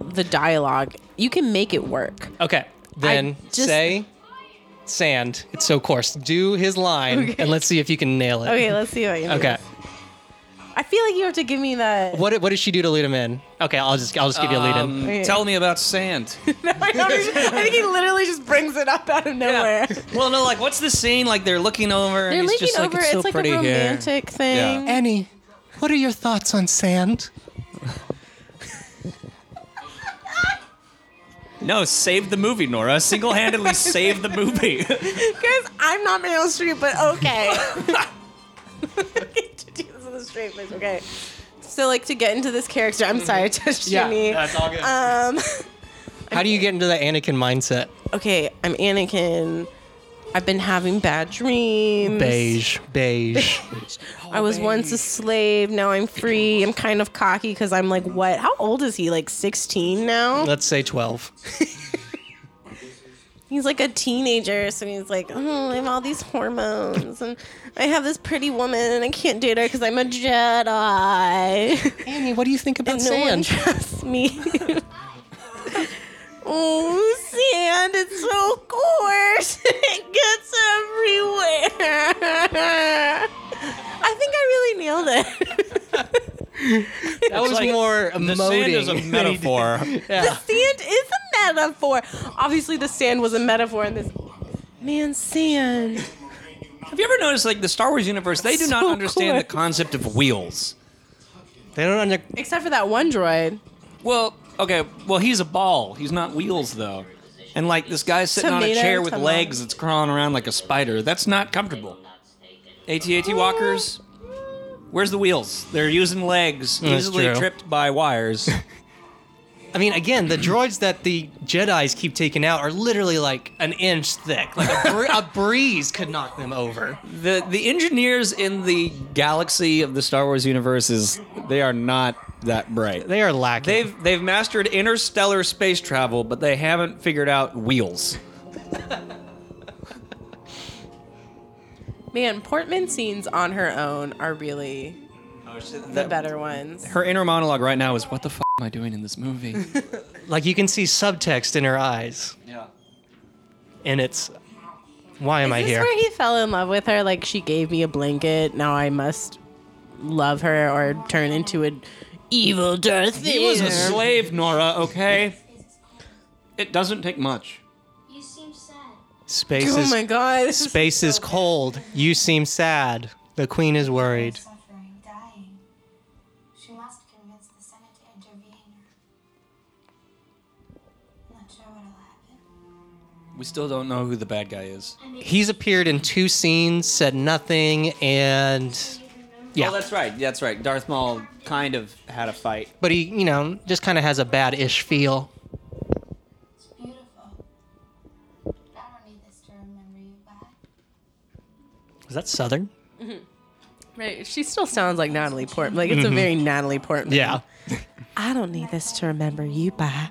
Speaker 3: the dialogue. You can make it work.
Speaker 2: Okay, then
Speaker 3: just-
Speaker 2: say sand. It's so coarse. Do his line,
Speaker 3: Okay.
Speaker 2: and let's see if you can nail it.
Speaker 3: Okay, let's see what you do.
Speaker 2: Okay.
Speaker 3: I feel like you have to give me the
Speaker 2: What did, what did she do to lead him in? Okay, I'll just I'll just give you a lead in.
Speaker 3: Okay.
Speaker 1: Tell me about sand.
Speaker 3: I, don't even- I think he literally just brings it up out of nowhere.
Speaker 1: well, no, like what's the scene? Like they're looking over.
Speaker 3: They're
Speaker 1: and
Speaker 3: looking
Speaker 1: it's just
Speaker 3: over.
Speaker 1: Like, it's, so
Speaker 3: it's like
Speaker 1: pretty
Speaker 3: a
Speaker 1: here."
Speaker 3: romantic thing.
Speaker 1: Yeah.
Speaker 2: Annie, what are your thoughts on sand?
Speaker 1: No, save the movie, Nora. Single-handedly save the movie.
Speaker 3: Guys, I'm not Meryl Streep, but okay. I get to do this with a straight face. Okay. Mm-hmm. So, like, to get into this character, I'm sorry, I touched
Speaker 2: Yeah,
Speaker 3: Jimmy.
Speaker 2: that's all good.
Speaker 3: Um,
Speaker 2: How do you get into that Anakin mindset?
Speaker 3: okay, I'm Anakin. I've been having bad dreams.
Speaker 2: Beige, beige.
Speaker 3: I was once a slave. Now I'm free. I'm kind of cocky because I'm like, what? How old is he? Like 16 now?
Speaker 2: Let's say twelve.
Speaker 3: He's like a teenager, so he's like, oh, I have all these hormones, and I have this pretty woman, and I can't date her because I'm a Jedi.
Speaker 2: Annie, what do you think about
Speaker 3: and No one
Speaker 2: sand?
Speaker 3: trusts me. oh, sand! It's so coarse. it gets everywhere. I think I really nailed it.
Speaker 2: That was
Speaker 1: like
Speaker 2: more
Speaker 1: The sand is a
Speaker 2: emoting.
Speaker 1: metaphor.
Speaker 3: The sand is a metaphor. Obviously, the sand was a metaphor in this. Man, sand.
Speaker 1: Have you ever noticed, like the Star Wars universe, they do not
Speaker 3: So
Speaker 1: understand the
Speaker 3: cool.
Speaker 1: concept of wheels.
Speaker 2: They don't under.
Speaker 3: Except for that one droid.
Speaker 1: Well, okay, well he's a ball. He's not wheels though. And like this guy's sitting on a
Speaker 3: Tomato,
Speaker 1: chair with
Speaker 3: tomato.
Speaker 1: legs that's crawling around like a spider. That's not comfortable. ATAT walkers. Where's the wheels? They're using legs,
Speaker 2: That's
Speaker 1: easily
Speaker 2: true.
Speaker 1: tripped by wires.
Speaker 2: I mean, again, the droids that the Jedi's keep taking out are literally like an inch thick. Like a, br- a breeze could knock them over.
Speaker 1: the the engineers in the galaxy of the Star Wars universe is they are not that bright.
Speaker 2: They are lacking.
Speaker 1: They've they've mastered interstellar space travel, but they haven't figured out wheels.
Speaker 3: Man, Portman scenes on her own are really Oh, the better ones.
Speaker 1: Her inner monologue right now is what the f- am I doing in this movie?
Speaker 2: Like you can see subtext in her eyes,
Speaker 1: yeah.
Speaker 2: and it's why am I
Speaker 3: Is this
Speaker 2: here?
Speaker 3: where he fell in love with her? Like she gave me a blanket. Now I must love her or turn into an evil Oh Darth Vader.
Speaker 1: He was a slave, Nora, okay? It doesn't take much.
Speaker 9: You seem sad.
Speaker 2: Space
Speaker 3: Oh
Speaker 2: is
Speaker 3: my god! this is-
Speaker 2: space is cold. You seem sad. The queen is worried.
Speaker 9: Suffering, dying. She must convince the Senate to intervene. Not sure what will happen.
Speaker 1: We still don't know who the bad guy is.
Speaker 2: He's appeared in two scenes, said nothing, and yeah.
Speaker 1: Oh, that's right. That's right. Darth Maul kind of had a fight.
Speaker 2: but he, you know, just kind of has a bad-ish feel. Is that Southern?
Speaker 3: Right. She still sounds like Natalie Portman. Like it's
Speaker 2: Mhm.
Speaker 3: a very Natalie Portman.
Speaker 2: Yeah.
Speaker 3: I don't need this to remember you by.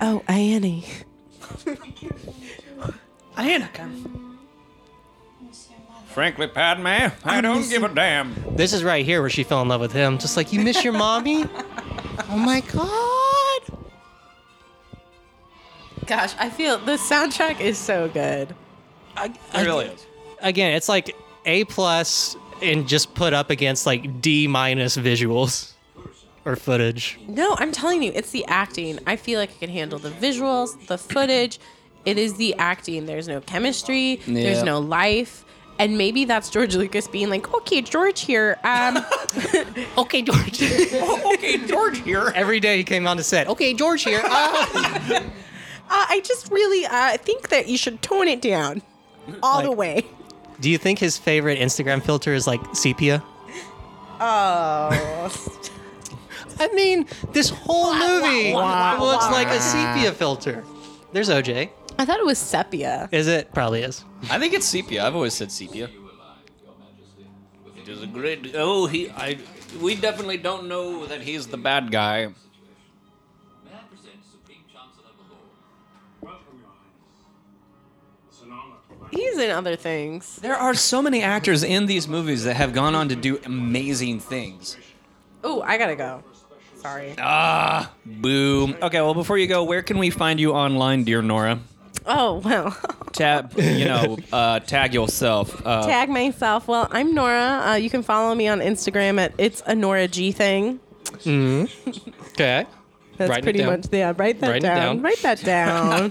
Speaker 3: oh, Annie.
Speaker 14: Anna,
Speaker 1: Frankly, Padme, I, don't give a damn.
Speaker 2: This is right here where she fell in love with him. Just like you miss your mommy. oh my god.
Speaker 3: Gosh, I feel the soundtrack is so good.
Speaker 2: It really is. Again, it's like A plus and just put up against like D minus visuals or footage.
Speaker 3: No, I'm telling you, it's the acting. I feel like I can handle the visuals, the footage. It is the acting. There's no chemistry.
Speaker 2: Yeah.
Speaker 3: There's no life. And maybe that's George Lucas being like, "Okay, George here. Um,
Speaker 2: okay, George.
Speaker 1: okay, George here.
Speaker 2: Every day he came on the set. Okay, George here. Uh,
Speaker 3: uh, I just really uh, think that you should tone it down all the way."
Speaker 2: do you think his favorite Instagram filter is like sepia?
Speaker 3: Oh.
Speaker 2: I mean, this whole movie
Speaker 3: wah, wah,
Speaker 2: looks
Speaker 3: wah.
Speaker 2: like a sepia filter. There's OJ.
Speaker 3: I thought it was sepia.
Speaker 2: Is it? Probably is.
Speaker 20: I think it's sepia. I've always said sepia.
Speaker 1: It is a great. Oh, he. I. We definitely don't know that he's the bad guy.
Speaker 21: Man presents Supreme Chancellor Valor. Welcome, Your Highness. It's an honor to
Speaker 3: He's in other things.
Speaker 1: There are so many actors in these movies that have gone on to do amazing things.
Speaker 3: Oh, I gotta go. Sorry.
Speaker 1: Ah, boom. Okay, well, before you go, where can we find you online, dear Nora?
Speaker 3: Oh well.
Speaker 1: Tag, you know, uh, tag yourself. Uh,
Speaker 3: Tag myself. Well, I'm Nora. Uh, you can follow me on Instagram at it's a Nora G thing.
Speaker 2: Okay.
Speaker 3: That's pretty much yeah. Write that
Speaker 1: Write it
Speaker 3: down.
Speaker 1: down.
Speaker 3: Write that down.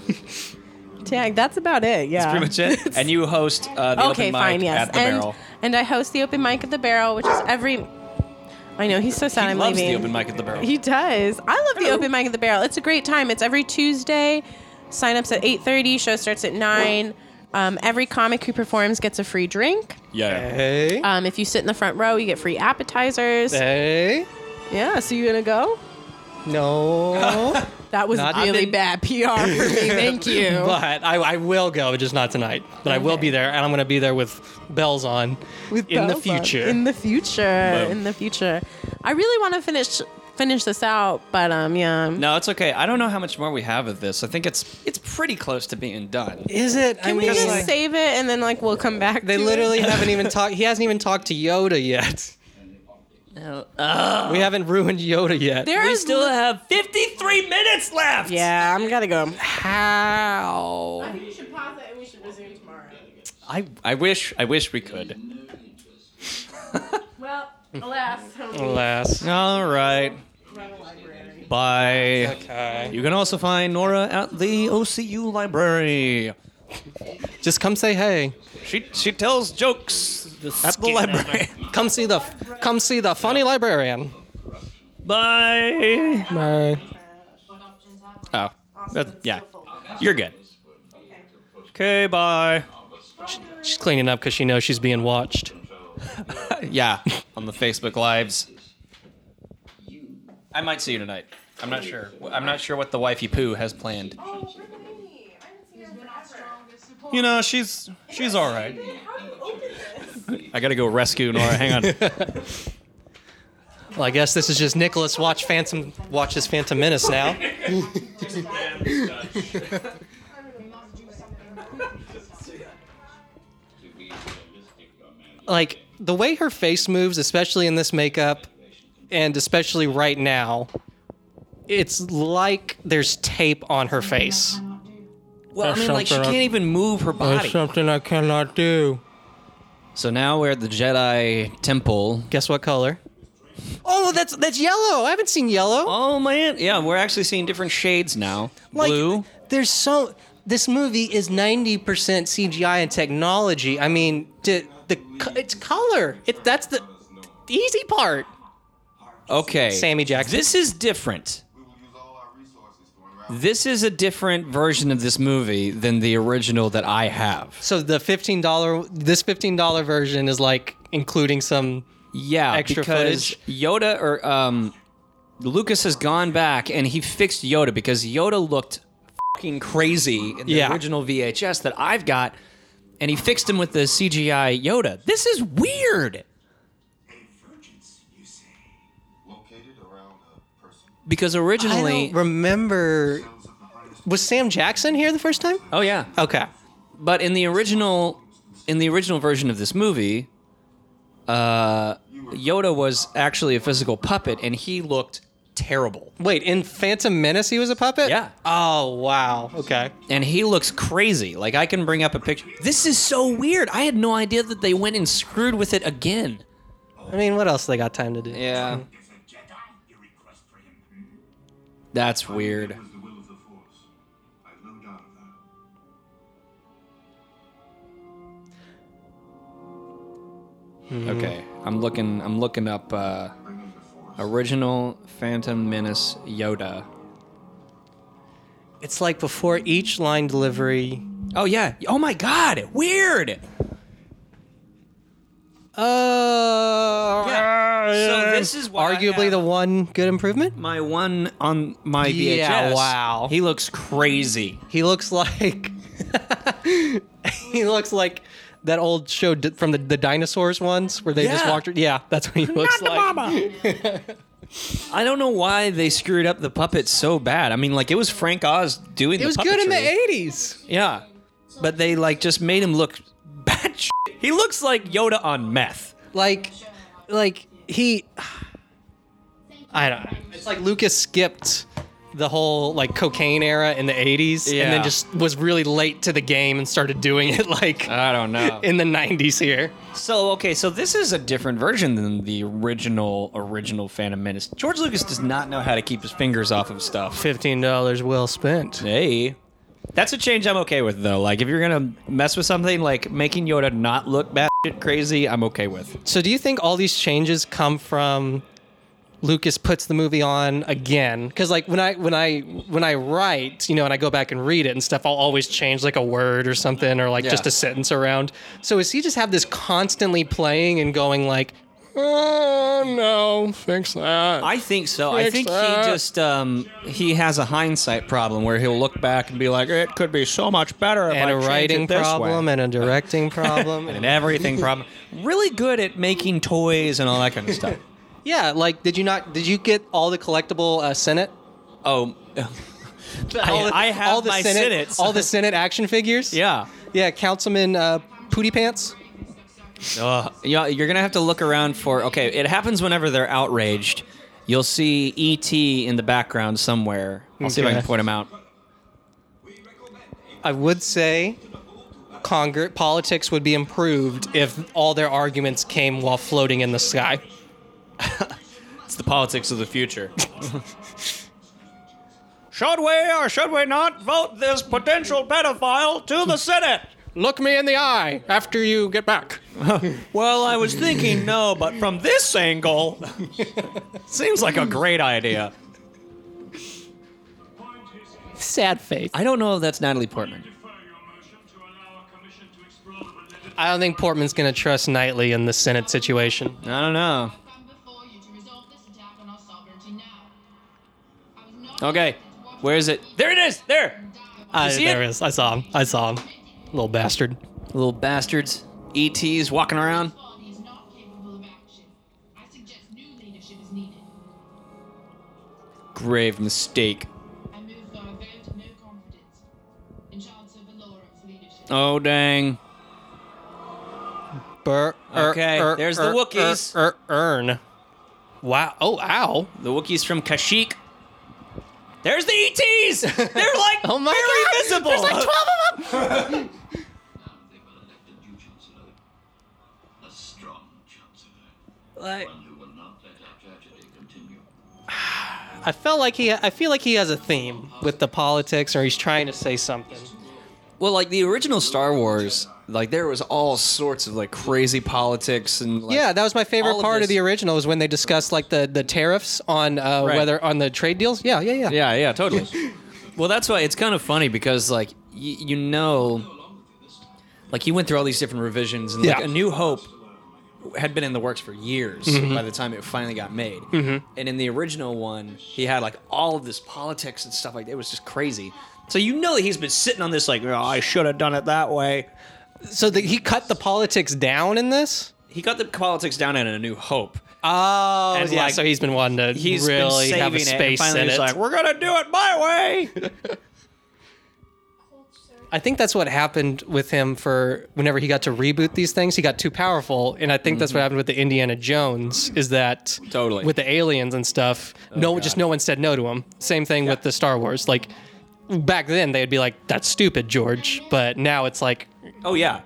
Speaker 3: Tag. That's about it. Yeah.
Speaker 1: That's pretty much it. And you host uh, the
Speaker 3: okay,
Speaker 1: open mic
Speaker 3: fine. Yes.
Speaker 1: at the
Speaker 3: and
Speaker 1: barrel.
Speaker 3: and I host the open mic at the barrel, which is every. I know he's so sad.
Speaker 1: He
Speaker 3: I'm
Speaker 1: loves
Speaker 3: leaving.
Speaker 1: the open mic at the barrel.
Speaker 3: He does. I love the open mic at the barrel. It's a great time. It's every Tuesday. Sign ups at 8:30. Show starts at nine. Um, every comic who performs gets a free drink.
Speaker 1: yeah.
Speaker 2: Hey.
Speaker 3: Um, if you sit in the front row, you get free appetizers.
Speaker 1: Eh.
Speaker 2: Hey.
Speaker 3: Yeah. So you gonna go?
Speaker 2: No.
Speaker 3: That was
Speaker 2: Not-
Speaker 3: really bad PR for me. Thank you.
Speaker 2: But I, I will go, just not tonight. But I will be there, and I'm going to be there with bells on
Speaker 3: With
Speaker 2: in the
Speaker 3: bells on.
Speaker 2: future.
Speaker 3: In the future.
Speaker 2: Boom.
Speaker 3: In the future. I really want to finish finish this out, but um, yeah.
Speaker 1: No, it's okay. I don't know how much more we have of this. I think it's it's pretty close to being done.
Speaker 2: Is it?
Speaker 3: Can we just save it and then like we'll come back?
Speaker 2: They
Speaker 3: to
Speaker 2: literally
Speaker 3: it?
Speaker 2: haven't even talked. He hasn't even talked to Yoda yet. we haven't ruined Yoda yet.
Speaker 3: There is still
Speaker 1: have 53 minutes left.
Speaker 3: Yeah, I'm gonna go. How? I think you should pause it and we should resume tomorrow.
Speaker 1: I I wish I wish we could.
Speaker 3: Well, alas.
Speaker 1: Alas. All right. Bye. Okay. You can also find Nora at the OCU library.
Speaker 2: Just come say hey.
Speaker 1: She she tells jokes at the library.
Speaker 2: Come see the come see the funny librarian.
Speaker 14: Bye.
Speaker 2: Bye.
Speaker 1: Oh, that, yeah. You're good. Okay, bye.
Speaker 2: She's cleaning up because she knows she's being watched.
Speaker 1: yeah, on the Facebook lives. I might see you tonight. I'm not sure. I'm not sure what the wifey poo has planned. You know, she's she's all right. I gotta go rescue Nora. Hang on.
Speaker 2: Well, I guess this is just Nicholas watch Phantom watches Phantom Menace now. like the way her face moves, especially in this makeup, and especially right now, it's like there's tape on her face.
Speaker 1: Well, I
Speaker 2: There's
Speaker 1: mean, like she
Speaker 2: something I-
Speaker 1: can't even move her body.
Speaker 2: something I cannot do.
Speaker 1: So now we're at the Jedi Temple.
Speaker 2: Guess what color? Oh, that's that's yellow. I haven't seen yellow.
Speaker 1: Oh man, yeah, we're actually seeing different shades now.
Speaker 2: Like,
Speaker 1: Blue.
Speaker 2: There's so this movie is 90% CGI and technology. I mean, to, the co- it's color. It that's the, the easy part.
Speaker 1: Okay.
Speaker 2: Sammy Jackson.
Speaker 1: This is different. This is a different version of this movie than the original that I have.
Speaker 2: So the fifteen dollar, this fifteen dollar version is like including some
Speaker 1: yeah
Speaker 2: extra
Speaker 1: because
Speaker 2: footage.
Speaker 1: Yoda or um, Lucas has gone back and he fixed Yoda because Yoda looked fucking crazy in the
Speaker 14: Yeah.
Speaker 1: original VHS that I've got, and he fixed him with the CGI Yoda. This is weird
Speaker 4: Located around a person.
Speaker 1: because
Speaker 2: I
Speaker 1: originally
Speaker 2: don't remember. Was Sam Jackson here the first time?
Speaker 1: Oh yeah.
Speaker 2: Okay.
Speaker 1: But in the original, in the original version of this movie, uh, Yoda was actually a physical puppet, and he looked terrible.
Speaker 2: Wait, in Phantom Menace, he was a puppet.
Speaker 1: Yeah.
Speaker 2: Oh wow. Okay.
Speaker 1: And he looks crazy. Like I can bring up a picture. This is so weird. I had no idea that they went and screwed with it again.
Speaker 2: I mean, what else they got time to do?
Speaker 1: Yeah. That's weird. Okay, I'm looking. I'm looking up uh, original Phantom Menace Yoda.
Speaker 2: It's like before each line delivery.
Speaker 1: Oh yeah. Oh my God. Weird.
Speaker 2: Oh.
Speaker 1: So this is why I
Speaker 2: arguably the one good improvement.
Speaker 1: My one on my VHS.
Speaker 2: Yeah, wow.
Speaker 1: He looks crazy.
Speaker 2: He looks like he looks like that old show d- from the, the dinosaurs ones where they just
Speaker 1: Yeah.
Speaker 2: walked. Yeah, that's what he looks like.
Speaker 1: I don't know why they screwed up the puppets so bad. I mean, like it was Frank Oz doing.
Speaker 2: It was good in the
Speaker 1: puppetry.
Speaker 2: '80s.
Speaker 1: Yeah, but they like just made him look bad. Shit. He looks like Yoda on meth.
Speaker 2: Like, like he. I don't. It's like Lucas skipped the whole like cocaine era in the '80s, and
Speaker 1: Yeah.
Speaker 2: then just was really late to the game and started doing it like
Speaker 1: I don't know.
Speaker 2: in the '90s here.
Speaker 1: So okay, so this is a different version than the original original Phantom Menace. George Lucas does not know how to keep his fingers off of stuff.
Speaker 2: Fifteen dollars well spent.
Speaker 1: Hey, that's a change I'm okay with though. Like if you're gonna mess with something, like making Yoda not look bad shit crazy, I'm okay with.
Speaker 2: So do you think all these changes come from Lucas puts the movie on again? Because like when I when I when I write, you know, and I go back and read it and stuff, I'll always change like a word or something or like
Speaker 1: Yeah.
Speaker 2: just a sentence around. So is he just have this constantly playing and going like, oh no, fix that.
Speaker 1: I think so. I
Speaker 2: Fix
Speaker 1: think
Speaker 2: that.
Speaker 1: he just um, he has a hindsight problem where he'll look back and be like, it could be so much better. If I
Speaker 2: and a
Speaker 1: changed
Speaker 2: writing
Speaker 1: it this
Speaker 2: problem
Speaker 1: way.
Speaker 2: and a directing problem
Speaker 1: and everything problem. Really good at making toys and all that kind of stuff.
Speaker 2: yeah like did you not did you get all the collectible uh, senate
Speaker 1: oh
Speaker 2: all
Speaker 1: I have my Senates.
Speaker 2: all the senate action figures
Speaker 1: Yeah.
Speaker 2: yeah councilman uh, pooty pants
Speaker 1: Ugh. yeah, you're gonna have to look around for. Okay, it happens whenever they're outraged. You'll see E.T. in the background somewhere. I'll see if I
Speaker 2: Okay.
Speaker 1: can point him out.
Speaker 2: I would say Congress politics would be improved if all their arguments came while floating in the sky.
Speaker 1: It's the politics of the future. should we or should we not vote this potential pedophile to the Senate?
Speaker 2: Look me in the eye after you get back.
Speaker 1: Well, I was thinking no, but from this angle, seems like a great idea.
Speaker 2: Sad face.
Speaker 1: I don't know if that's Natalie Portman.
Speaker 2: I don't think Portman's going to trust Knightley in the Senate situation.
Speaker 1: I don't know. Okay, where is it? There it is. There.
Speaker 2: I,
Speaker 1: see
Speaker 2: there
Speaker 1: it?
Speaker 2: is. I saw him. I saw him. Little bastard.
Speaker 1: Little bastards. ETs walking around. Grave mistake. Oh dang.
Speaker 2: Bur- er,
Speaker 1: Okay,
Speaker 2: er,
Speaker 1: there's the
Speaker 2: er,
Speaker 1: Wookiees.
Speaker 2: er, er, Earn. Wow. Oh, ow.
Speaker 1: The Wookiees from Kashyyyk. There's the ETs. They're like
Speaker 2: Oh my
Speaker 1: very
Speaker 2: God.
Speaker 1: visible.
Speaker 2: There's like 12 of them.
Speaker 5: A strong chancellor.
Speaker 1: Like-
Speaker 5: One who will not let our tragedy continue.
Speaker 2: I felt like he. I feel like he has a theme with the politics, or he's trying to say something.
Speaker 1: Well, like the original Star Wars, like there was all sorts of like crazy politics and like,
Speaker 2: yeah, that was my favorite
Speaker 1: all of
Speaker 2: part of
Speaker 1: this-
Speaker 2: the original was when they discussed like the the tariffs on uh,
Speaker 1: Right.
Speaker 2: whether on the trade deals. Yeah, yeah, yeah.
Speaker 1: Yeah, yeah, totally. Well, that's why it's kind of funny because like y- you know, like he went through all these different revisions and like
Speaker 22: Yeah.
Speaker 1: A New Hope had been in the works for years
Speaker 2: Mm-hmm.
Speaker 22: Mhm.
Speaker 1: by the time it finally got made.
Speaker 22: Mhm.
Speaker 1: And in the original one, he had like all of this politics and stuff like that. It was just crazy. So you know that he's been sitting on this like, oh, I should have done it that way.
Speaker 2: So that he cut the politics down in this.
Speaker 1: He cut the politics down in A New Hope.
Speaker 2: Oh,
Speaker 1: And,
Speaker 2: yeah.
Speaker 1: like,
Speaker 2: so he's been wanting to
Speaker 1: he's been
Speaker 2: really have a
Speaker 1: saving it, and
Speaker 2: space
Speaker 1: finally
Speaker 2: in
Speaker 1: he's
Speaker 2: it.
Speaker 1: like, "We're gonna do it my way."
Speaker 2: I think that's what happened with him for whenever he got to reboot these things, he got too powerful, and I think that's what happened with the Indiana Jones is that
Speaker 1: Mm-hmm. Totally. Oh,
Speaker 2: with the aliens and stuff. no, just no one said no to him. Same thing with the Star Wars. Like back then, they'd be like, "That's stupid, George," but now it's like,
Speaker 1: Oh yeah.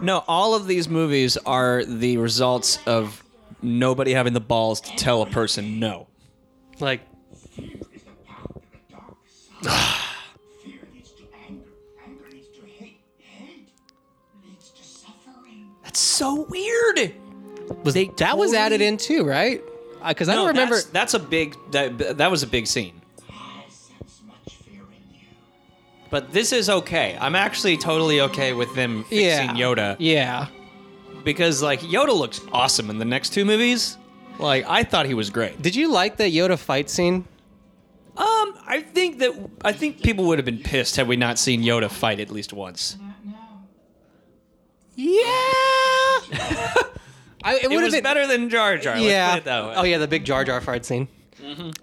Speaker 1: No, all of these movies are the results of nobody having the balls to tell a person no.
Speaker 2: like
Speaker 1: that's so weird.
Speaker 2: Was
Speaker 1: they
Speaker 2: that was added in too, right? Because Uh, I don't remember.
Speaker 1: That's, that's a big. That, that was a big scene. But this is okay. I'm actually totally okay with them fixing
Speaker 2: Yeah.
Speaker 1: Yoda
Speaker 2: Yeah.
Speaker 1: because like Yoda looks awesome in the next two movies. Like I thought he was great.
Speaker 2: Did you like that Yoda fight scene?
Speaker 1: Um, I think that I think people would have been pissed had we not seen Yoda fight at least once.
Speaker 2: I, it
Speaker 1: It,
Speaker 2: would have
Speaker 1: was
Speaker 2: been
Speaker 1: better than Jar Jar. let's
Speaker 2: yeah.
Speaker 1: put it that way.
Speaker 2: Oh yeah, the big Jar Jar fight scene.
Speaker 1: Mhm.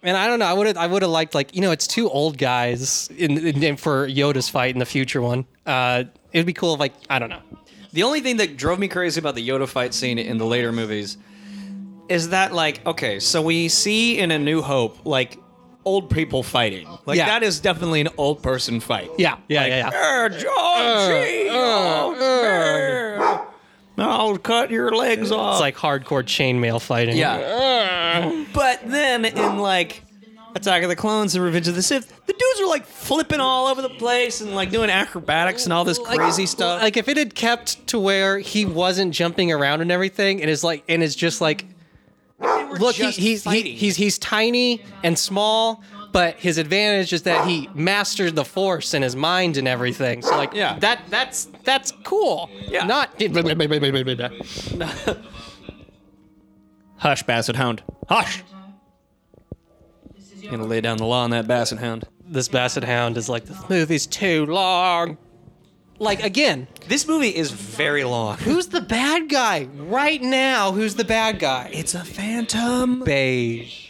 Speaker 2: And I don't know. I would have. I would have liked like you know, it's two old guys in, in, in for Yoda's fight in the future one. Uh, it'd be cool if like I don't know.
Speaker 1: The only thing that drove me crazy about the Yoda fight scene in the later movies is that, like, okay, so we see in A New Hope, like, old people fighting. Like,
Speaker 2: Yeah.
Speaker 1: that is definitely an old person fight.
Speaker 2: Yeah, yeah,
Speaker 1: Like,
Speaker 2: yeah, yeah.
Speaker 1: "Err, John G, oh, err. I'll cut your legs off.
Speaker 2: It's like hardcore chainmail fighting.
Speaker 1: Yeah. But then in like Attack of the Clones and Revenge of the Sith, the dudes are like flipping all over the place and like doing acrobatics and all this crazy stuff.
Speaker 2: Like if it had kept to where he wasn't jumping around and everything, and is like and is just like, look, he,
Speaker 1: just
Speaker 2: he's he,
Speaker 1: fighting.
Speaker 2: he's he's tiny and small, but his advantage is that he mastered the force in his mind and everything. So like,
Speaker 1: Yeah.
Speaker 2: that that's that's cool. Yeah, not.
Speaker 1: Hush, Basset Hound. Hush! Gonna lay down the law on that Basset Hound.
Speaker 2: This Basset Hound is like, this movie's too long. Like again,
Speaker 1: This movie is very long.
Speaker 2: who's the bad guy right now? Who's the bad guy?
Speaker 1: It's a phantom.
Speaker 2: Beige.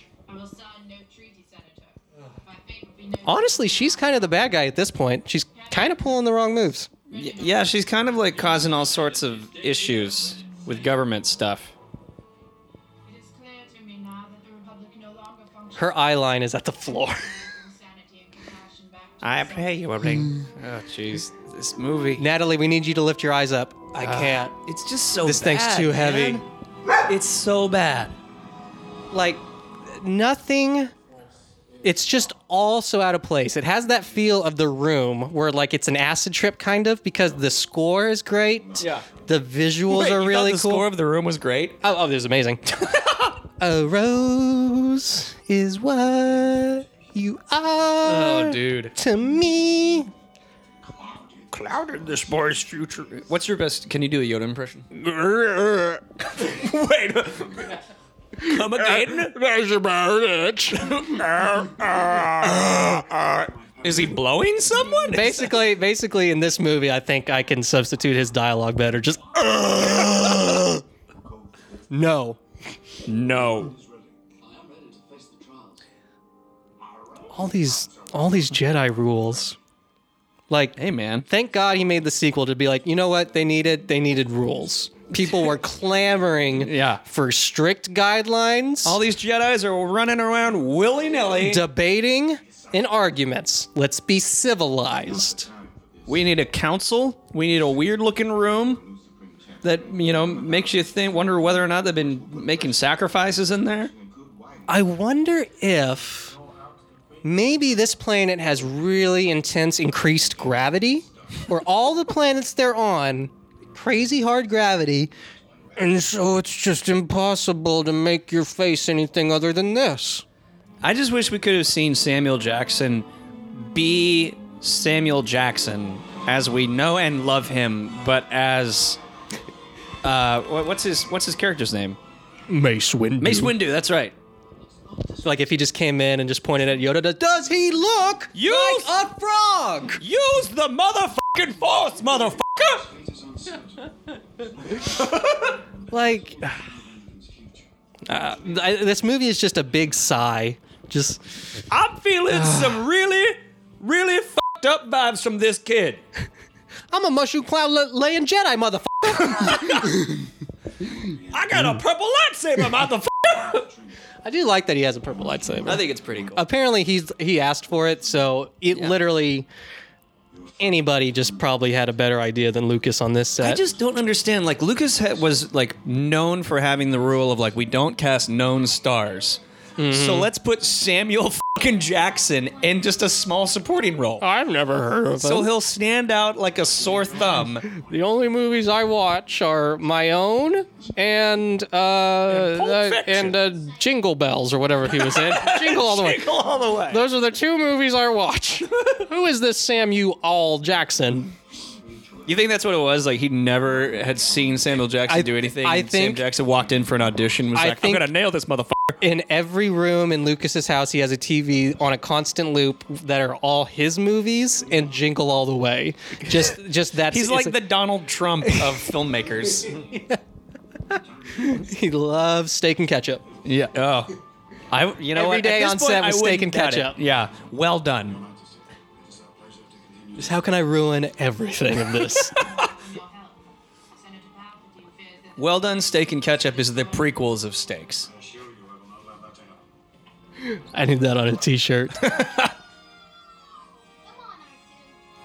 Speaker 2: Honestly, she's kind of the bad guy at this point. She's kind of pulling the wrong moves.
Speaker 1: Y- yeah, she's kind of like causing all sorts of issues with government stuff.
Speaker 2: Her eye line is at the floor.
Speaker 1: I pay you a ring. oh, jeez. This movie.
Speaker 2: Natalie, we need you to lift your eyes up. I
Speaker 1: Ah,
Speaker 2: can't.
Speaker 1: It's just so
Speaker 2: this thing's
Speaker 1: bad,
Speaker 2: too heavy.
Speaker 1: man. It's so bad.
Speaker 2: Like, nothing. It's just all so out of place. It has that feel of the room where, like, it's an acid trip kind of because the score is great.
Speaker 1: Yeah.
Speaker 2: The visuals
Speaker 1: Wait, you
Speaker 2: are
Speaker 1: thought
Speaker 2: really
Speaker 1: the
Speaker 2: cool.
Speaker 1: score of the room was great.
Speaker 2: Oh, oh, there's amazing. A rose is what you are.
Speaker 1: Oh, dude.
Speaker 2: To me.
Speaker 1: Clouded this boy's future. What's your best? Can you do a Yoda impression?
Speaker 14: Wait.
Speaker 1: Come again?
Speaker 14: That's about it.
Speaker 1: Is he blowing someone?
Speaker 2: Basically, basically, in this movie, I think I can substitute his dialogue better. Just no,
Speaker 1: no.
Speaker 2: All these, all these Jedi rules. Like,
Speaker 1: hey man,
Speaker 2: thank God he made the sequel to be like, you know what? They needed, they needed rules. People were clamoring,
Speaker 1: Yeah.
Speaker 2: for strict guidelines.
Speaker 1: All these Jedi's are running around willy nilly.
Speaker 2: debating and arguments. Let's be civilized.
Speaker 1: we need a council. We need a weird looking room that you know makes you think, wonder whether or not they've been making sacrifices in there.
Speaker 2: I wonder if maybe this planet has really intense increased gravity, or all the planets they're on, crazy hard gravity, and so it's just impossible to make your face anything other than this.
Speaker 1: I just wish we could have seen Samuel Jackson be Samuel Jackson as we know and love him, but as uh, wha- what's his what's his character's name?
Speaker 2: Mace Windu.
Speaker 1: Mace Windu. That's right.
Speaker 2: Like if he just came in and just pointed at Yoda, does- does he look
Speaker 1: Use
Speaker 2: like a frog?
Speaker 1: Use the motherfucking force,
Speaker 2: motherfucker. like, uh, I, this movie is just a big sigh. Just
Speaker 6: I'm feeling
Speaker 2: Ah.
Speaker 6: some really, really fucked up vibes from this kid.
Speaker 2: I'm a mushroom cloud la- laying Jedi, motherfucker.
Speaker 6: I got a purple lightsaber, motherfucker.
Speaker 2: I do like that he has a purple lightsaber.
Speaker 14: I think it's pretty cool.
Speaker 2: Apparently, he's he asked for it, so it literally anybody just probably had a better idea than Lucas on this set.
Speaker 1: I just don't understand. Like Lucas ha- was like known for having the rule of like we don't cast known stars, so
Speaker 2: Mm-hmm.
Speaker 14: Mhm.
Speaker 1: let's put Samuel fucking Jackson in just a small supporting role.
Speaker 2: I've never heard of
Speaker 1: So
Speaker 2: him.
Speaker 1: he'll stand out like a sore thumb.
Speaker 2: the only movies I watch are my own and uh, uh, and uh, Jingle Bells or whatever he was in. Jingle all the way.
Speaker 6: Jingle all the way.
Speaker 2: Those are the two movies I watch. Who is this Samuel All Jackson?
Speaker 1: You think that's what it was? Like he never had seen Samuel Jackson do anything.
Speaker 2: I
Speaker 1: and Sam
Speaker 2: think-
Speaker 1: Jackson walked in for an audition. and Was
Speaker 2: I
Speaker 1: like,
Speaker 2: think-
Speaker 1: I'm gonna nail this motherfucker.
Speaker 2: In every room in Lucas's house, he has a TV on a constant loop that are all his movies and Jingle All the Way. Just, just that's
Speaker 1: He's
Speaker 2: it's
Speaker 1: like
Speaker 2: a-
Speaker 1: the Donald Trump of filmmakers.
Speaker 2: he loves steak and ketchup.
Speaker 1: yeah. Oh. I. You know
Speaker 2: Every
Speaker 1: what? At
Speaker 2: day
Speaker 1: this
Speaker 2: on
Speaker 1: point,
Speaker 2: set
Speaker 1: I
Speaker 2: with steak
Speaker 1: wouldn't doubt
Speaker 2: and
Speaker 1: it.
Speaker 2: ketchup.
Speaker 1: Yeah. Well done.
Speaker 2: Just how can I ruin everything of this?
Speaker 1: Well done, steak and ketchup is the prequels of steaks.
Speaker 2: I need that on a T-shirt.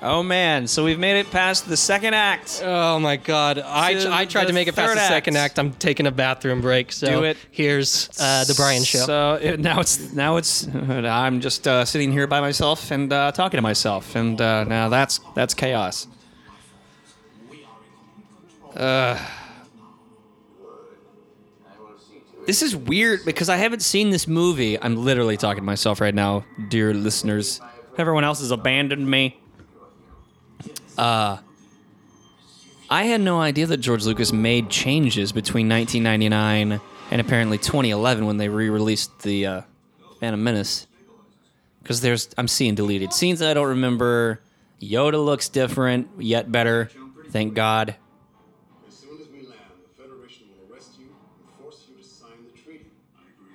Speaker 1: Oh man! So we've made it past the second act.
Speaker 2: Oh my god!
Speaker 1: To
Speaker 2: I, I tried
Speaker 1: the
Speaker 2: to make it past
Speaker 1: third
Speaker 2: the
Speaker 1: act.
Speaker 2: second act. I'm taking a bathroom break. So
Speaker 1: Do it.
Speaker 2: Here's uh, the Brian show.
Speaker 1: So it, now it's now it's I'm just uh, sitting here by myself and uh, talking to myself, and uh, now that's that's chaos. Uh, this is weird because I haven't seen this movie. I'm literally talking to myself right now, dear listeners. Everyone else has abandoned me. Uh, I had no idea that George Lucas made changes between 1999 and apparently 2011 when they re-released the uh, Phantom Menace. Because there's, I'm seeing deleted scenes that I don't remember. Yoda looks different, yet better. Thank God.
Speaker 4: As soon as we land, the Federation will arrest you and force you to sign the treaty. I agree.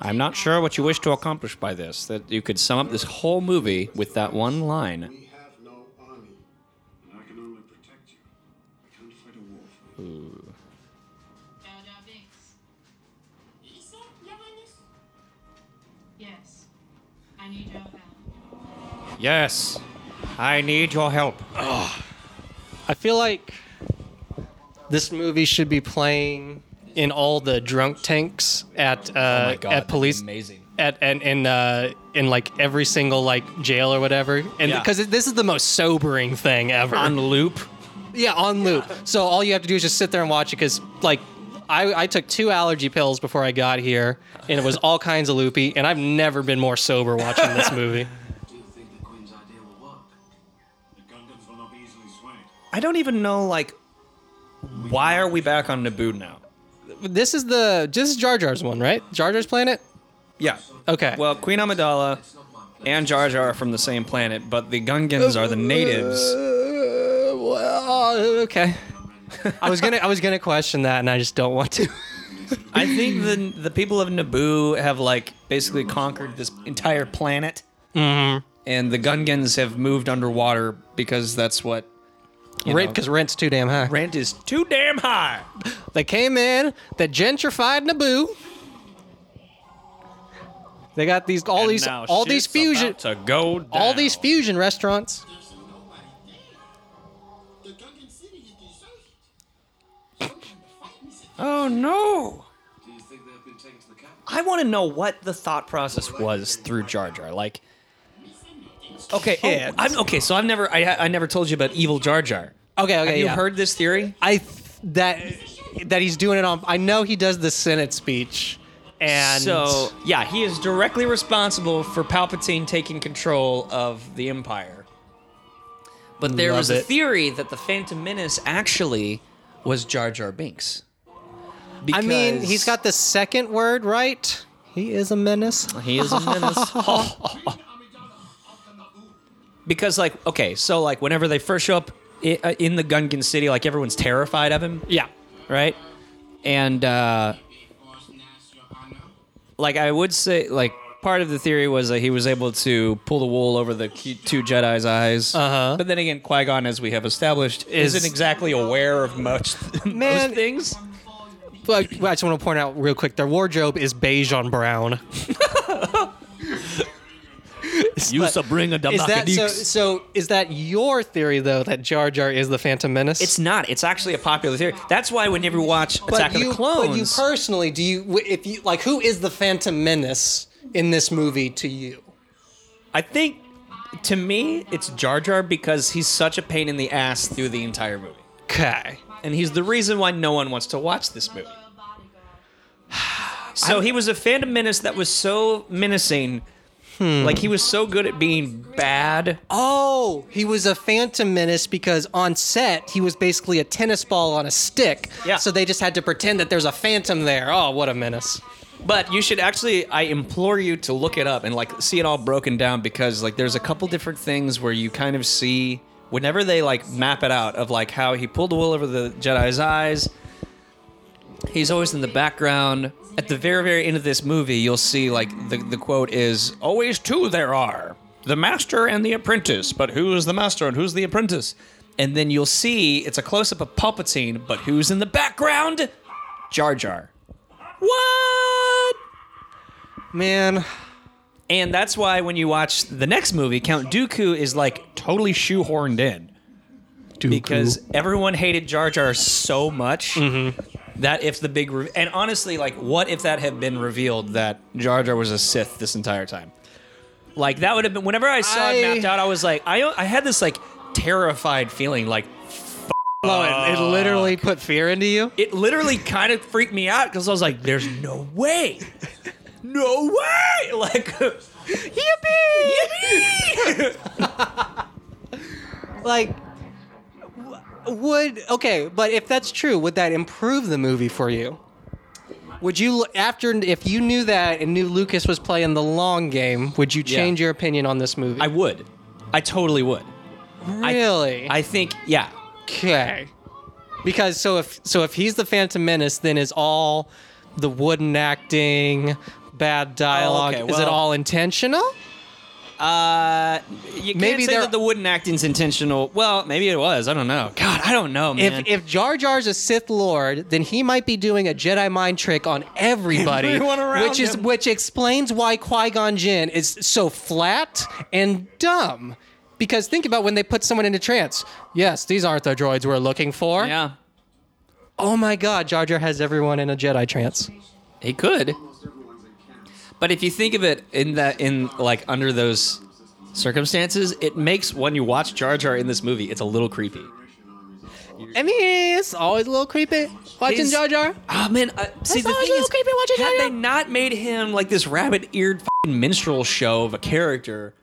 Speaker 4: I'm not sure what you wish to accomplish by this.
Speaker 1: I'm not sure what you wish to accomplish by this. That you could sum up this whole movie with that one line.
Speaker 4: And I can only protect you. I can't fight a war for
Speaker 1: Ooh.
Speaker 23: Yes. I need your help.
Speaker 1: Yes, I need your help.
Speaker 2: I feel like this movie should be playing in all the drunk tanks at uh,
Speaker 14: Oh my God,
Speaker 2: at police.
Speaker 14: amazing.
Speaker 2: At and in uh, in like every single like jail or whatever, and
Speaker 14: Yeah.
Speaker 2: because this is the most sobering thing ever
Speaker 1: on loop.
Speaker 2: Yeah, on loop. So all you have to do is just sit there and watch it because, like, I, I took two allergy pills before I got here, and it was all kinds of loopy. And I've never been more sober watching this movie.
Speaker 4: The Gungans will not be easily swayed.
Speaker 1: I don't even know like why are we back on Naboo now?
Speaker 2: This is the this is Jar Jar's one, right? Jar Jar's planet.
Speaker 1: Yeah.
Speaker 2: Okay.
Speaker 1: Well, Queen Amidala and Jar Jar are from the same planet, but the Gungans are the natives.
Speaker 2: Uh, well, okay. I was gonna I was gonna question that, and I just don't want to.
Speaker 1: I think the the people of Naboo have like basically conquered this entire planet,
Speaker 2: Mhm.
Speaker 1: and the Gungans have moved underwater because that's what. you
Speaker 2: Rent
Speaker 1: know.
Speaker 2: because rent's too damn high.
Speaker 1: Rent is too damn high.
Speaker 2: They came in, they gentrified Naboo. They got these all
Speaker 1: And
Speaker 2: these
Speaker 1: now
Speaker 2: all these
Speaker 1: shit's about to
Speaker 2: fusion
Speaker 1: go
Speaker 2: all these fusion restaurants.
Speaker 1: Oh no!
Speaker 4: Do you think they have been taken to the capital?
Speaker 1: I want to know what the thought process was through Jar Jar. Like, okay, oh, I'm, okay. So I've never, I, I never told you about evil Jar Jar.
Speaker 2: Okay, okay,
Speaker 1: Have you
Speaker 2: yeah.
Speaker 1: heard this theory?
Speaker 2: I th- that that he's doing it on. I know he does the Senate speech, and
Speaker 1: so yeah, he is directly responsible for Palpatine taking control of the Empire. But there
Speaker 2: Love
Speaker 1: was a
Speaker 2: it.
Speaker 1: theory that the Phantom Menace actually was Jar Jar Binks.
Speaker 2: I mean, he's got the second word right. He is a menace.
Speaker 1: He is a menace. because like okay so like whenever they first show up i- uh, in the gungan city like everyone's terrified of him yeah right and uh like i would say like part of the theory was that he was able to pull the wool over the cu- two jedi's eyes uh-huh but then again qui-gon as we have established
Speaker 2: Is-
Speaker 1: isn't exactly aware of much
Speaker 2: Man,
Speaker 1: things.
Speaker 2: Well, I just want to point out real quick: their wardrobe is beige on brown.
Speaker 6: You should bring a
Speaker 2: Is that so?
Speaker 6: Damakadix.
Speaker 2: So is that your theory though that Jar Jar is the Phantom Menace?
Speaker 1: It's not. It's actually a popular theory. That's why whenever you watch Attack
Speaker 2: you,
Speaker 1: of the Clones,
Speaker 2: But you personally, do you w- if you like who is the Phantom Menace in this movie to you?
Speaker 1: I think to me it's Jar Jar because he's such a pain in the ass through the entire movie.
Speaker 2: Okay.
Speaker 1: And he's the reason why no one wants to watch this movie. So he was a Phantom Menace that was so menacing. Like he was so good at being bad.
Speaker 2: Oh, he was a Phantom Menace because on set he was basically a tennis ball on a stick. Yeah. So they just had to pretend that there's a Phantom there. Oh, what a menace!
Speaker 1: But you should actually I implore you to look it up and like see it all broken down because like there's a couple different things where you kind of see whenever they like map it out of like how he pulled the wool over the Jedi's eyes. He's always in the background. At the very very end of this movie, you'll see like the the quote is always two there are. The master and the apprentice, but who is the master and who's the apprentice? And then you'll see it's a close up of Palpatine, but who's in the background? Jar Jar. What?
Speaker 2: Man.
Speaker 1: And that's why when you watch the next movie, Count Dooku is like totally shoehorned in. Because everyone hated Jar Jar so much that if the big. Re- and honestly, like, what if that had been revealed that Jar Jar was a Sith this entire time? Like, that would have been. Whenever I saw it
Speaker 2: I-
Speaker 1: mapped out, I was like, I, I had this, like, terrified feeling, like,
Speaker 2: Oh, it, it literally put fear into you.
Speaker 1: it literally kind of freaked me out because I was like, there's no way. No way! Like, yippee!
Speaker 2: like w- would okay but if that's true would that improve the movie for you would you after if you knew that and knew lucas was playing the long game would you
Speaker 1: Yeah.
Speaker 2: change your opinion on this movie i
Speaker 1: would I totally would.
Speaker 2: really
Speaker 1: I think yeah
Speaker 2: okay because so if so if he's the phantom menace then is all the wooden acting bad dialogue
Speaker 1: okay,
Speaker 2: is it
Speaker 1: well-
Speaker 2: all intentional
Speaker 1: Uh, you can't
Speaker 2: Maybe
Speaker 1: say
Speaker 2: there-
Speaker 1: that the wooden acting's intentional. Well, maybe it was. I don't know. God, I don't know, man.
Speaker 2: If, if Jar Jar's a Sith Lord, then he might be doing a Jedi mind trick on everybody,
Speaker 1: Everyone around
Speaker 2: which is
Speaker 1: him.
Speaker 2: which explains why Qui Gon Jinn is so flat and dumb. Because think about when they put someone into trance. Yes, these aren't the droids we're looking for.
Speaker 1: Yeah.
Speaker 2: Oh my God, Jar Jar has everyone in a Jedi trance.
Speaker 1: He could. But if you think of it in that in like under those circumstances, it makes when you watch Jar Jar in this movie, it's a little creepy.
Speaker 2: I mean, it's always a little creepy watching
Speaker 1: He's-
Speaker 2: Jar Jar.
Speaker 1: Oh man, uh, see
Speaker 2: It's
Speaker 1: the thing
Speaker 2: always a little
Speaker 1: is,
Speaker 2: creepy watching
Speaker 1: had
Speaker 2: Jar Jar.
Speaker 1: they not made him like this rabbit-eared fing minstrel show of a character,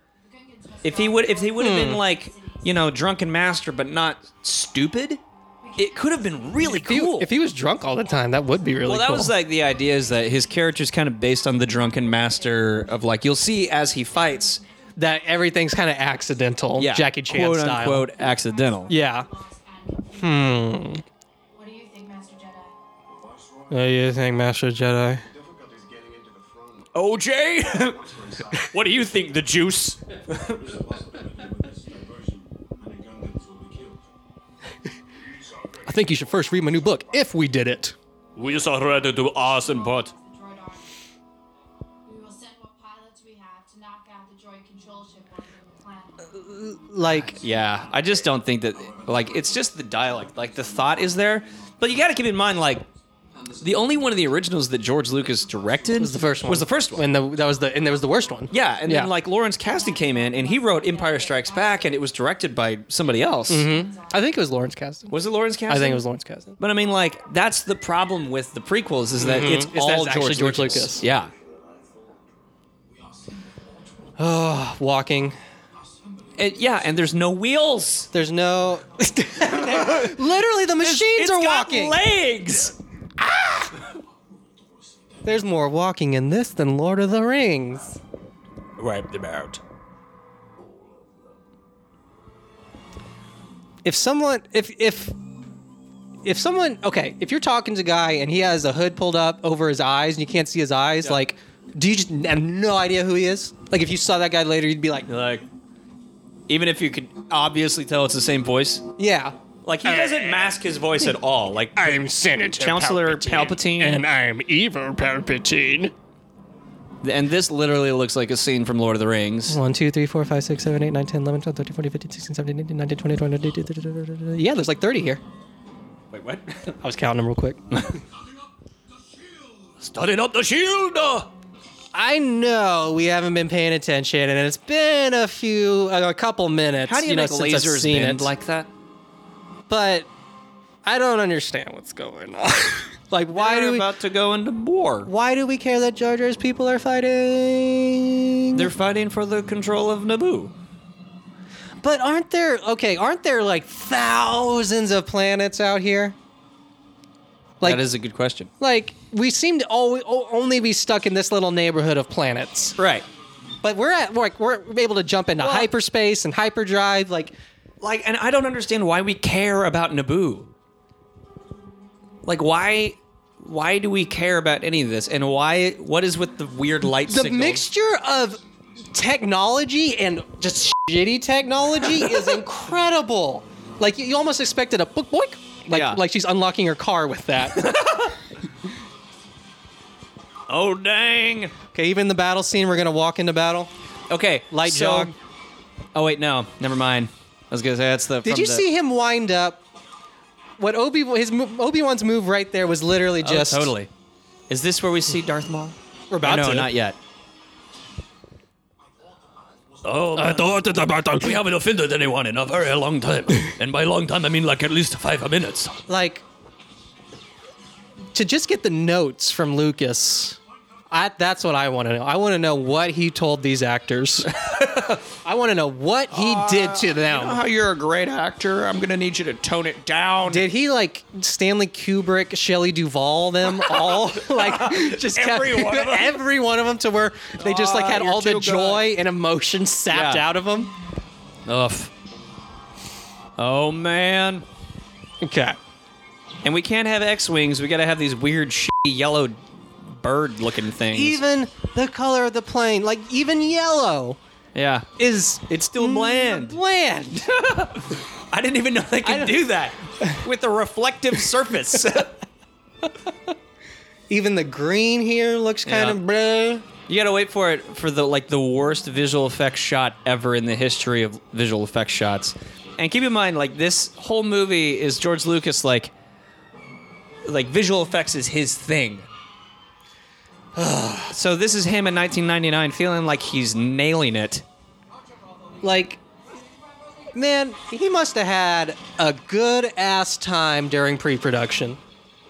Speaker 1: if he would, if they would have been
Speaker 2: Hmm.
Speaker 1: like, you know, drunken master but not stupid, it could have been really
Speaker 2: If he-
Speaker 1: cool.
Speaker 2: If he was drunk all the time, that would be really
Speaker 1: well, that
Speaker 2: cool.
Speaker 1: was like the idea is that his character is kind of based on the drunken master of like you'll see as he fights
Speaker 2: that everything's kind of accidental,
Speaker 1: yeah,
Speaker 2: Jackie Chan
Speaker 1: quote
Speaker 2: style.
Speaker 1: unquote accidental.
Speaker 2: Yeah. Hmm. What do you think, Master Jedi?
Speaker 6: OJ? what do you think, the juice?
Speaker 2: I think you should first read my new book, If We Did It.
Speaker 6: we just are ready to ask and put.
Speaker 9: We will send what pilots we have to knock out the droid control ship on the planet.
Speaker 2: Like,
Speaker 1: Yeah, I just don't think that like it's just the dialect. Like the thought is there, but you got to keep in mind like The only one of the originals that George Lucas directed was the first one. Was the first one. And
Speaker 2: the, that was the and that was the worst one.
Speaker 1: Yeah, and
Speaker 2: Yeah.
Speaker 1: then like Lawrence Kasdan came in and he wrote Empire Strikes Back, and it was directed by somebody else.
Speaker 2: Mhm. I think it was Lawrence Kasdan.
Speaker 1: Was it Lawrence Kasdan?
Speaker 2: I think it was Lawrence Kasdan.
Speaker 1: But I mean, like that's the problem with the prequels is that
Speaker 2: Mhm.
Speaker 1: it's
Speaker 2: Is that
Speaker 1: all
Speaker 2: it's
Speaker 1: George,
Speaker 2: actually George
Speaker 1: Lucas.
Speaker 2: Lucas.
Speaker 1: Yeah.
Speaker 2: Oh, walking.
Speaker 1: And- yeah, and there's no wheels.
Speaker 2: There's no. Literally, the machines are walking.
Speaker 1: legs.
Speaker 2: There's more walking in this than Lord of the Rings.
Speaker 1: Wipe them out.
Speaker 2: If someone, if if if someone, okay, if you're talking to a guy and he has a hood pulled up over his eyes and you can't see his eyes, like, do you just have no idea who he is? Like, if you saw that guy later, you'd be like,
Speaker 1: like, even if you could obviously tell it's the same voice.
Speaker 2: yeah.
Speaker 1: Like he doesn't mask his voice at all. Like
Speaker 14: I'm Senator
Speaker 1: Chancellor
Speaker 14: Palpatine,
Speaker 1: Palpatine.
Speaker 14: and I'm evil Palpatine.
Speaker 1: And this literally looks like a scene from Lord of the Rings.
Speaker 2: 1, 2, 3, 4, 5, 6, 7, 8, 9, 10, 11, 12, 13, 14, 15, 16, 17, 18, 19, 20, 21, 22, 23, 24. Yeah, there's like 30 here.
Speaker 1: Wait, what?
Speaker 2: I was counting them real quick.
Speaker 1: Studying up the shield.
Speaker 2: I know we haven't been paying attention, and it's been a few, a couple minutes.
Speaker 1: How do you,
Speaker 2: know,
Speaker 1: make
Speaker 2: since I've
Speaker 1: lasers
Speaker 2: seen
Speaker 1: bend
Speaker 2: it.
Speaker 1: like that?
Speaker 2: But I don't understand what's going on. like, why do we
Speaker 1: about to go into war?
Speaker 2: Why do we care that Jar Jar's people are fighting?
Speaker 1: They're fighting for the control of Naboo.
Speaker 2: But aren't there okay? Aren't there like thousands of planets out here? Like-
Speaker 1: that is a good question.
Speaker 2: Like we seem to always, only be stuck in this little neighborhood of planets,
Speaker 1: right?
Speaker 2: But we're at like we're able to jump into hyperspace and hyperdrive, like.
Speaker 1: Like, and I don't understand why we care about Naboo. Like, why, why do we care about any of this? And why? What is with the weird light
Speaker 2: the
Speaker 1: signals?
Speaker 2: mixture of technology and just shitty technology is incredible. Like you- you almost expected a book boink. Like like she's unlocking her car with that.
Speaker 1: oh dang.
Speaker 2: Okay, even the battle scene, we're gonna walk into battle.
Speaker 1: Okay,
Speaker 2: light
Speaker 1: so-
Speaker 2: jog.
Speaker 1: Oh wait, no, never mind. I was gonna say that's the.
Speaker 2: Did
Speaker 1: from
Speaker 2: you
Speaker 1: the-
Speaker 2: see him wind up? What Obi his Obi Wan's move right there was literally
Speaker 1: Oh,
Speaker 2: just
Speaker 1: totally. Is this where we see Darth Maul?
Speaker 2: We're about
Speaker 1: Oh, no,
Speaker 2: to.
Speaker 1: not yet.
Speaker 6: Oh, I thought that about we haven't offended anyone in a very long time, and by long time I mean like at least five minutes.
Speaker 2: like to just get the notes from Lucas. I, that's what I want to know. I want to know what he told these actors. I want to know what he did to them.
Speaker 14: Uh, You know how Oh, you're a great actor? I'm gonna need you to tone it down.
Speaker 2: Did he like Stanley Kubrick, Shelley Duvall, them all? like just kept-
Speaker 14: Every one of 'em?
Speaker 2: every one of them to where they just like
Speaker 14: Ah,
Speaker 2: had
Speaker 14: you're
Speaker 2: all the
Speaker 14: too good.
Speaker 2: joy and emotion sapped
Speaker 1: Yeah.
Speaker 2: out of them.
Speaker 1: Ugh. Oh man.
Speaker 2: Okay.
Speaker 1: And we can't have X wings. We gotta have these weird shitty yellow bird looking things.
Speaker 2: Even the color of the plane, like even yellow,
Speaker 1: yeah.
Speaker 2: is
Speaker 1: it's still bland.
Speaker 2: Bland.
Speaker 1: I didn't even know they could do that with a reflective surface.
Speaker 2: even the green here looks kind of bleh.
Speaker 1: You gotta wait for it for the like the worst visual effects shot ever in the history of visual effects shots. And keep in mind, like this whole movie is George Lucas like like visual effects is his thing. so this is him in 1999 feeling like he's nailing it.
Speaker 2: like man he must have had a good ass time during pre-production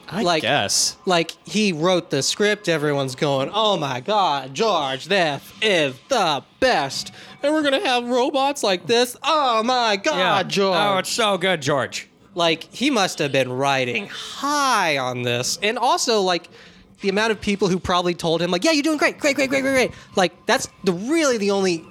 Speaker 1: I
Speaker 2: like,
Speaker 1: guess.
Speaker 2: Like he wrote the script, everyone's going, "Oh my god, George, that is the best." And we're gonna have robots like this. Oh my god,
Speaker 1: Yeah.
Speaker 2: George!
Speaker 1: Oh, it's so good, George.
Speaker 2: Like he must have been writing high on this, and also like the amount of people who probably told him, like, "Yeah, you're doing great, great, great, great, great, great." Like that's the really the only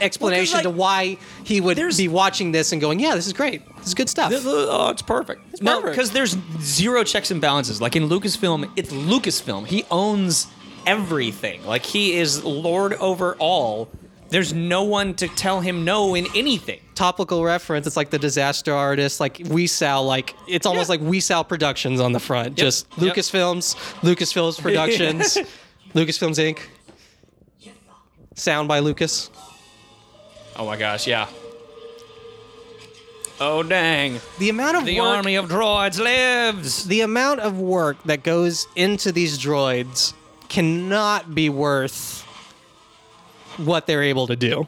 Speaker 2: explanation to why he would be watching this and going, "Yeah, this is great. This is good stuff."
Speaker 1: Oh, it's perfect. It's no, because there's zero checks and balances. Like in Lucasfilm, it's Lucasfilm. He owns everything. Like he is lord over all. There's no one to tell him no in anything.
Speaker 2: topical reference. It's like the disaster artist, like We Sal, like it's almost like We Sal Productions on the front. Just
Speaker 1: Yep.
Speaker 2: Lucasfilms, Lucasfilms Productions, Lucasfilms Inc. Sound by Lucas.
Speaker 1: Oh my gosh, yeah. Oh dang!
Speaker 2: The amount of
Speaker 1: the
Speaker 2: work-
Speaker 1: army of droids lives.
Speaker 2: The amount of work that goes into these droids cannot be worth what they're able to do.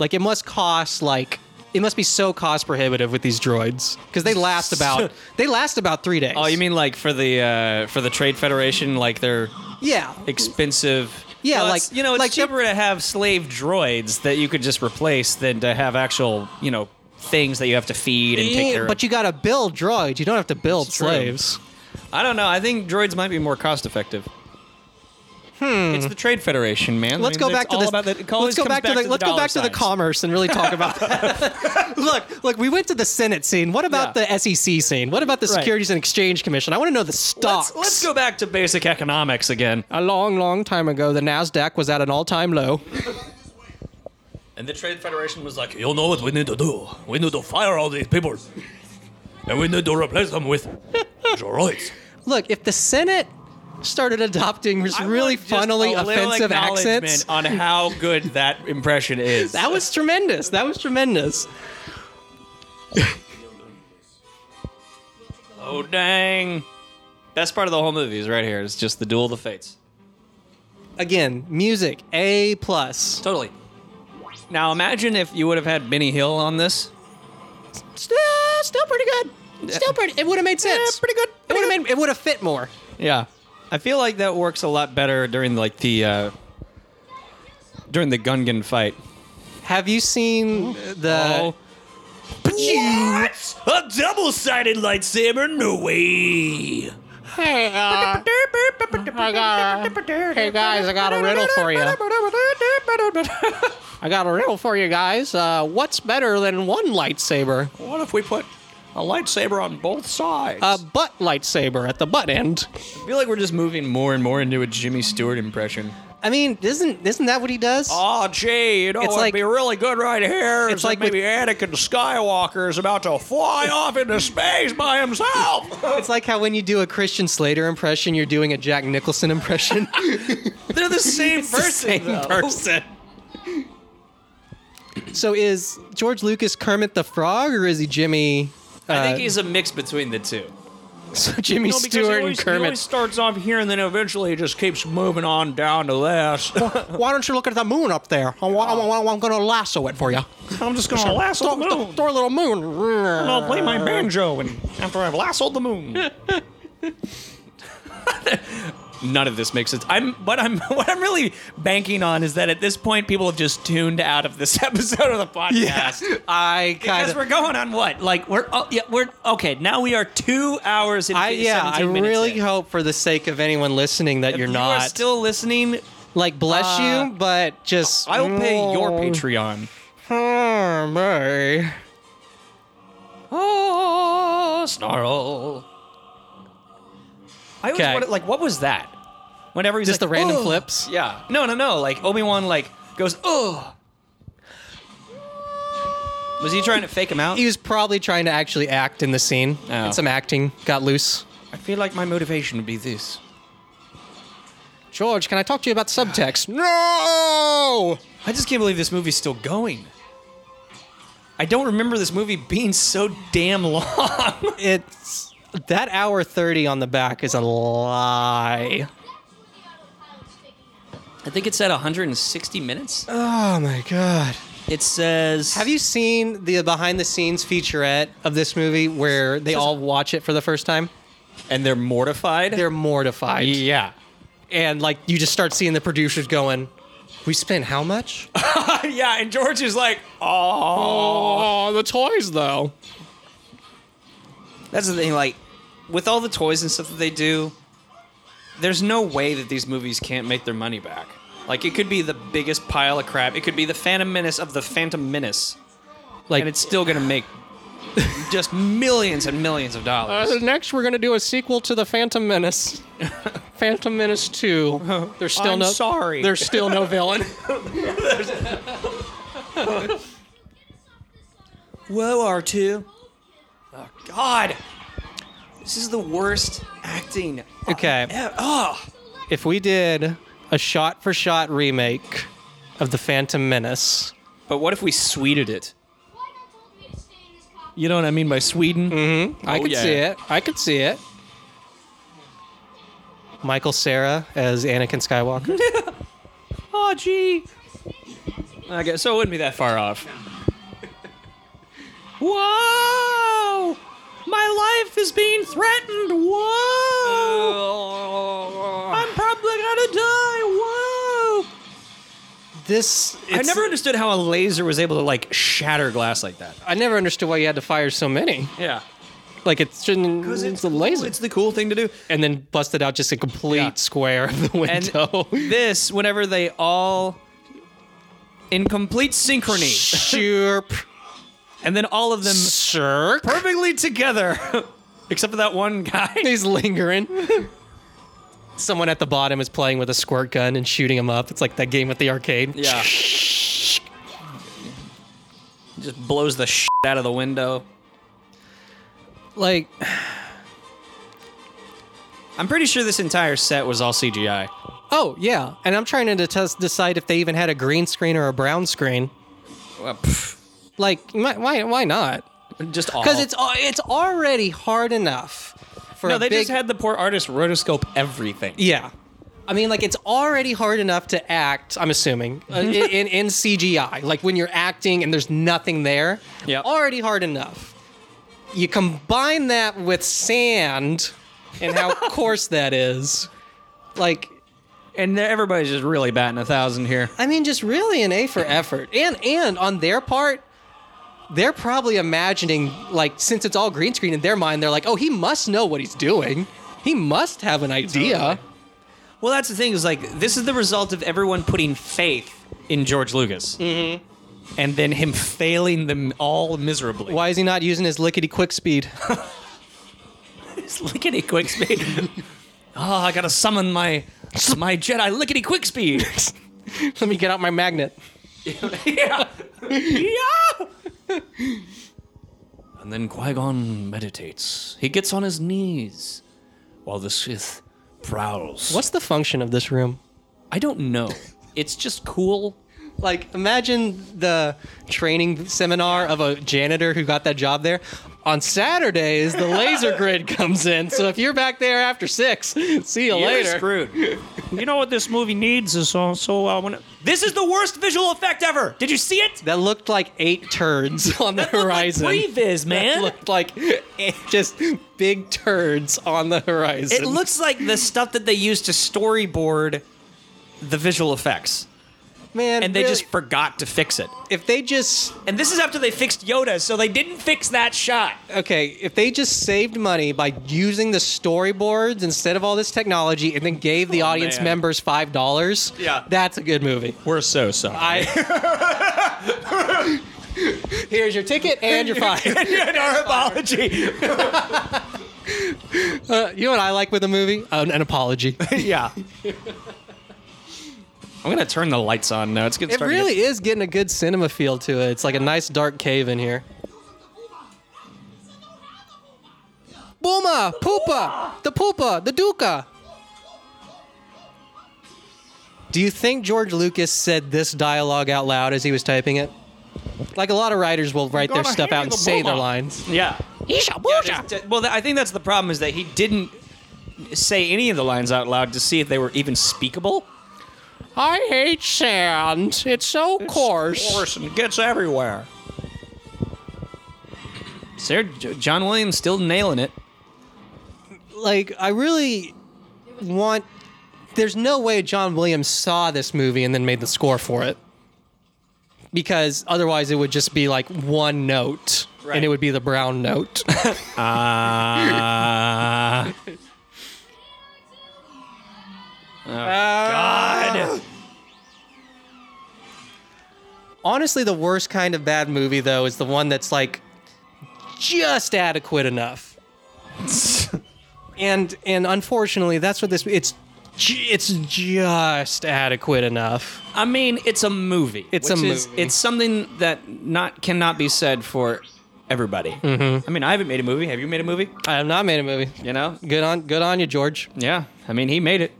Speaker 2: Like it must cost like it must be so cost prohibitive with these droids because they last about they last about three days.
Speaker 1: Oh, you mean like for the uh, for the Trade Federation, like they're
Speaker 2: Yeah.
Speaker 1: expensive.
Speaker 2: Yeah,
Speaker 1: Well,
Speaker 2: like-
Speaker 1: it's- you know, it's
Speaker 2: like
Speaker 1: cheaper to have slave droids that you could just replace than to have actual you know things that you have to feed and take care
Speaker 2: Yeah, but
Speaker 1: of.
Speaker 2: you gotta build droids. You don't have to build slaves.
Speaker 1: I don't know. I think droids might be more cost effective.
Speaker 2: Hmm.
Speaker 1: It's the Trade Federation, man.
Speaker 2: Let's
Speaker 1: I mean,
Speaker 2: go
Speaker 1: it's
Speaker 2: back to
Speaker 1: all
Speaker 2: this.
Speaker 1: about the- it
Speaker 2: let's
Speaker 1: always
Speaker 2: go
Speaker 1: comes
Speaker 2: back, to the, let's go
Speaker 1: dollar
Speaker 2: back to the
Speaker 1: signs.
Speaker 2: commerce and really talk about that. look, look, we went to the Senate scene. What about the SEC scene? What about the
Speaker 1: Right.
Speaker 2: Securities and Exchange Commission? I want to know the stocks.
Speaker 1: Let's, let's go back to basic economics again.
Speaker 2: A long, long time ago, the Nasdaq was at an all-time low.
Speaker 6: And the Trade Federation was like, you know what we need to do? We need to fire all these people. And we need to replace them with droids.
Speaker 2: Look, if the Senate started adopting this really funnily
Speaker 1: Just a little
Speaker 2: offensive
Speaker 1: acknowledgement
Speaker 2: accents,
Speaker 1: on how good that impression is.
Speaker 2: that was tremendous. That was tremendous.
Speaker 1: Oh dang! Best part of the whole movie is right here. It's just the duel of the fates.
Speaker 2: Again, music A plus.
Speaker 1: Totally. Now imagine if you would have had Benny Hill on this.
Speaker 2: Still, still pretty good. Still pretty. It would have made sense. pretty good. It would have made. It would have fit more.
Speaker 1: Yeah, I feel like that works a lot better during like the uh, during the Gungan fight. Oh.
Speaker 2: Have you
Speaker 1: Uh,
Speaker 2: seen the?
Speaker 6: What? A double-sided lightsaber? No way.
Speaker 2: Hey, uh, I got a, hey guys, I got a riddle for you. I got a riddle for you guys. Uh, what's better than one lightsaber?
Speaker 14: What if we put a lightsaber on both sides?
Speaker 2: A butt lightsaber at the butt end.
Speaker 1: I feel like we're just moving more and more into a Jimmy Stewart impression.
Speaker 2: I mean, isn't isn't that what he does?
Speaker 14: Oh, gee, you know,
Speaker 2: It's
Speaker 14: it'd
Speaker 2: like-
Speaker 14: be really good right here.
Speaker 2: it's
Speaker 14: It's
Speaker 2: like
Speaker 14: like maybe Anakin Skywalker is about to fly off into space by himself.
Speaker 2: It's like how when you do a Christian Slater impression, you're doing a Jack Nicholson impression.
Speaker 1: They're the same
Speaker 2: It's the
Speaker 1: person.
Speaker 2: same person. so is George Lucas Kermit the Frog or is he Jimmy?
Speaker 1: I think
Speaker 2: uh,
Speaker 1: he's a mix between the two.
Speaker 2: so Jimmy
Speaker 14: No, because he
Speaker 2: Stewart
Speaker 14: always-
Speaker 2: and
Speaker 14: he
Speaker 2: Kermit.
Speaker 14: always starts off here and then eventually he just keeps moving on down to this.
Speaker 2: Why don't you look at the moon up there? I wa- I wa- I wa- I'm going to lasso it for you.
Speaker 14: I'm just gonna lasso the
Speaker 2: Throw,
Speaker 14: moon.
Speaker 2: throw a little moon.
Speaker 14: And I'll play my banjo and after I've lassoed the moon.
Speaker 1: None of this makes sense. I'm what I'm what I'm really banking on is that at this point people have just tuned out of this episode of the podcast.
Speaker 2: I
Speaker 1: Because
Speaker 2: kinda-
Speaker 1: we're going on what? Like we're oh yeah, we're okay, now we are two hours and
Speaker 2: I, yeah, I
Speaker 1: 17 minutes
Speaker 2: really
Speaker 1: in.
Speaker 2: hope for the sake of anyone listening that you're
Speaker 1: you
Speaker 2: not.
Speaker 1: are still listening.
Speaker 2: like, bless
Speaker 1: Uh,
Speaker 2: you, but just. Mm,
Speaker 1: I will pay your Patreon.
Speaker 2: Patreon.
Speaker 1: Oh, snarl. I always
Speaker 2: Okay.
Speaker 1: wanted, like, what was that? Whenever he's
Speaker 2: Just
Speaker 1: like,
Speaker 2: the random
Speaker 1: "Ugh."
Speaker 2: flips?
Speaker 1: Yeah. No, no, no. Like Obi Wan, like goes, oh. Was he trying to fake him out?
Speaker 2: He was probably trying to actually act in the scene.
Speaker 1: Oh.
Speaker 2: And some acting got loose.
Speaker 1: I feel like my motivation would be this.
Speaker 2: George, can I talk to you about subtext? no.
Speaker 1: I just can't believe this movie's still going. I don't remember this movie being so damn long.
Speaker 2: It's that hour 30 on the back is a lie.
Speaker 1: I think it's at 160 minutes.
Speaker 2: Oh my god.
Speaker 1: It says.
Speaker 2: Have you seen the behind the scenes featurette of this movie where they all watch it for the first time?
Speaker 1: And they're mortified?
Speaker 2: They're mortified.
Speaker 1: Yeah.
Speaker 2: And like you just start seeing the producers going, "We spent how much?"
Speaker 1: yeah, and George is like,
Speaker 2: oh, the toys though.
Speaker 1: That's the thing, like, with all the toys and stuff that they do, there's no way that these movies can't make their money back. Like, it could be the biggest pile of crap. It could be the Phantom Menace of the Phantom Menace.
Speaker 2: Like-
Speaker 1: and it's still going to make just millions and millions of dollars.
Speaker 2: Uh, next, we're gonna do a sequel to the Phantom Menace. Phantom Menace Two. There's still
Speaker 14: I'm
Speaker 2: no.
Speaker 14: sorry.
Speaker 2: There's still no villain.
Speaker 1: Whoa, R2. Oh, God. This is the worst acting.
Speaker 2: Okay.
Speaker 1: ever. Oh.
Speaker 2: If we did a shot-for-shot remake of the Phantom Menace,
Speaker 1: But what if we sweeted it? You know what I mean by Sweden?
Speaker 2: Mm-hmm. I
Speaker 1: Oh,
Speaker 2: could
Speaker 1: yeah.
Speaker 2: see it. I could see it. Michael Sarah as Anakin Skywalker.
Speaker 1: Oh, gee. Okay, so it wouldn't be that far off.
Speaker 8: Whoa! My life is being threatened.
Speaker 2: Oh.
Speaker 1: Oh.
Speaker 8: Whoa! I'm probably gonna die. Whoa!
Speaker 2: this
Speaker 14: I never understood how a laser was able to like shatter glass like that.
Speaker 2: I never understood why you had to fire so many.
Speaker 14: Yeah.
Speaker 2: Like it shouldn't. It's, a laser. It's
Speaker 1: the cool thing to do.
Speaker 2: And then busted out just a complete square of the
Speaker 1: And
Speaker 2: window.
Speaker 1: this, whenever they all in complete synchrony,
Speaker 2: sure,
Speaker 1: and then all of them
Speaker 2: sure,
Speaker 1: perfectly together, except for that one guy.
Speaker 2: He's lingering. Someone at the bottom is playing with a squirt gun and shooting him up. It's like that game at the arcade.
Speaker 1: Yeah. Just blows the shit out of the window.
Speaker 2: Like,
Speaker 1: I'm pretty sure this entire set was all CGI.
Speaker 2: Oh yeah, and I'm trying to test, decide if they even had a green screen or a brown screen.
Speaker 1: Well, pff,
Speaker 2: Like, why why, why not?
Speaker 1: just all.
Speaker 2: Because it's al- it's already hard enough for
Speaker 1: no,
Speaker 2: a
Speaker 1: they
Speaker 2: big,
Speaker 1: just had the poor artist rotoscope everything.
Speaker 2: yeah. I mean, like it's already hard enough to act. I'm assuming uh, in, in in CGI, like when you're acting and there's nothing there. Yeah, already hard enough. You combine that with sand and how coarse that is, like.
Speaker 1: And they're- everybody's just really batting a thousand here.
Speaker 2: I mean, just really an A for effort. And and on their part, they're probably imagining like since it's all green screen in their mind, they're like, oh, he must know what he's doing. He must have an idea.
Speaker 14: Well, that's the thing is like this is the result of everyone putting faith
Speaker 1: in George Lucas. Mm-hmm. And then him failing them all miserably.
Speaker 2: Why is he not using his lickety quick speed?
Speaker 1: His lickety quick speed. oh,
Speaker 14: Ah,
Speaker 1: I gotta summon my my Jedi lickety quick speed.
Speaker 2: Let me get out my magnet.
Speaker 1: yeah. yeah. And then Qui Gon meditates. He gets on his knees while the Sith prowls.
Speaker 2: What's the function of this room?
Speaker 1: I don't know. It's just cool.
Speaker 2: Like, imagine the training seminar of a janitor who got that job there. On Saturdays, the laser grid comes in. So if you're back there after six, see you
Speaker 7: You're
Speaker 2: later.
Speaker 1: screwed.
Speaker 7: You know what this movie needs is so so. Uh, when it,
Speaker 14: this is the worst visual effect ever. Did you see it?
Speaker 2: That looked like eight turds on the horizon.
Speaker 14: pre-vis, man.
Speaker 2: That looked like just big turds on the horizon.
Speaker 14: It looks like the stuff that they used to storyboard the visual effects.
Speaker 2: man,
Speaker 14: And they
Speaker 2: really-
Speaker 14: just forgot to fix it.
Speaker 2: if they just
Speaker 14: And this is after they fixed Yoda, so they didn't fix that shot.
Speaker 2: okay, if they just saved money by using the storyboards instead of all this technology, and then gave the audience
Speaker 14: Oh, man.
Speaker 2: members five dollars,
Speaker 14: Yeah.
Speaker 2: that's a good movie.
Speaker 14: We're so sorry.
Speaker 2: I. Here's your ticket and your five.
Speaker 14: and our apology.
Speaker 2: Uh, you know what I like with a movie? An, an apology.
Speaker 14: yeah.
Speaker 1: I'm gonna turn the lights on now. It's getting
Speaker 2: It
Speaker 1: starting to
Speaker 2: really is getting a good cinema feel to it. It's like a nice dark cave in here. Booma, poopa, the poopa, the duca. Do you think George Lucas said this dialogue out loud as he was typing it? Like a lot of writers will write their
Speaker 14: Gonna
Speaker 2: stuff
Speaker 14: hand
Speaker 2: out and
Speaker 14: you the
Speaker 2: say
Speaker 14: booma.
Speaker 2: their lines.
Speaker 1: Yeah.
Speaker 14: Yeah, there's- well, I think that's the problem is that he didn't say any of the lines out loud to see if they were even speakable.
Speaker 2: I hate sand. It's so coarse.
Speaker 24: Horse and gets everywhere.
Speaker 1: Sir J- John Williams still nailing it.
Speaker 2: like I really want. There's no way John Williams saw this movie and then made the score for it, because otherwise it would just be like one note, and it would be the brown note.
Speaker 14: Ah.
Speaker 2: God. Honestly, the worst kind of bad movie though is the one that's like just adequate enough. and and unfortunately, that's what this it's ju- it's just adequate enough.
Speaker 1: I mean, it's a movie.
Speaker 2: It's a
Speaker 1: which is-
Speaker 2: movie.
Speaker 1: it's something that not cannot be said for everybody.
Speaker 14: Mm-hmm.
Speaker 1: I mean, I haven't made a movie. Have you made a movie?
Speaker 2: I have not made a movie.
Speaker 1: You know?
Speaker 2: Good on good on you, George.
Speaker 1: Yeah. I mean, he made it.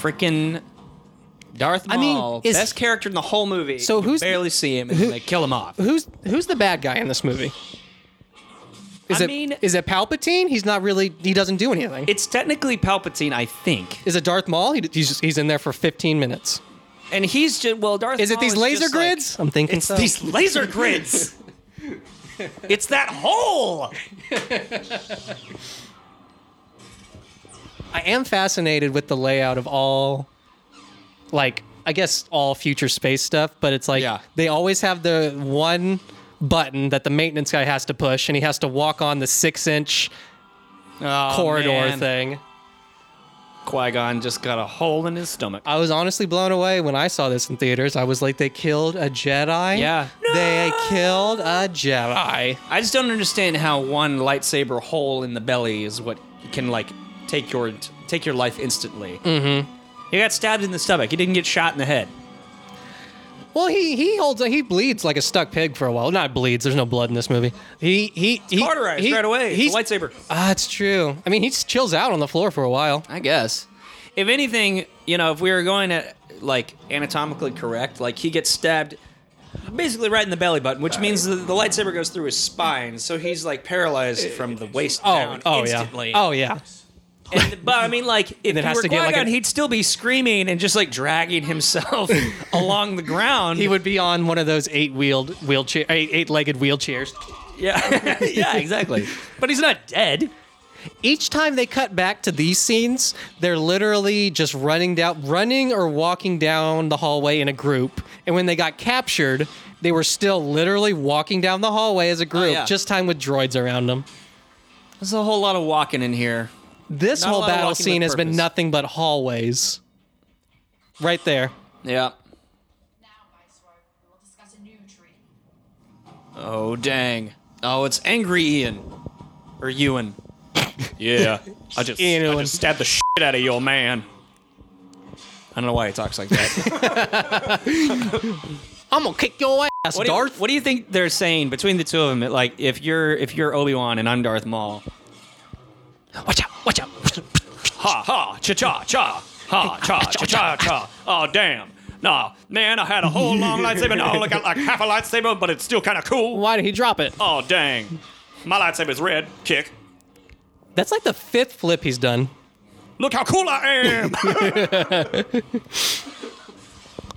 Speaker 1: Freaking
Speaker 14: Darth Maul,
Speaker 2: I mean, is-
Speaker 14: best character in the whole movie.
Speaker 2: So
Speaker 14: You
Speaker 2: who's-
Speaker 14: barely see him and
Speaker 2: who-
Speaker 14: they kill him off?
Speaker 2: Who's who's the bad guy in this movie? Is
Speaker 14: I
Speaker 2: it
Speaker 14: mean-
Speaker 2: is it Palpatine? He's not really. He doesn't do anything.
Speaker 14: It's technically Palpatine, I think.
Speaker 2: Is it Darth Maul? He, he's just, he's in there for 15 minutes.
Speaker 14: And he's just well, Darth.
Speaker 2: Is it
Speaker 14: Maul
Speaker 2: these laser
Speaker 14: just like-
Speaker 2: grids? I'm thinking
Speaker 14: it's
Speaker 2: so.
Speaker 14: these laser grids. it's that hole.
Speaker 2: I am fascinated with the layout of all, like I guess all future space stuff, but it's like they always have the one button that the maintenance guy has to push, and he has to walk on the six inch corridor
Speaker 14: Oh, man.
Speaker 2: thing.
Speaker 14: Qui Gon just got a hole in his stomach.
Speaker 2: I was honestly blown away when I saw this in theaters. I was like, they killed a Jedi.
Speaker 14: Yeah. Ah.
Speaker 2: they killed a Jedi.
Speaker 14: I just don't understand how one lightsaber hole in the belly is what can like take your take your life instantly.
Speaker 2: Mm-hmm.
Speaker 14: He got stabbed in the stomach. He didn't get shot in the head.
Speaker 2: Well, he he holds he bleeds like a stuck pig for a while. Not bleeds. There's no blood in this movie. He he he
Speaker 14: Cauterized
Speaker 2: he-
Speaker 14: right away.
Speaker 2: He's
Speaker 14: He's lightsaber.
Speaker 2: ah, it's true. I mean, he just chills out on the floor for a while.
Speaker 14: I guess. If anything, you know, if we were going at like anatomically correct, like he gets stabbed basically right in the belly button, which means the, the lightsaber goes through his spine, so he's like paralyzed from the waist down
Speaker 2: oh
Speaker 14: instantly.
Speaker 2: yeah. Oh yeah.
Speaker 14: And, but I mean, like, if
Speaker 2: And it
Speaker 14: he
Speaker 2: has
Speaker 14: were
Speaker 2: to get, like,
Speaker 14: Qui-Gon,
Speaker 2: an-
Speaker 14: he'd still be screaming and just like dragging himself along the ground.
Speaker 2: He would be on one of those eight wheeled wheelchair, eight eight legged wheelchairs.
Speaker 14: Yeah, yeah, exactly. But he's not dead.
Speaker 2: Each time they cut back to these scenes, they're literally just running down, running or walking down the hallway in a group. And when they got captured, they were still literally walking down the hallway as a group,
Speaker 14: Oh, yeah.
Speaker 2: just time with droids around them.
Speaker 14: There's a whole lot of walking in here.
Speaker 2: This
Speaker 14: Not a
Speaker 2: whole
Speaker 14: lot of
Speaker 2: battle
Speaker 14: walking
Speaker 2: scene
Speaker 14: with
Speaker 2: has been
Speaker 14: purpose.
Speaker 2: nothing but hallways. Right there.
Speaker 14: Yeah. Oh dang! Oh, it's angry Ian or Ewan. Yeah, I just I just stabbed the shit out of your man. I don't know why he talks like that.
Speaker 2: I'm gonna kick your ass,
Speaker 14: what, do you, what do you think they're saying between the two of them? Like, if you're if you're Obi Wan and I'm Darth Maul, watch out, watch out.
Speaker 6: Ha ha, cha cha cha. Ha cha cha cha cha. Oh damn. Nah, man, I had a whole long lightsaber. Now I only got like half a lightsaber, but it's still kind of cool.
Speaker 2: Why did he drop it?
Speaker 6: Oh dang. My lightsaber's red. Kick.
Speaker 2: That's like the fifth flip he's done.
Speaker 6: Look how cool I am.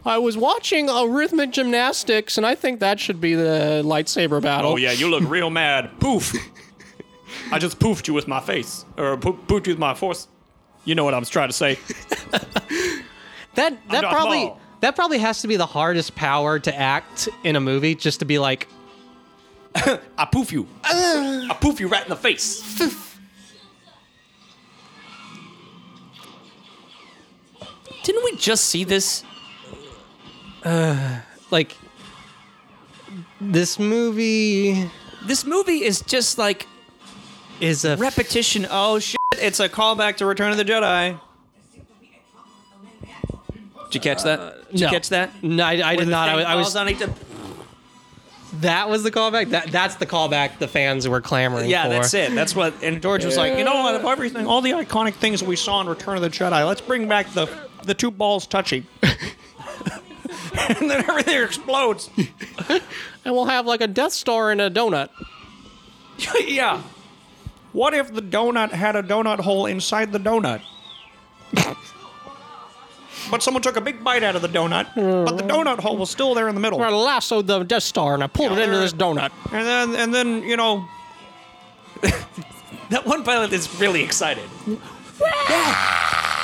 Speaker 2: I was watching a rhythmic gymnastics, and I think that should be the lightsaber battle.
Speaker 6: Oh yeah, you look real mad. Poof. I just poofed you with my face, or poo- poofed you with my force. You know what I'm trying to say.
Speaker 2: that that
Speaker 6: Darth
Speaker 2: probably
Speaker 6: Maul.
Speaker 2: that probably has to be the hardest power to act in a movie, just to be like,
Speaker 14: I poof you. I poof you right in the face. Didn't we just see this?
Speaker 2: uh, like this movie
Speaker 14: This movie is just like
Speaker 2: is a
Speaker 14: repetition. Oh shit! It's a callback to Return of the Jedi. Did you catch that? Did
Speaker 2: no.
Speaker 14: you catch that?
Speaker 2: No, I, I
Speaker 14: Where
Speaker 2: did
Speaker 14: the
Speaker 2: not. I
Speaker 14: thing
Speaker 2: was, I was
Speaker 14: falls on each-
Speaker 2: that was the callback. That that's the callback the fans were clamoring
Speaker 7: Yeah,
Speaker 2: for.
Speaker 7: that's
Speaker 14: it. That's what. And
Speaker 7: George was like, you know, out of everything, all the iconic things we saw in Return of the Jedi, let's bring back the the two balls touching.
Speaker 14: and then everything explodes.
Speaker 2: and we'll have like a Death Star and a donut.
Speaker 7: yeah. What if the donut had a donut hole inside the donut? but someone took a big bite out of the donut, but the donut hole was still there in the middle.
Speaker 2: I lassoed the Death Star and I pulled it into this donut.
Speaker 7: And then, and then, you know,
Speaker 14: That one pilot is really excited.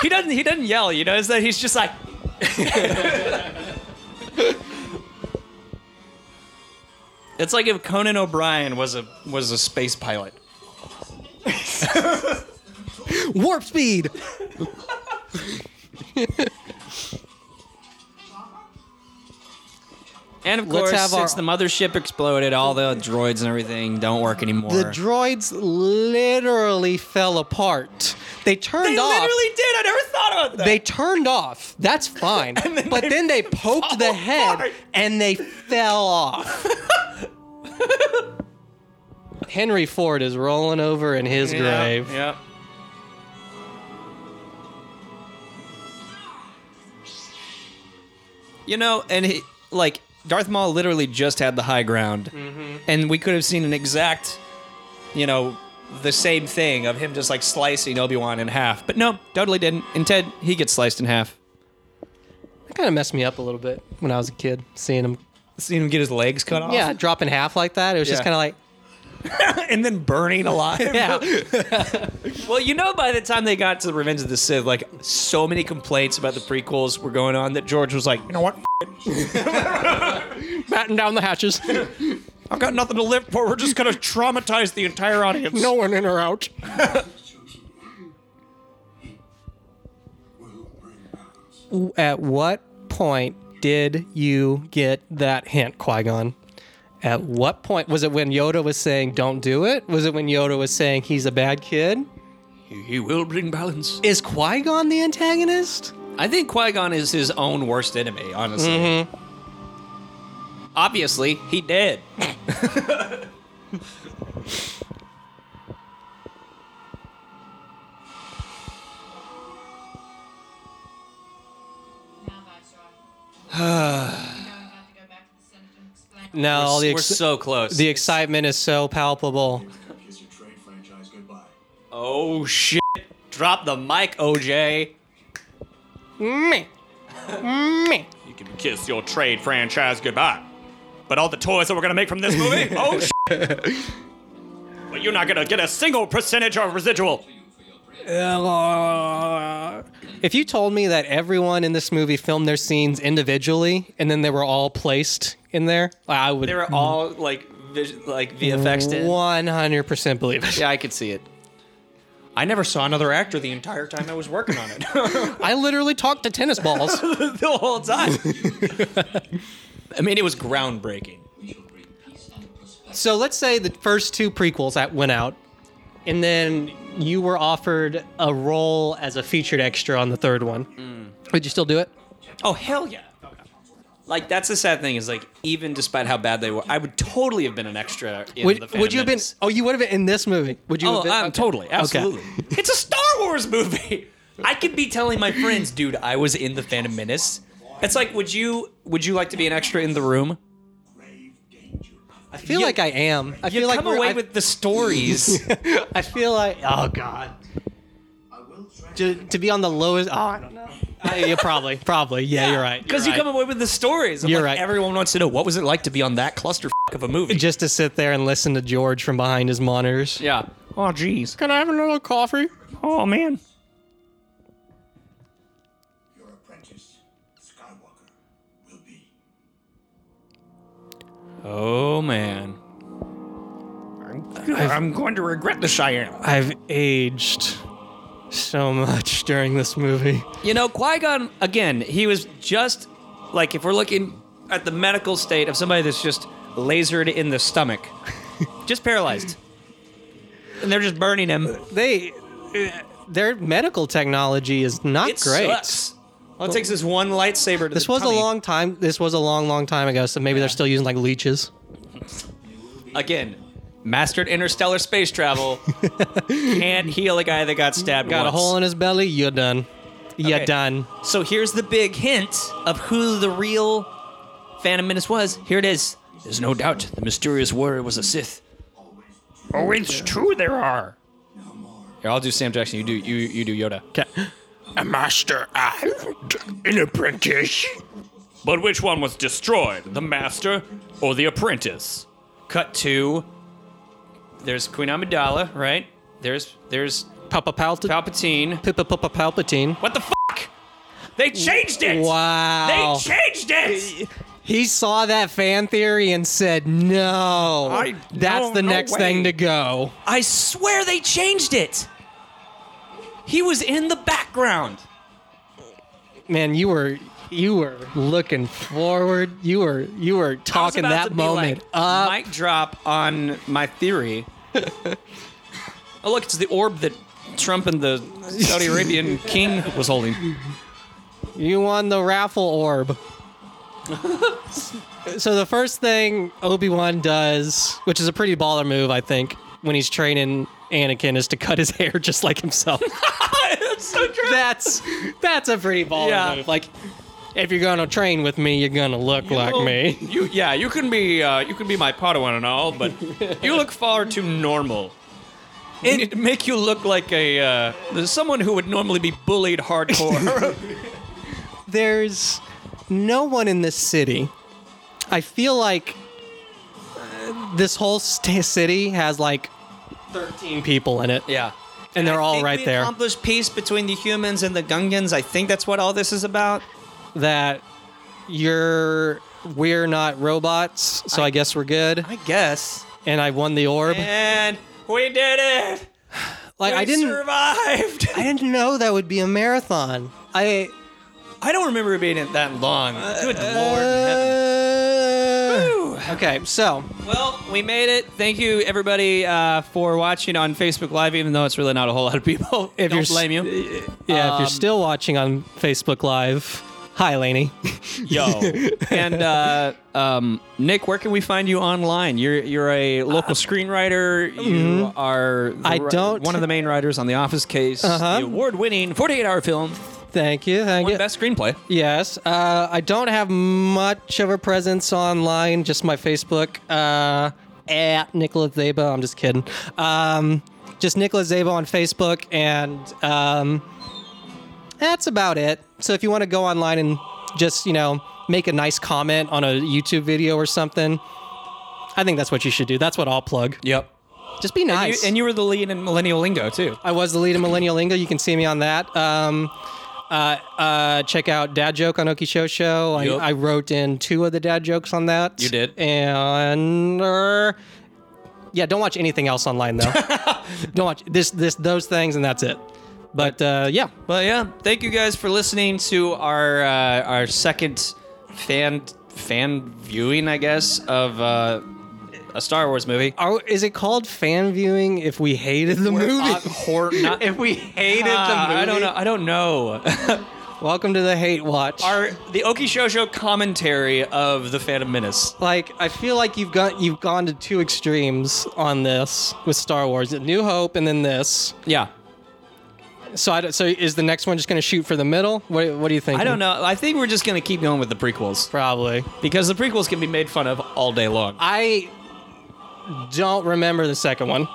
Speaker 14: he doesn't. He doesn't yell. You know, it's that he's just like. it's like if Conan O'Brien was a was a space pilot.
Speaker 2: Warp speed.
Speaker 14: And of
Speaker 2: Let's
Speaker 14: course,
Speaker 2: have our-
Speaker 14: since the mothership exploded, all the droids and everything don't work anymore.
Speaker 2: The droids literally fell apart. They turned
Speaker 14: they
Speaker 2: off.
Speaker 14: literally did. I never thought about that.
Speaker 2: They turned off. That's fine. but then they poked the head and they fell off. Henry Ford is rolling over in his
Speaker 14: Yeah,
Speaker 2: grave.
Speaker 14: Yeah. You know, and he, like Darth Maul literally just had the high ground,
Speaker 1: Mhm.
Speaker 14: and we could have seen an exact, you know, the same thing of him just like slicing Obi Wan in half. But no, totally didn't. And Ted, he gets sliced in half.
Speaker 2: That kind of messed me up a little bit when I was a kid, seeing him,
Speaker 14: seeing him get his legs cut off?
Speaker 2: Yeah, drop in half like that. It was just
Speaker 14: Yeah.
Speaker 2: kind of like,
Speaker 14: and then burning alive.
Speaker 2: Yeah.
Speaker 14: well, you know, by the time they got to the Revenge of the Sith, like so many complaints about the prequels were going on that George was like, you know what,
Speaker 2: batten down the hatches.
Speaker 24: I've got nothing to live for. We're just gonna traumatize the entire audience.
Speaker 2: No one in or out. At what point did you get that hint, Qui Gon? At what point was it when Yoda was saying "Don't do it"? Was it when Yoda was saying he's a bad kid?
Speaker 14: he, he will bring balance.
Speaker 2: Is Qui Gon the antagonist?
Speaker 14: I think Qui Gon is his own worst enemy, honestly. Obviously, he did.
Speaker 2: No,
Speaker 14: We're s-
Speaker 2: the
Speaker 14: we're so close.
Speaker 2: The excitement is so palpable.
Speaker 4: Kiss your trade franchise goodbye.
Speaker 14: Oh shit! Drop the mic, OJ.
Speaker 2: Me. Me.
Speaker 24: You can kiss your trade franchise goodbye. But all the toys that we're gonna make from this movie, oh shit! But you're not gonna get a single percentage of residual.
Speaker 2: If you told me that everyone in this movie filmed their scenes individually and then they were all placed in there, I would.
Speaker 14: They were all like, vis- like VFX did.
Speaker 2: One hundred percent believe it.
Speaker 14: Yeah, I could see it. I never saw another actor the entire time I was working on it.
Speaker 2: I literally talked to tennis balls.
Speaker 14: the whole time. I mean, it was groundbreaking.
Speaker 2: So let's say the first two prequels that went out, and then you were offered a role as a featured extra on the third one.
Speaker 14: Mm.
Speaker 2: Would you still do it?
Speaker 14: Oh hell yeah! Like that's the sad thing is like even despite how bad they were, I would totally have been an extra. In the
Speaker 2: Would,
Speaker 14: Phantom
Speaker 2: would you have been?
Speaker 14: Menace.
Speaker 2: Oh, you would have been in this movie. Would you?
Speaker 14: Oh,
Speaker 2: have been,
Speaker 14: I'm
Speaker 2: okay.
Speaker 14: totally,
Speaker 2: Okay.
Speaker 14: absolutely. it's a Star Wars movie. I could be telling my friends, dude, I was in the Phantom Menace. It's like, would you would you like to be an extra in the room?
Speaker 2: I feel like I am. I
Speaker 14: you
Speaker 2: feel like
Speaker 14: come
Speaker 2: we're-
Speaker 14: away
Speaker 2: I-
Speaker 14: with the stories.
Speaker 2: I feel like oh god. To, to be on the lowest. Oh, I don't know. I, yeah, probably, probably. Yeah, you're right.
Speaker 14: Because you
Speaker 2: you're right.
Speaker 14: come away with the stories. I'm
Speaker 2: You're
Speaker 14: like,
Speaker 2: right.
Speaker 14: Everyone wants to know what was it like to be on that cluster of a movie.
Speaker 2: just to sit there and listen to George from behind his monitors.
Speaker 14: Yeah.
Speaker 7: Oh, jeez.
Speaker 2: Can I have another coffee?
Speaker 7: Oh, man.
Speaker 14: Oh man.
Speaker 24: I'm going to regret this I am.
Speaker 2: I've aged so much during this movie.
Speaker 14: You know, Qui Gon, again, he was just like, if we're looking at the medical state of somebody that's just lasered in the stomach, just paralyzed. And they're just burning him.
Speaker 2: They, uh, their medical technology is not
Speaker 14: It
Speaker 2: great.
Speaker 14: sucks. All it takes is one lightsaber to
Speaker 2: This
Speaker 14: the
Speaker 2: was
Speaker 14: tummy.
Speaker 2: a long time. This was a long, long time ago. So maybe they're still using like leeches.
Speaker 14: Again, mastered interstellar space travel. can't heal a guy that got stabbed
Speaker 2: Got a
Speaker 14: once.
Speaker 2: hole in his belly. You're done. You're
Speaker 14: Okay.
Speaker 2: done.
Speaker 14: So here's the big hint of who the real Phantom Menace was. Here it is. There's no doubt the mysterious warrior was a Sith.
Speaker 7: Oh, it's true there are.
Speaker 14: Here, I'll do Sam Jackson. You do you you do Yoda.
Speaker 24: A master and an apprentice. But which one was destroyed, the master or the apprentice?
Speaker 14: Cut to. There's Queen Amidala, right? There's there's
Speaker 2: Papa Palpatine.
Speaker 14: Palpatine.
Speaker 2: Pippa Papa Palpatine.
Speaker 14: What the fuck? They changed it.
Speaker 2: Wow.
Speaker 14: They changed it.
Speaker 2: He saw that fan theory and said, "No,
Speaker 14: I-
Speaker 2: that's
Speaker 14: no,
Speaker 2: the
Speaker 14: no
Speaker 2: next
Speaker 14: way."
Speaker 2: thing to go."
Speaker 14: I swear they changed it. He was in the background.
Speaker 2: Man, you were you were looking forward. You were you were
Speaker 14: I was
Speaker 2: talking
Speaker 14: about
Speaker 2: that
Speaker 14: to be
Speaker 2: moment
Speaker 14: like,
Speaker 2: up.
Speaker 14: Mic drop on my theory. oh look, it's the orb that Trump and the Saudi Arabian king was holding.
Speaker 2: You won the raffle orb. so the first thing Obi-Wan does, which is a pretty baller move, I think, when he's training Anakin is to cut his hair just like himself.
Speaker 14: That's so true.
Speaker 2: that's that's a pretty baller
Speaker 14: Yeah.
Speaker 2: move. Like If you're gonna train with me, you're gonna look like me.
Speaker 24: You, yeah, you can be uh, you can be my Padawan and all, but you look far too normal. It make you look like a uh, someone who would normally be bullied hardcore.
Speaker 2: There's no one in this city. I feel like uh, this whole st- city has like 13 people in it.
Speaker 14: Yeah.
Speaker 2: And they're all right
Speaker 14: we
Speaker 2: there.
Speaker 14: Accomplished peace between the humans and the Gungans. I think that's what all this is about.
Speaker 2: that you're we're not robots, so I, guess we're good. I
Speaker 14: guess.
Speaker 2: And I won the orb.
Speaker 14: And we did it.
Speaker 2: like
Speaker 14: we
Speaker 2: I didn't
Speaker 14: survived.
Speaker 2: I didn't know that would be a marathon. I
Speaker 14: I don't remember it being that long. Good lord.
Speaker 2: Uh, okay, so
Speaker 14: Well, we made it. Thank you, everybody, uh, for watching on Facebook Live, even though it's really not a whole lot of people. If Don't
Speaker 2: you're s-
Speaker 14: blame you.
Speaker 2: yeah, if you're
Speaker 14: Um,
Speaker 2: still watching on Facebook Live, hi Laney.
Speaker 14: Yo. and uh, um, Nick, where can we find you online? You're you're a local screenwriter. You
Speaker 2: mhm.
Speaker 14: are the
Speaker 2: Uh, I
Speaker 14: ri-
Speaker 2: don't-
Speaker 14: one of the main writers on The Office Case,
Speaker 2: Uh-huh.
Speaker 14: the award-winning 48-hour film,
Speaker 2: Thank you. Thank
Speaker 14: one
Speaker 2: you.
Speaker 14: best screenplay.
Speaker 2: Yes, uh, I don't have much of a presence online, just my Facebook uh, at Nicholas Zaba. I'm just kidding. Um, just Nicholas Zaba on Facebook, and um, that's about it. So if you want to go online and just you know make a nice comment on a YouTube video or something, I think that's what you should do. That's what I'll plug.
Speaker 14: Yep.
Speaker 2: Just be
Speaker 14: And you-
Speaker 2: nice.
Speaker 14: And you, were the lead in Millennial Lingo too.
Speaker 2: I was the lead in Millennial Lingo. You can see me on that. Um, uh, uh, check out Dad Joke on Okie Show Show. I,
Speaker 14: Yep.
Speaker 2: I wrote in two of the dad jokes on that.
Speaker 14: You did.
Speaker 2: And uh, yeah, don't watch anything else online though. don't watch this, this, those things, and that's it. But uh, yeah,
Speaker 14: But yeah, thank you guys for listening to our uh, our second fan fan viewing, I guess, of uh, a Star Wars movie.
Speaker 2: Are, is it called fan viewing if we hated the movie?
Speaker 14: if we hated
Speaker 2: the
Speaker 14: Ah, I don't
Speaker 2: movie?
Speaker 14: know. I don't know.
Speaker 2: Welcome to the hate watch.
Speaker 14: our the Oki Shoujo commentary of the Phantom Menace.
Speaker 2: like I feel like you've got you've gone to two extremes on this with Star Wars, New Hope, and then this.
Speaker 14: Yeah.
Speaker 2: So I don't- so is the next one just going to shoot for the middle? What what do you think?
Speaker 14: I don't know. I think we're just gonna keep going with the prequels,
Speaker 2: probably,
Speaker 14: because the prequels can be made fun of all day long.
Speaker 2: I don't remember the second one.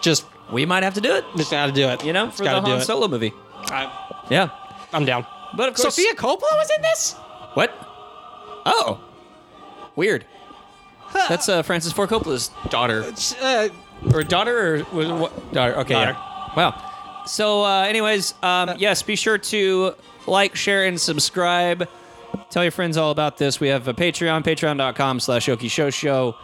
Speaker 2: Just
Speaker 14: we might have to do it.
Speaker 2: Just got to do it. You
Speaker 14: know, for the Han Solo movie. yeah,
Speaker 2: I'm down.
Speaker 14: But of course,
Speaker 2: Sophia Coppola was in this.
Speaker 14: What? Oh, weird. That's uh, Francis Ford Coppola's daughter,
Speaker 2: Uh,
Speaker 14: or daughter, or was it what? daughter? Okay,
Speaker 2: Daughter.
Speaker 14: yeah. Wow. So, uh, anyways, um, yes, be sure to like, share, and subscribe. Tell your friends all about this. We have a Patreon, Patreon.com/slash Yoki Show Show,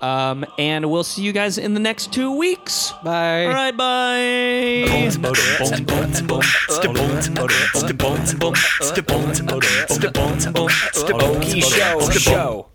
Speaker 14: um, and we'll see you guys in the next two weeks.
Speaker 2: Bye.
Speaker 14: All right, bye.
Speaker 25: Show.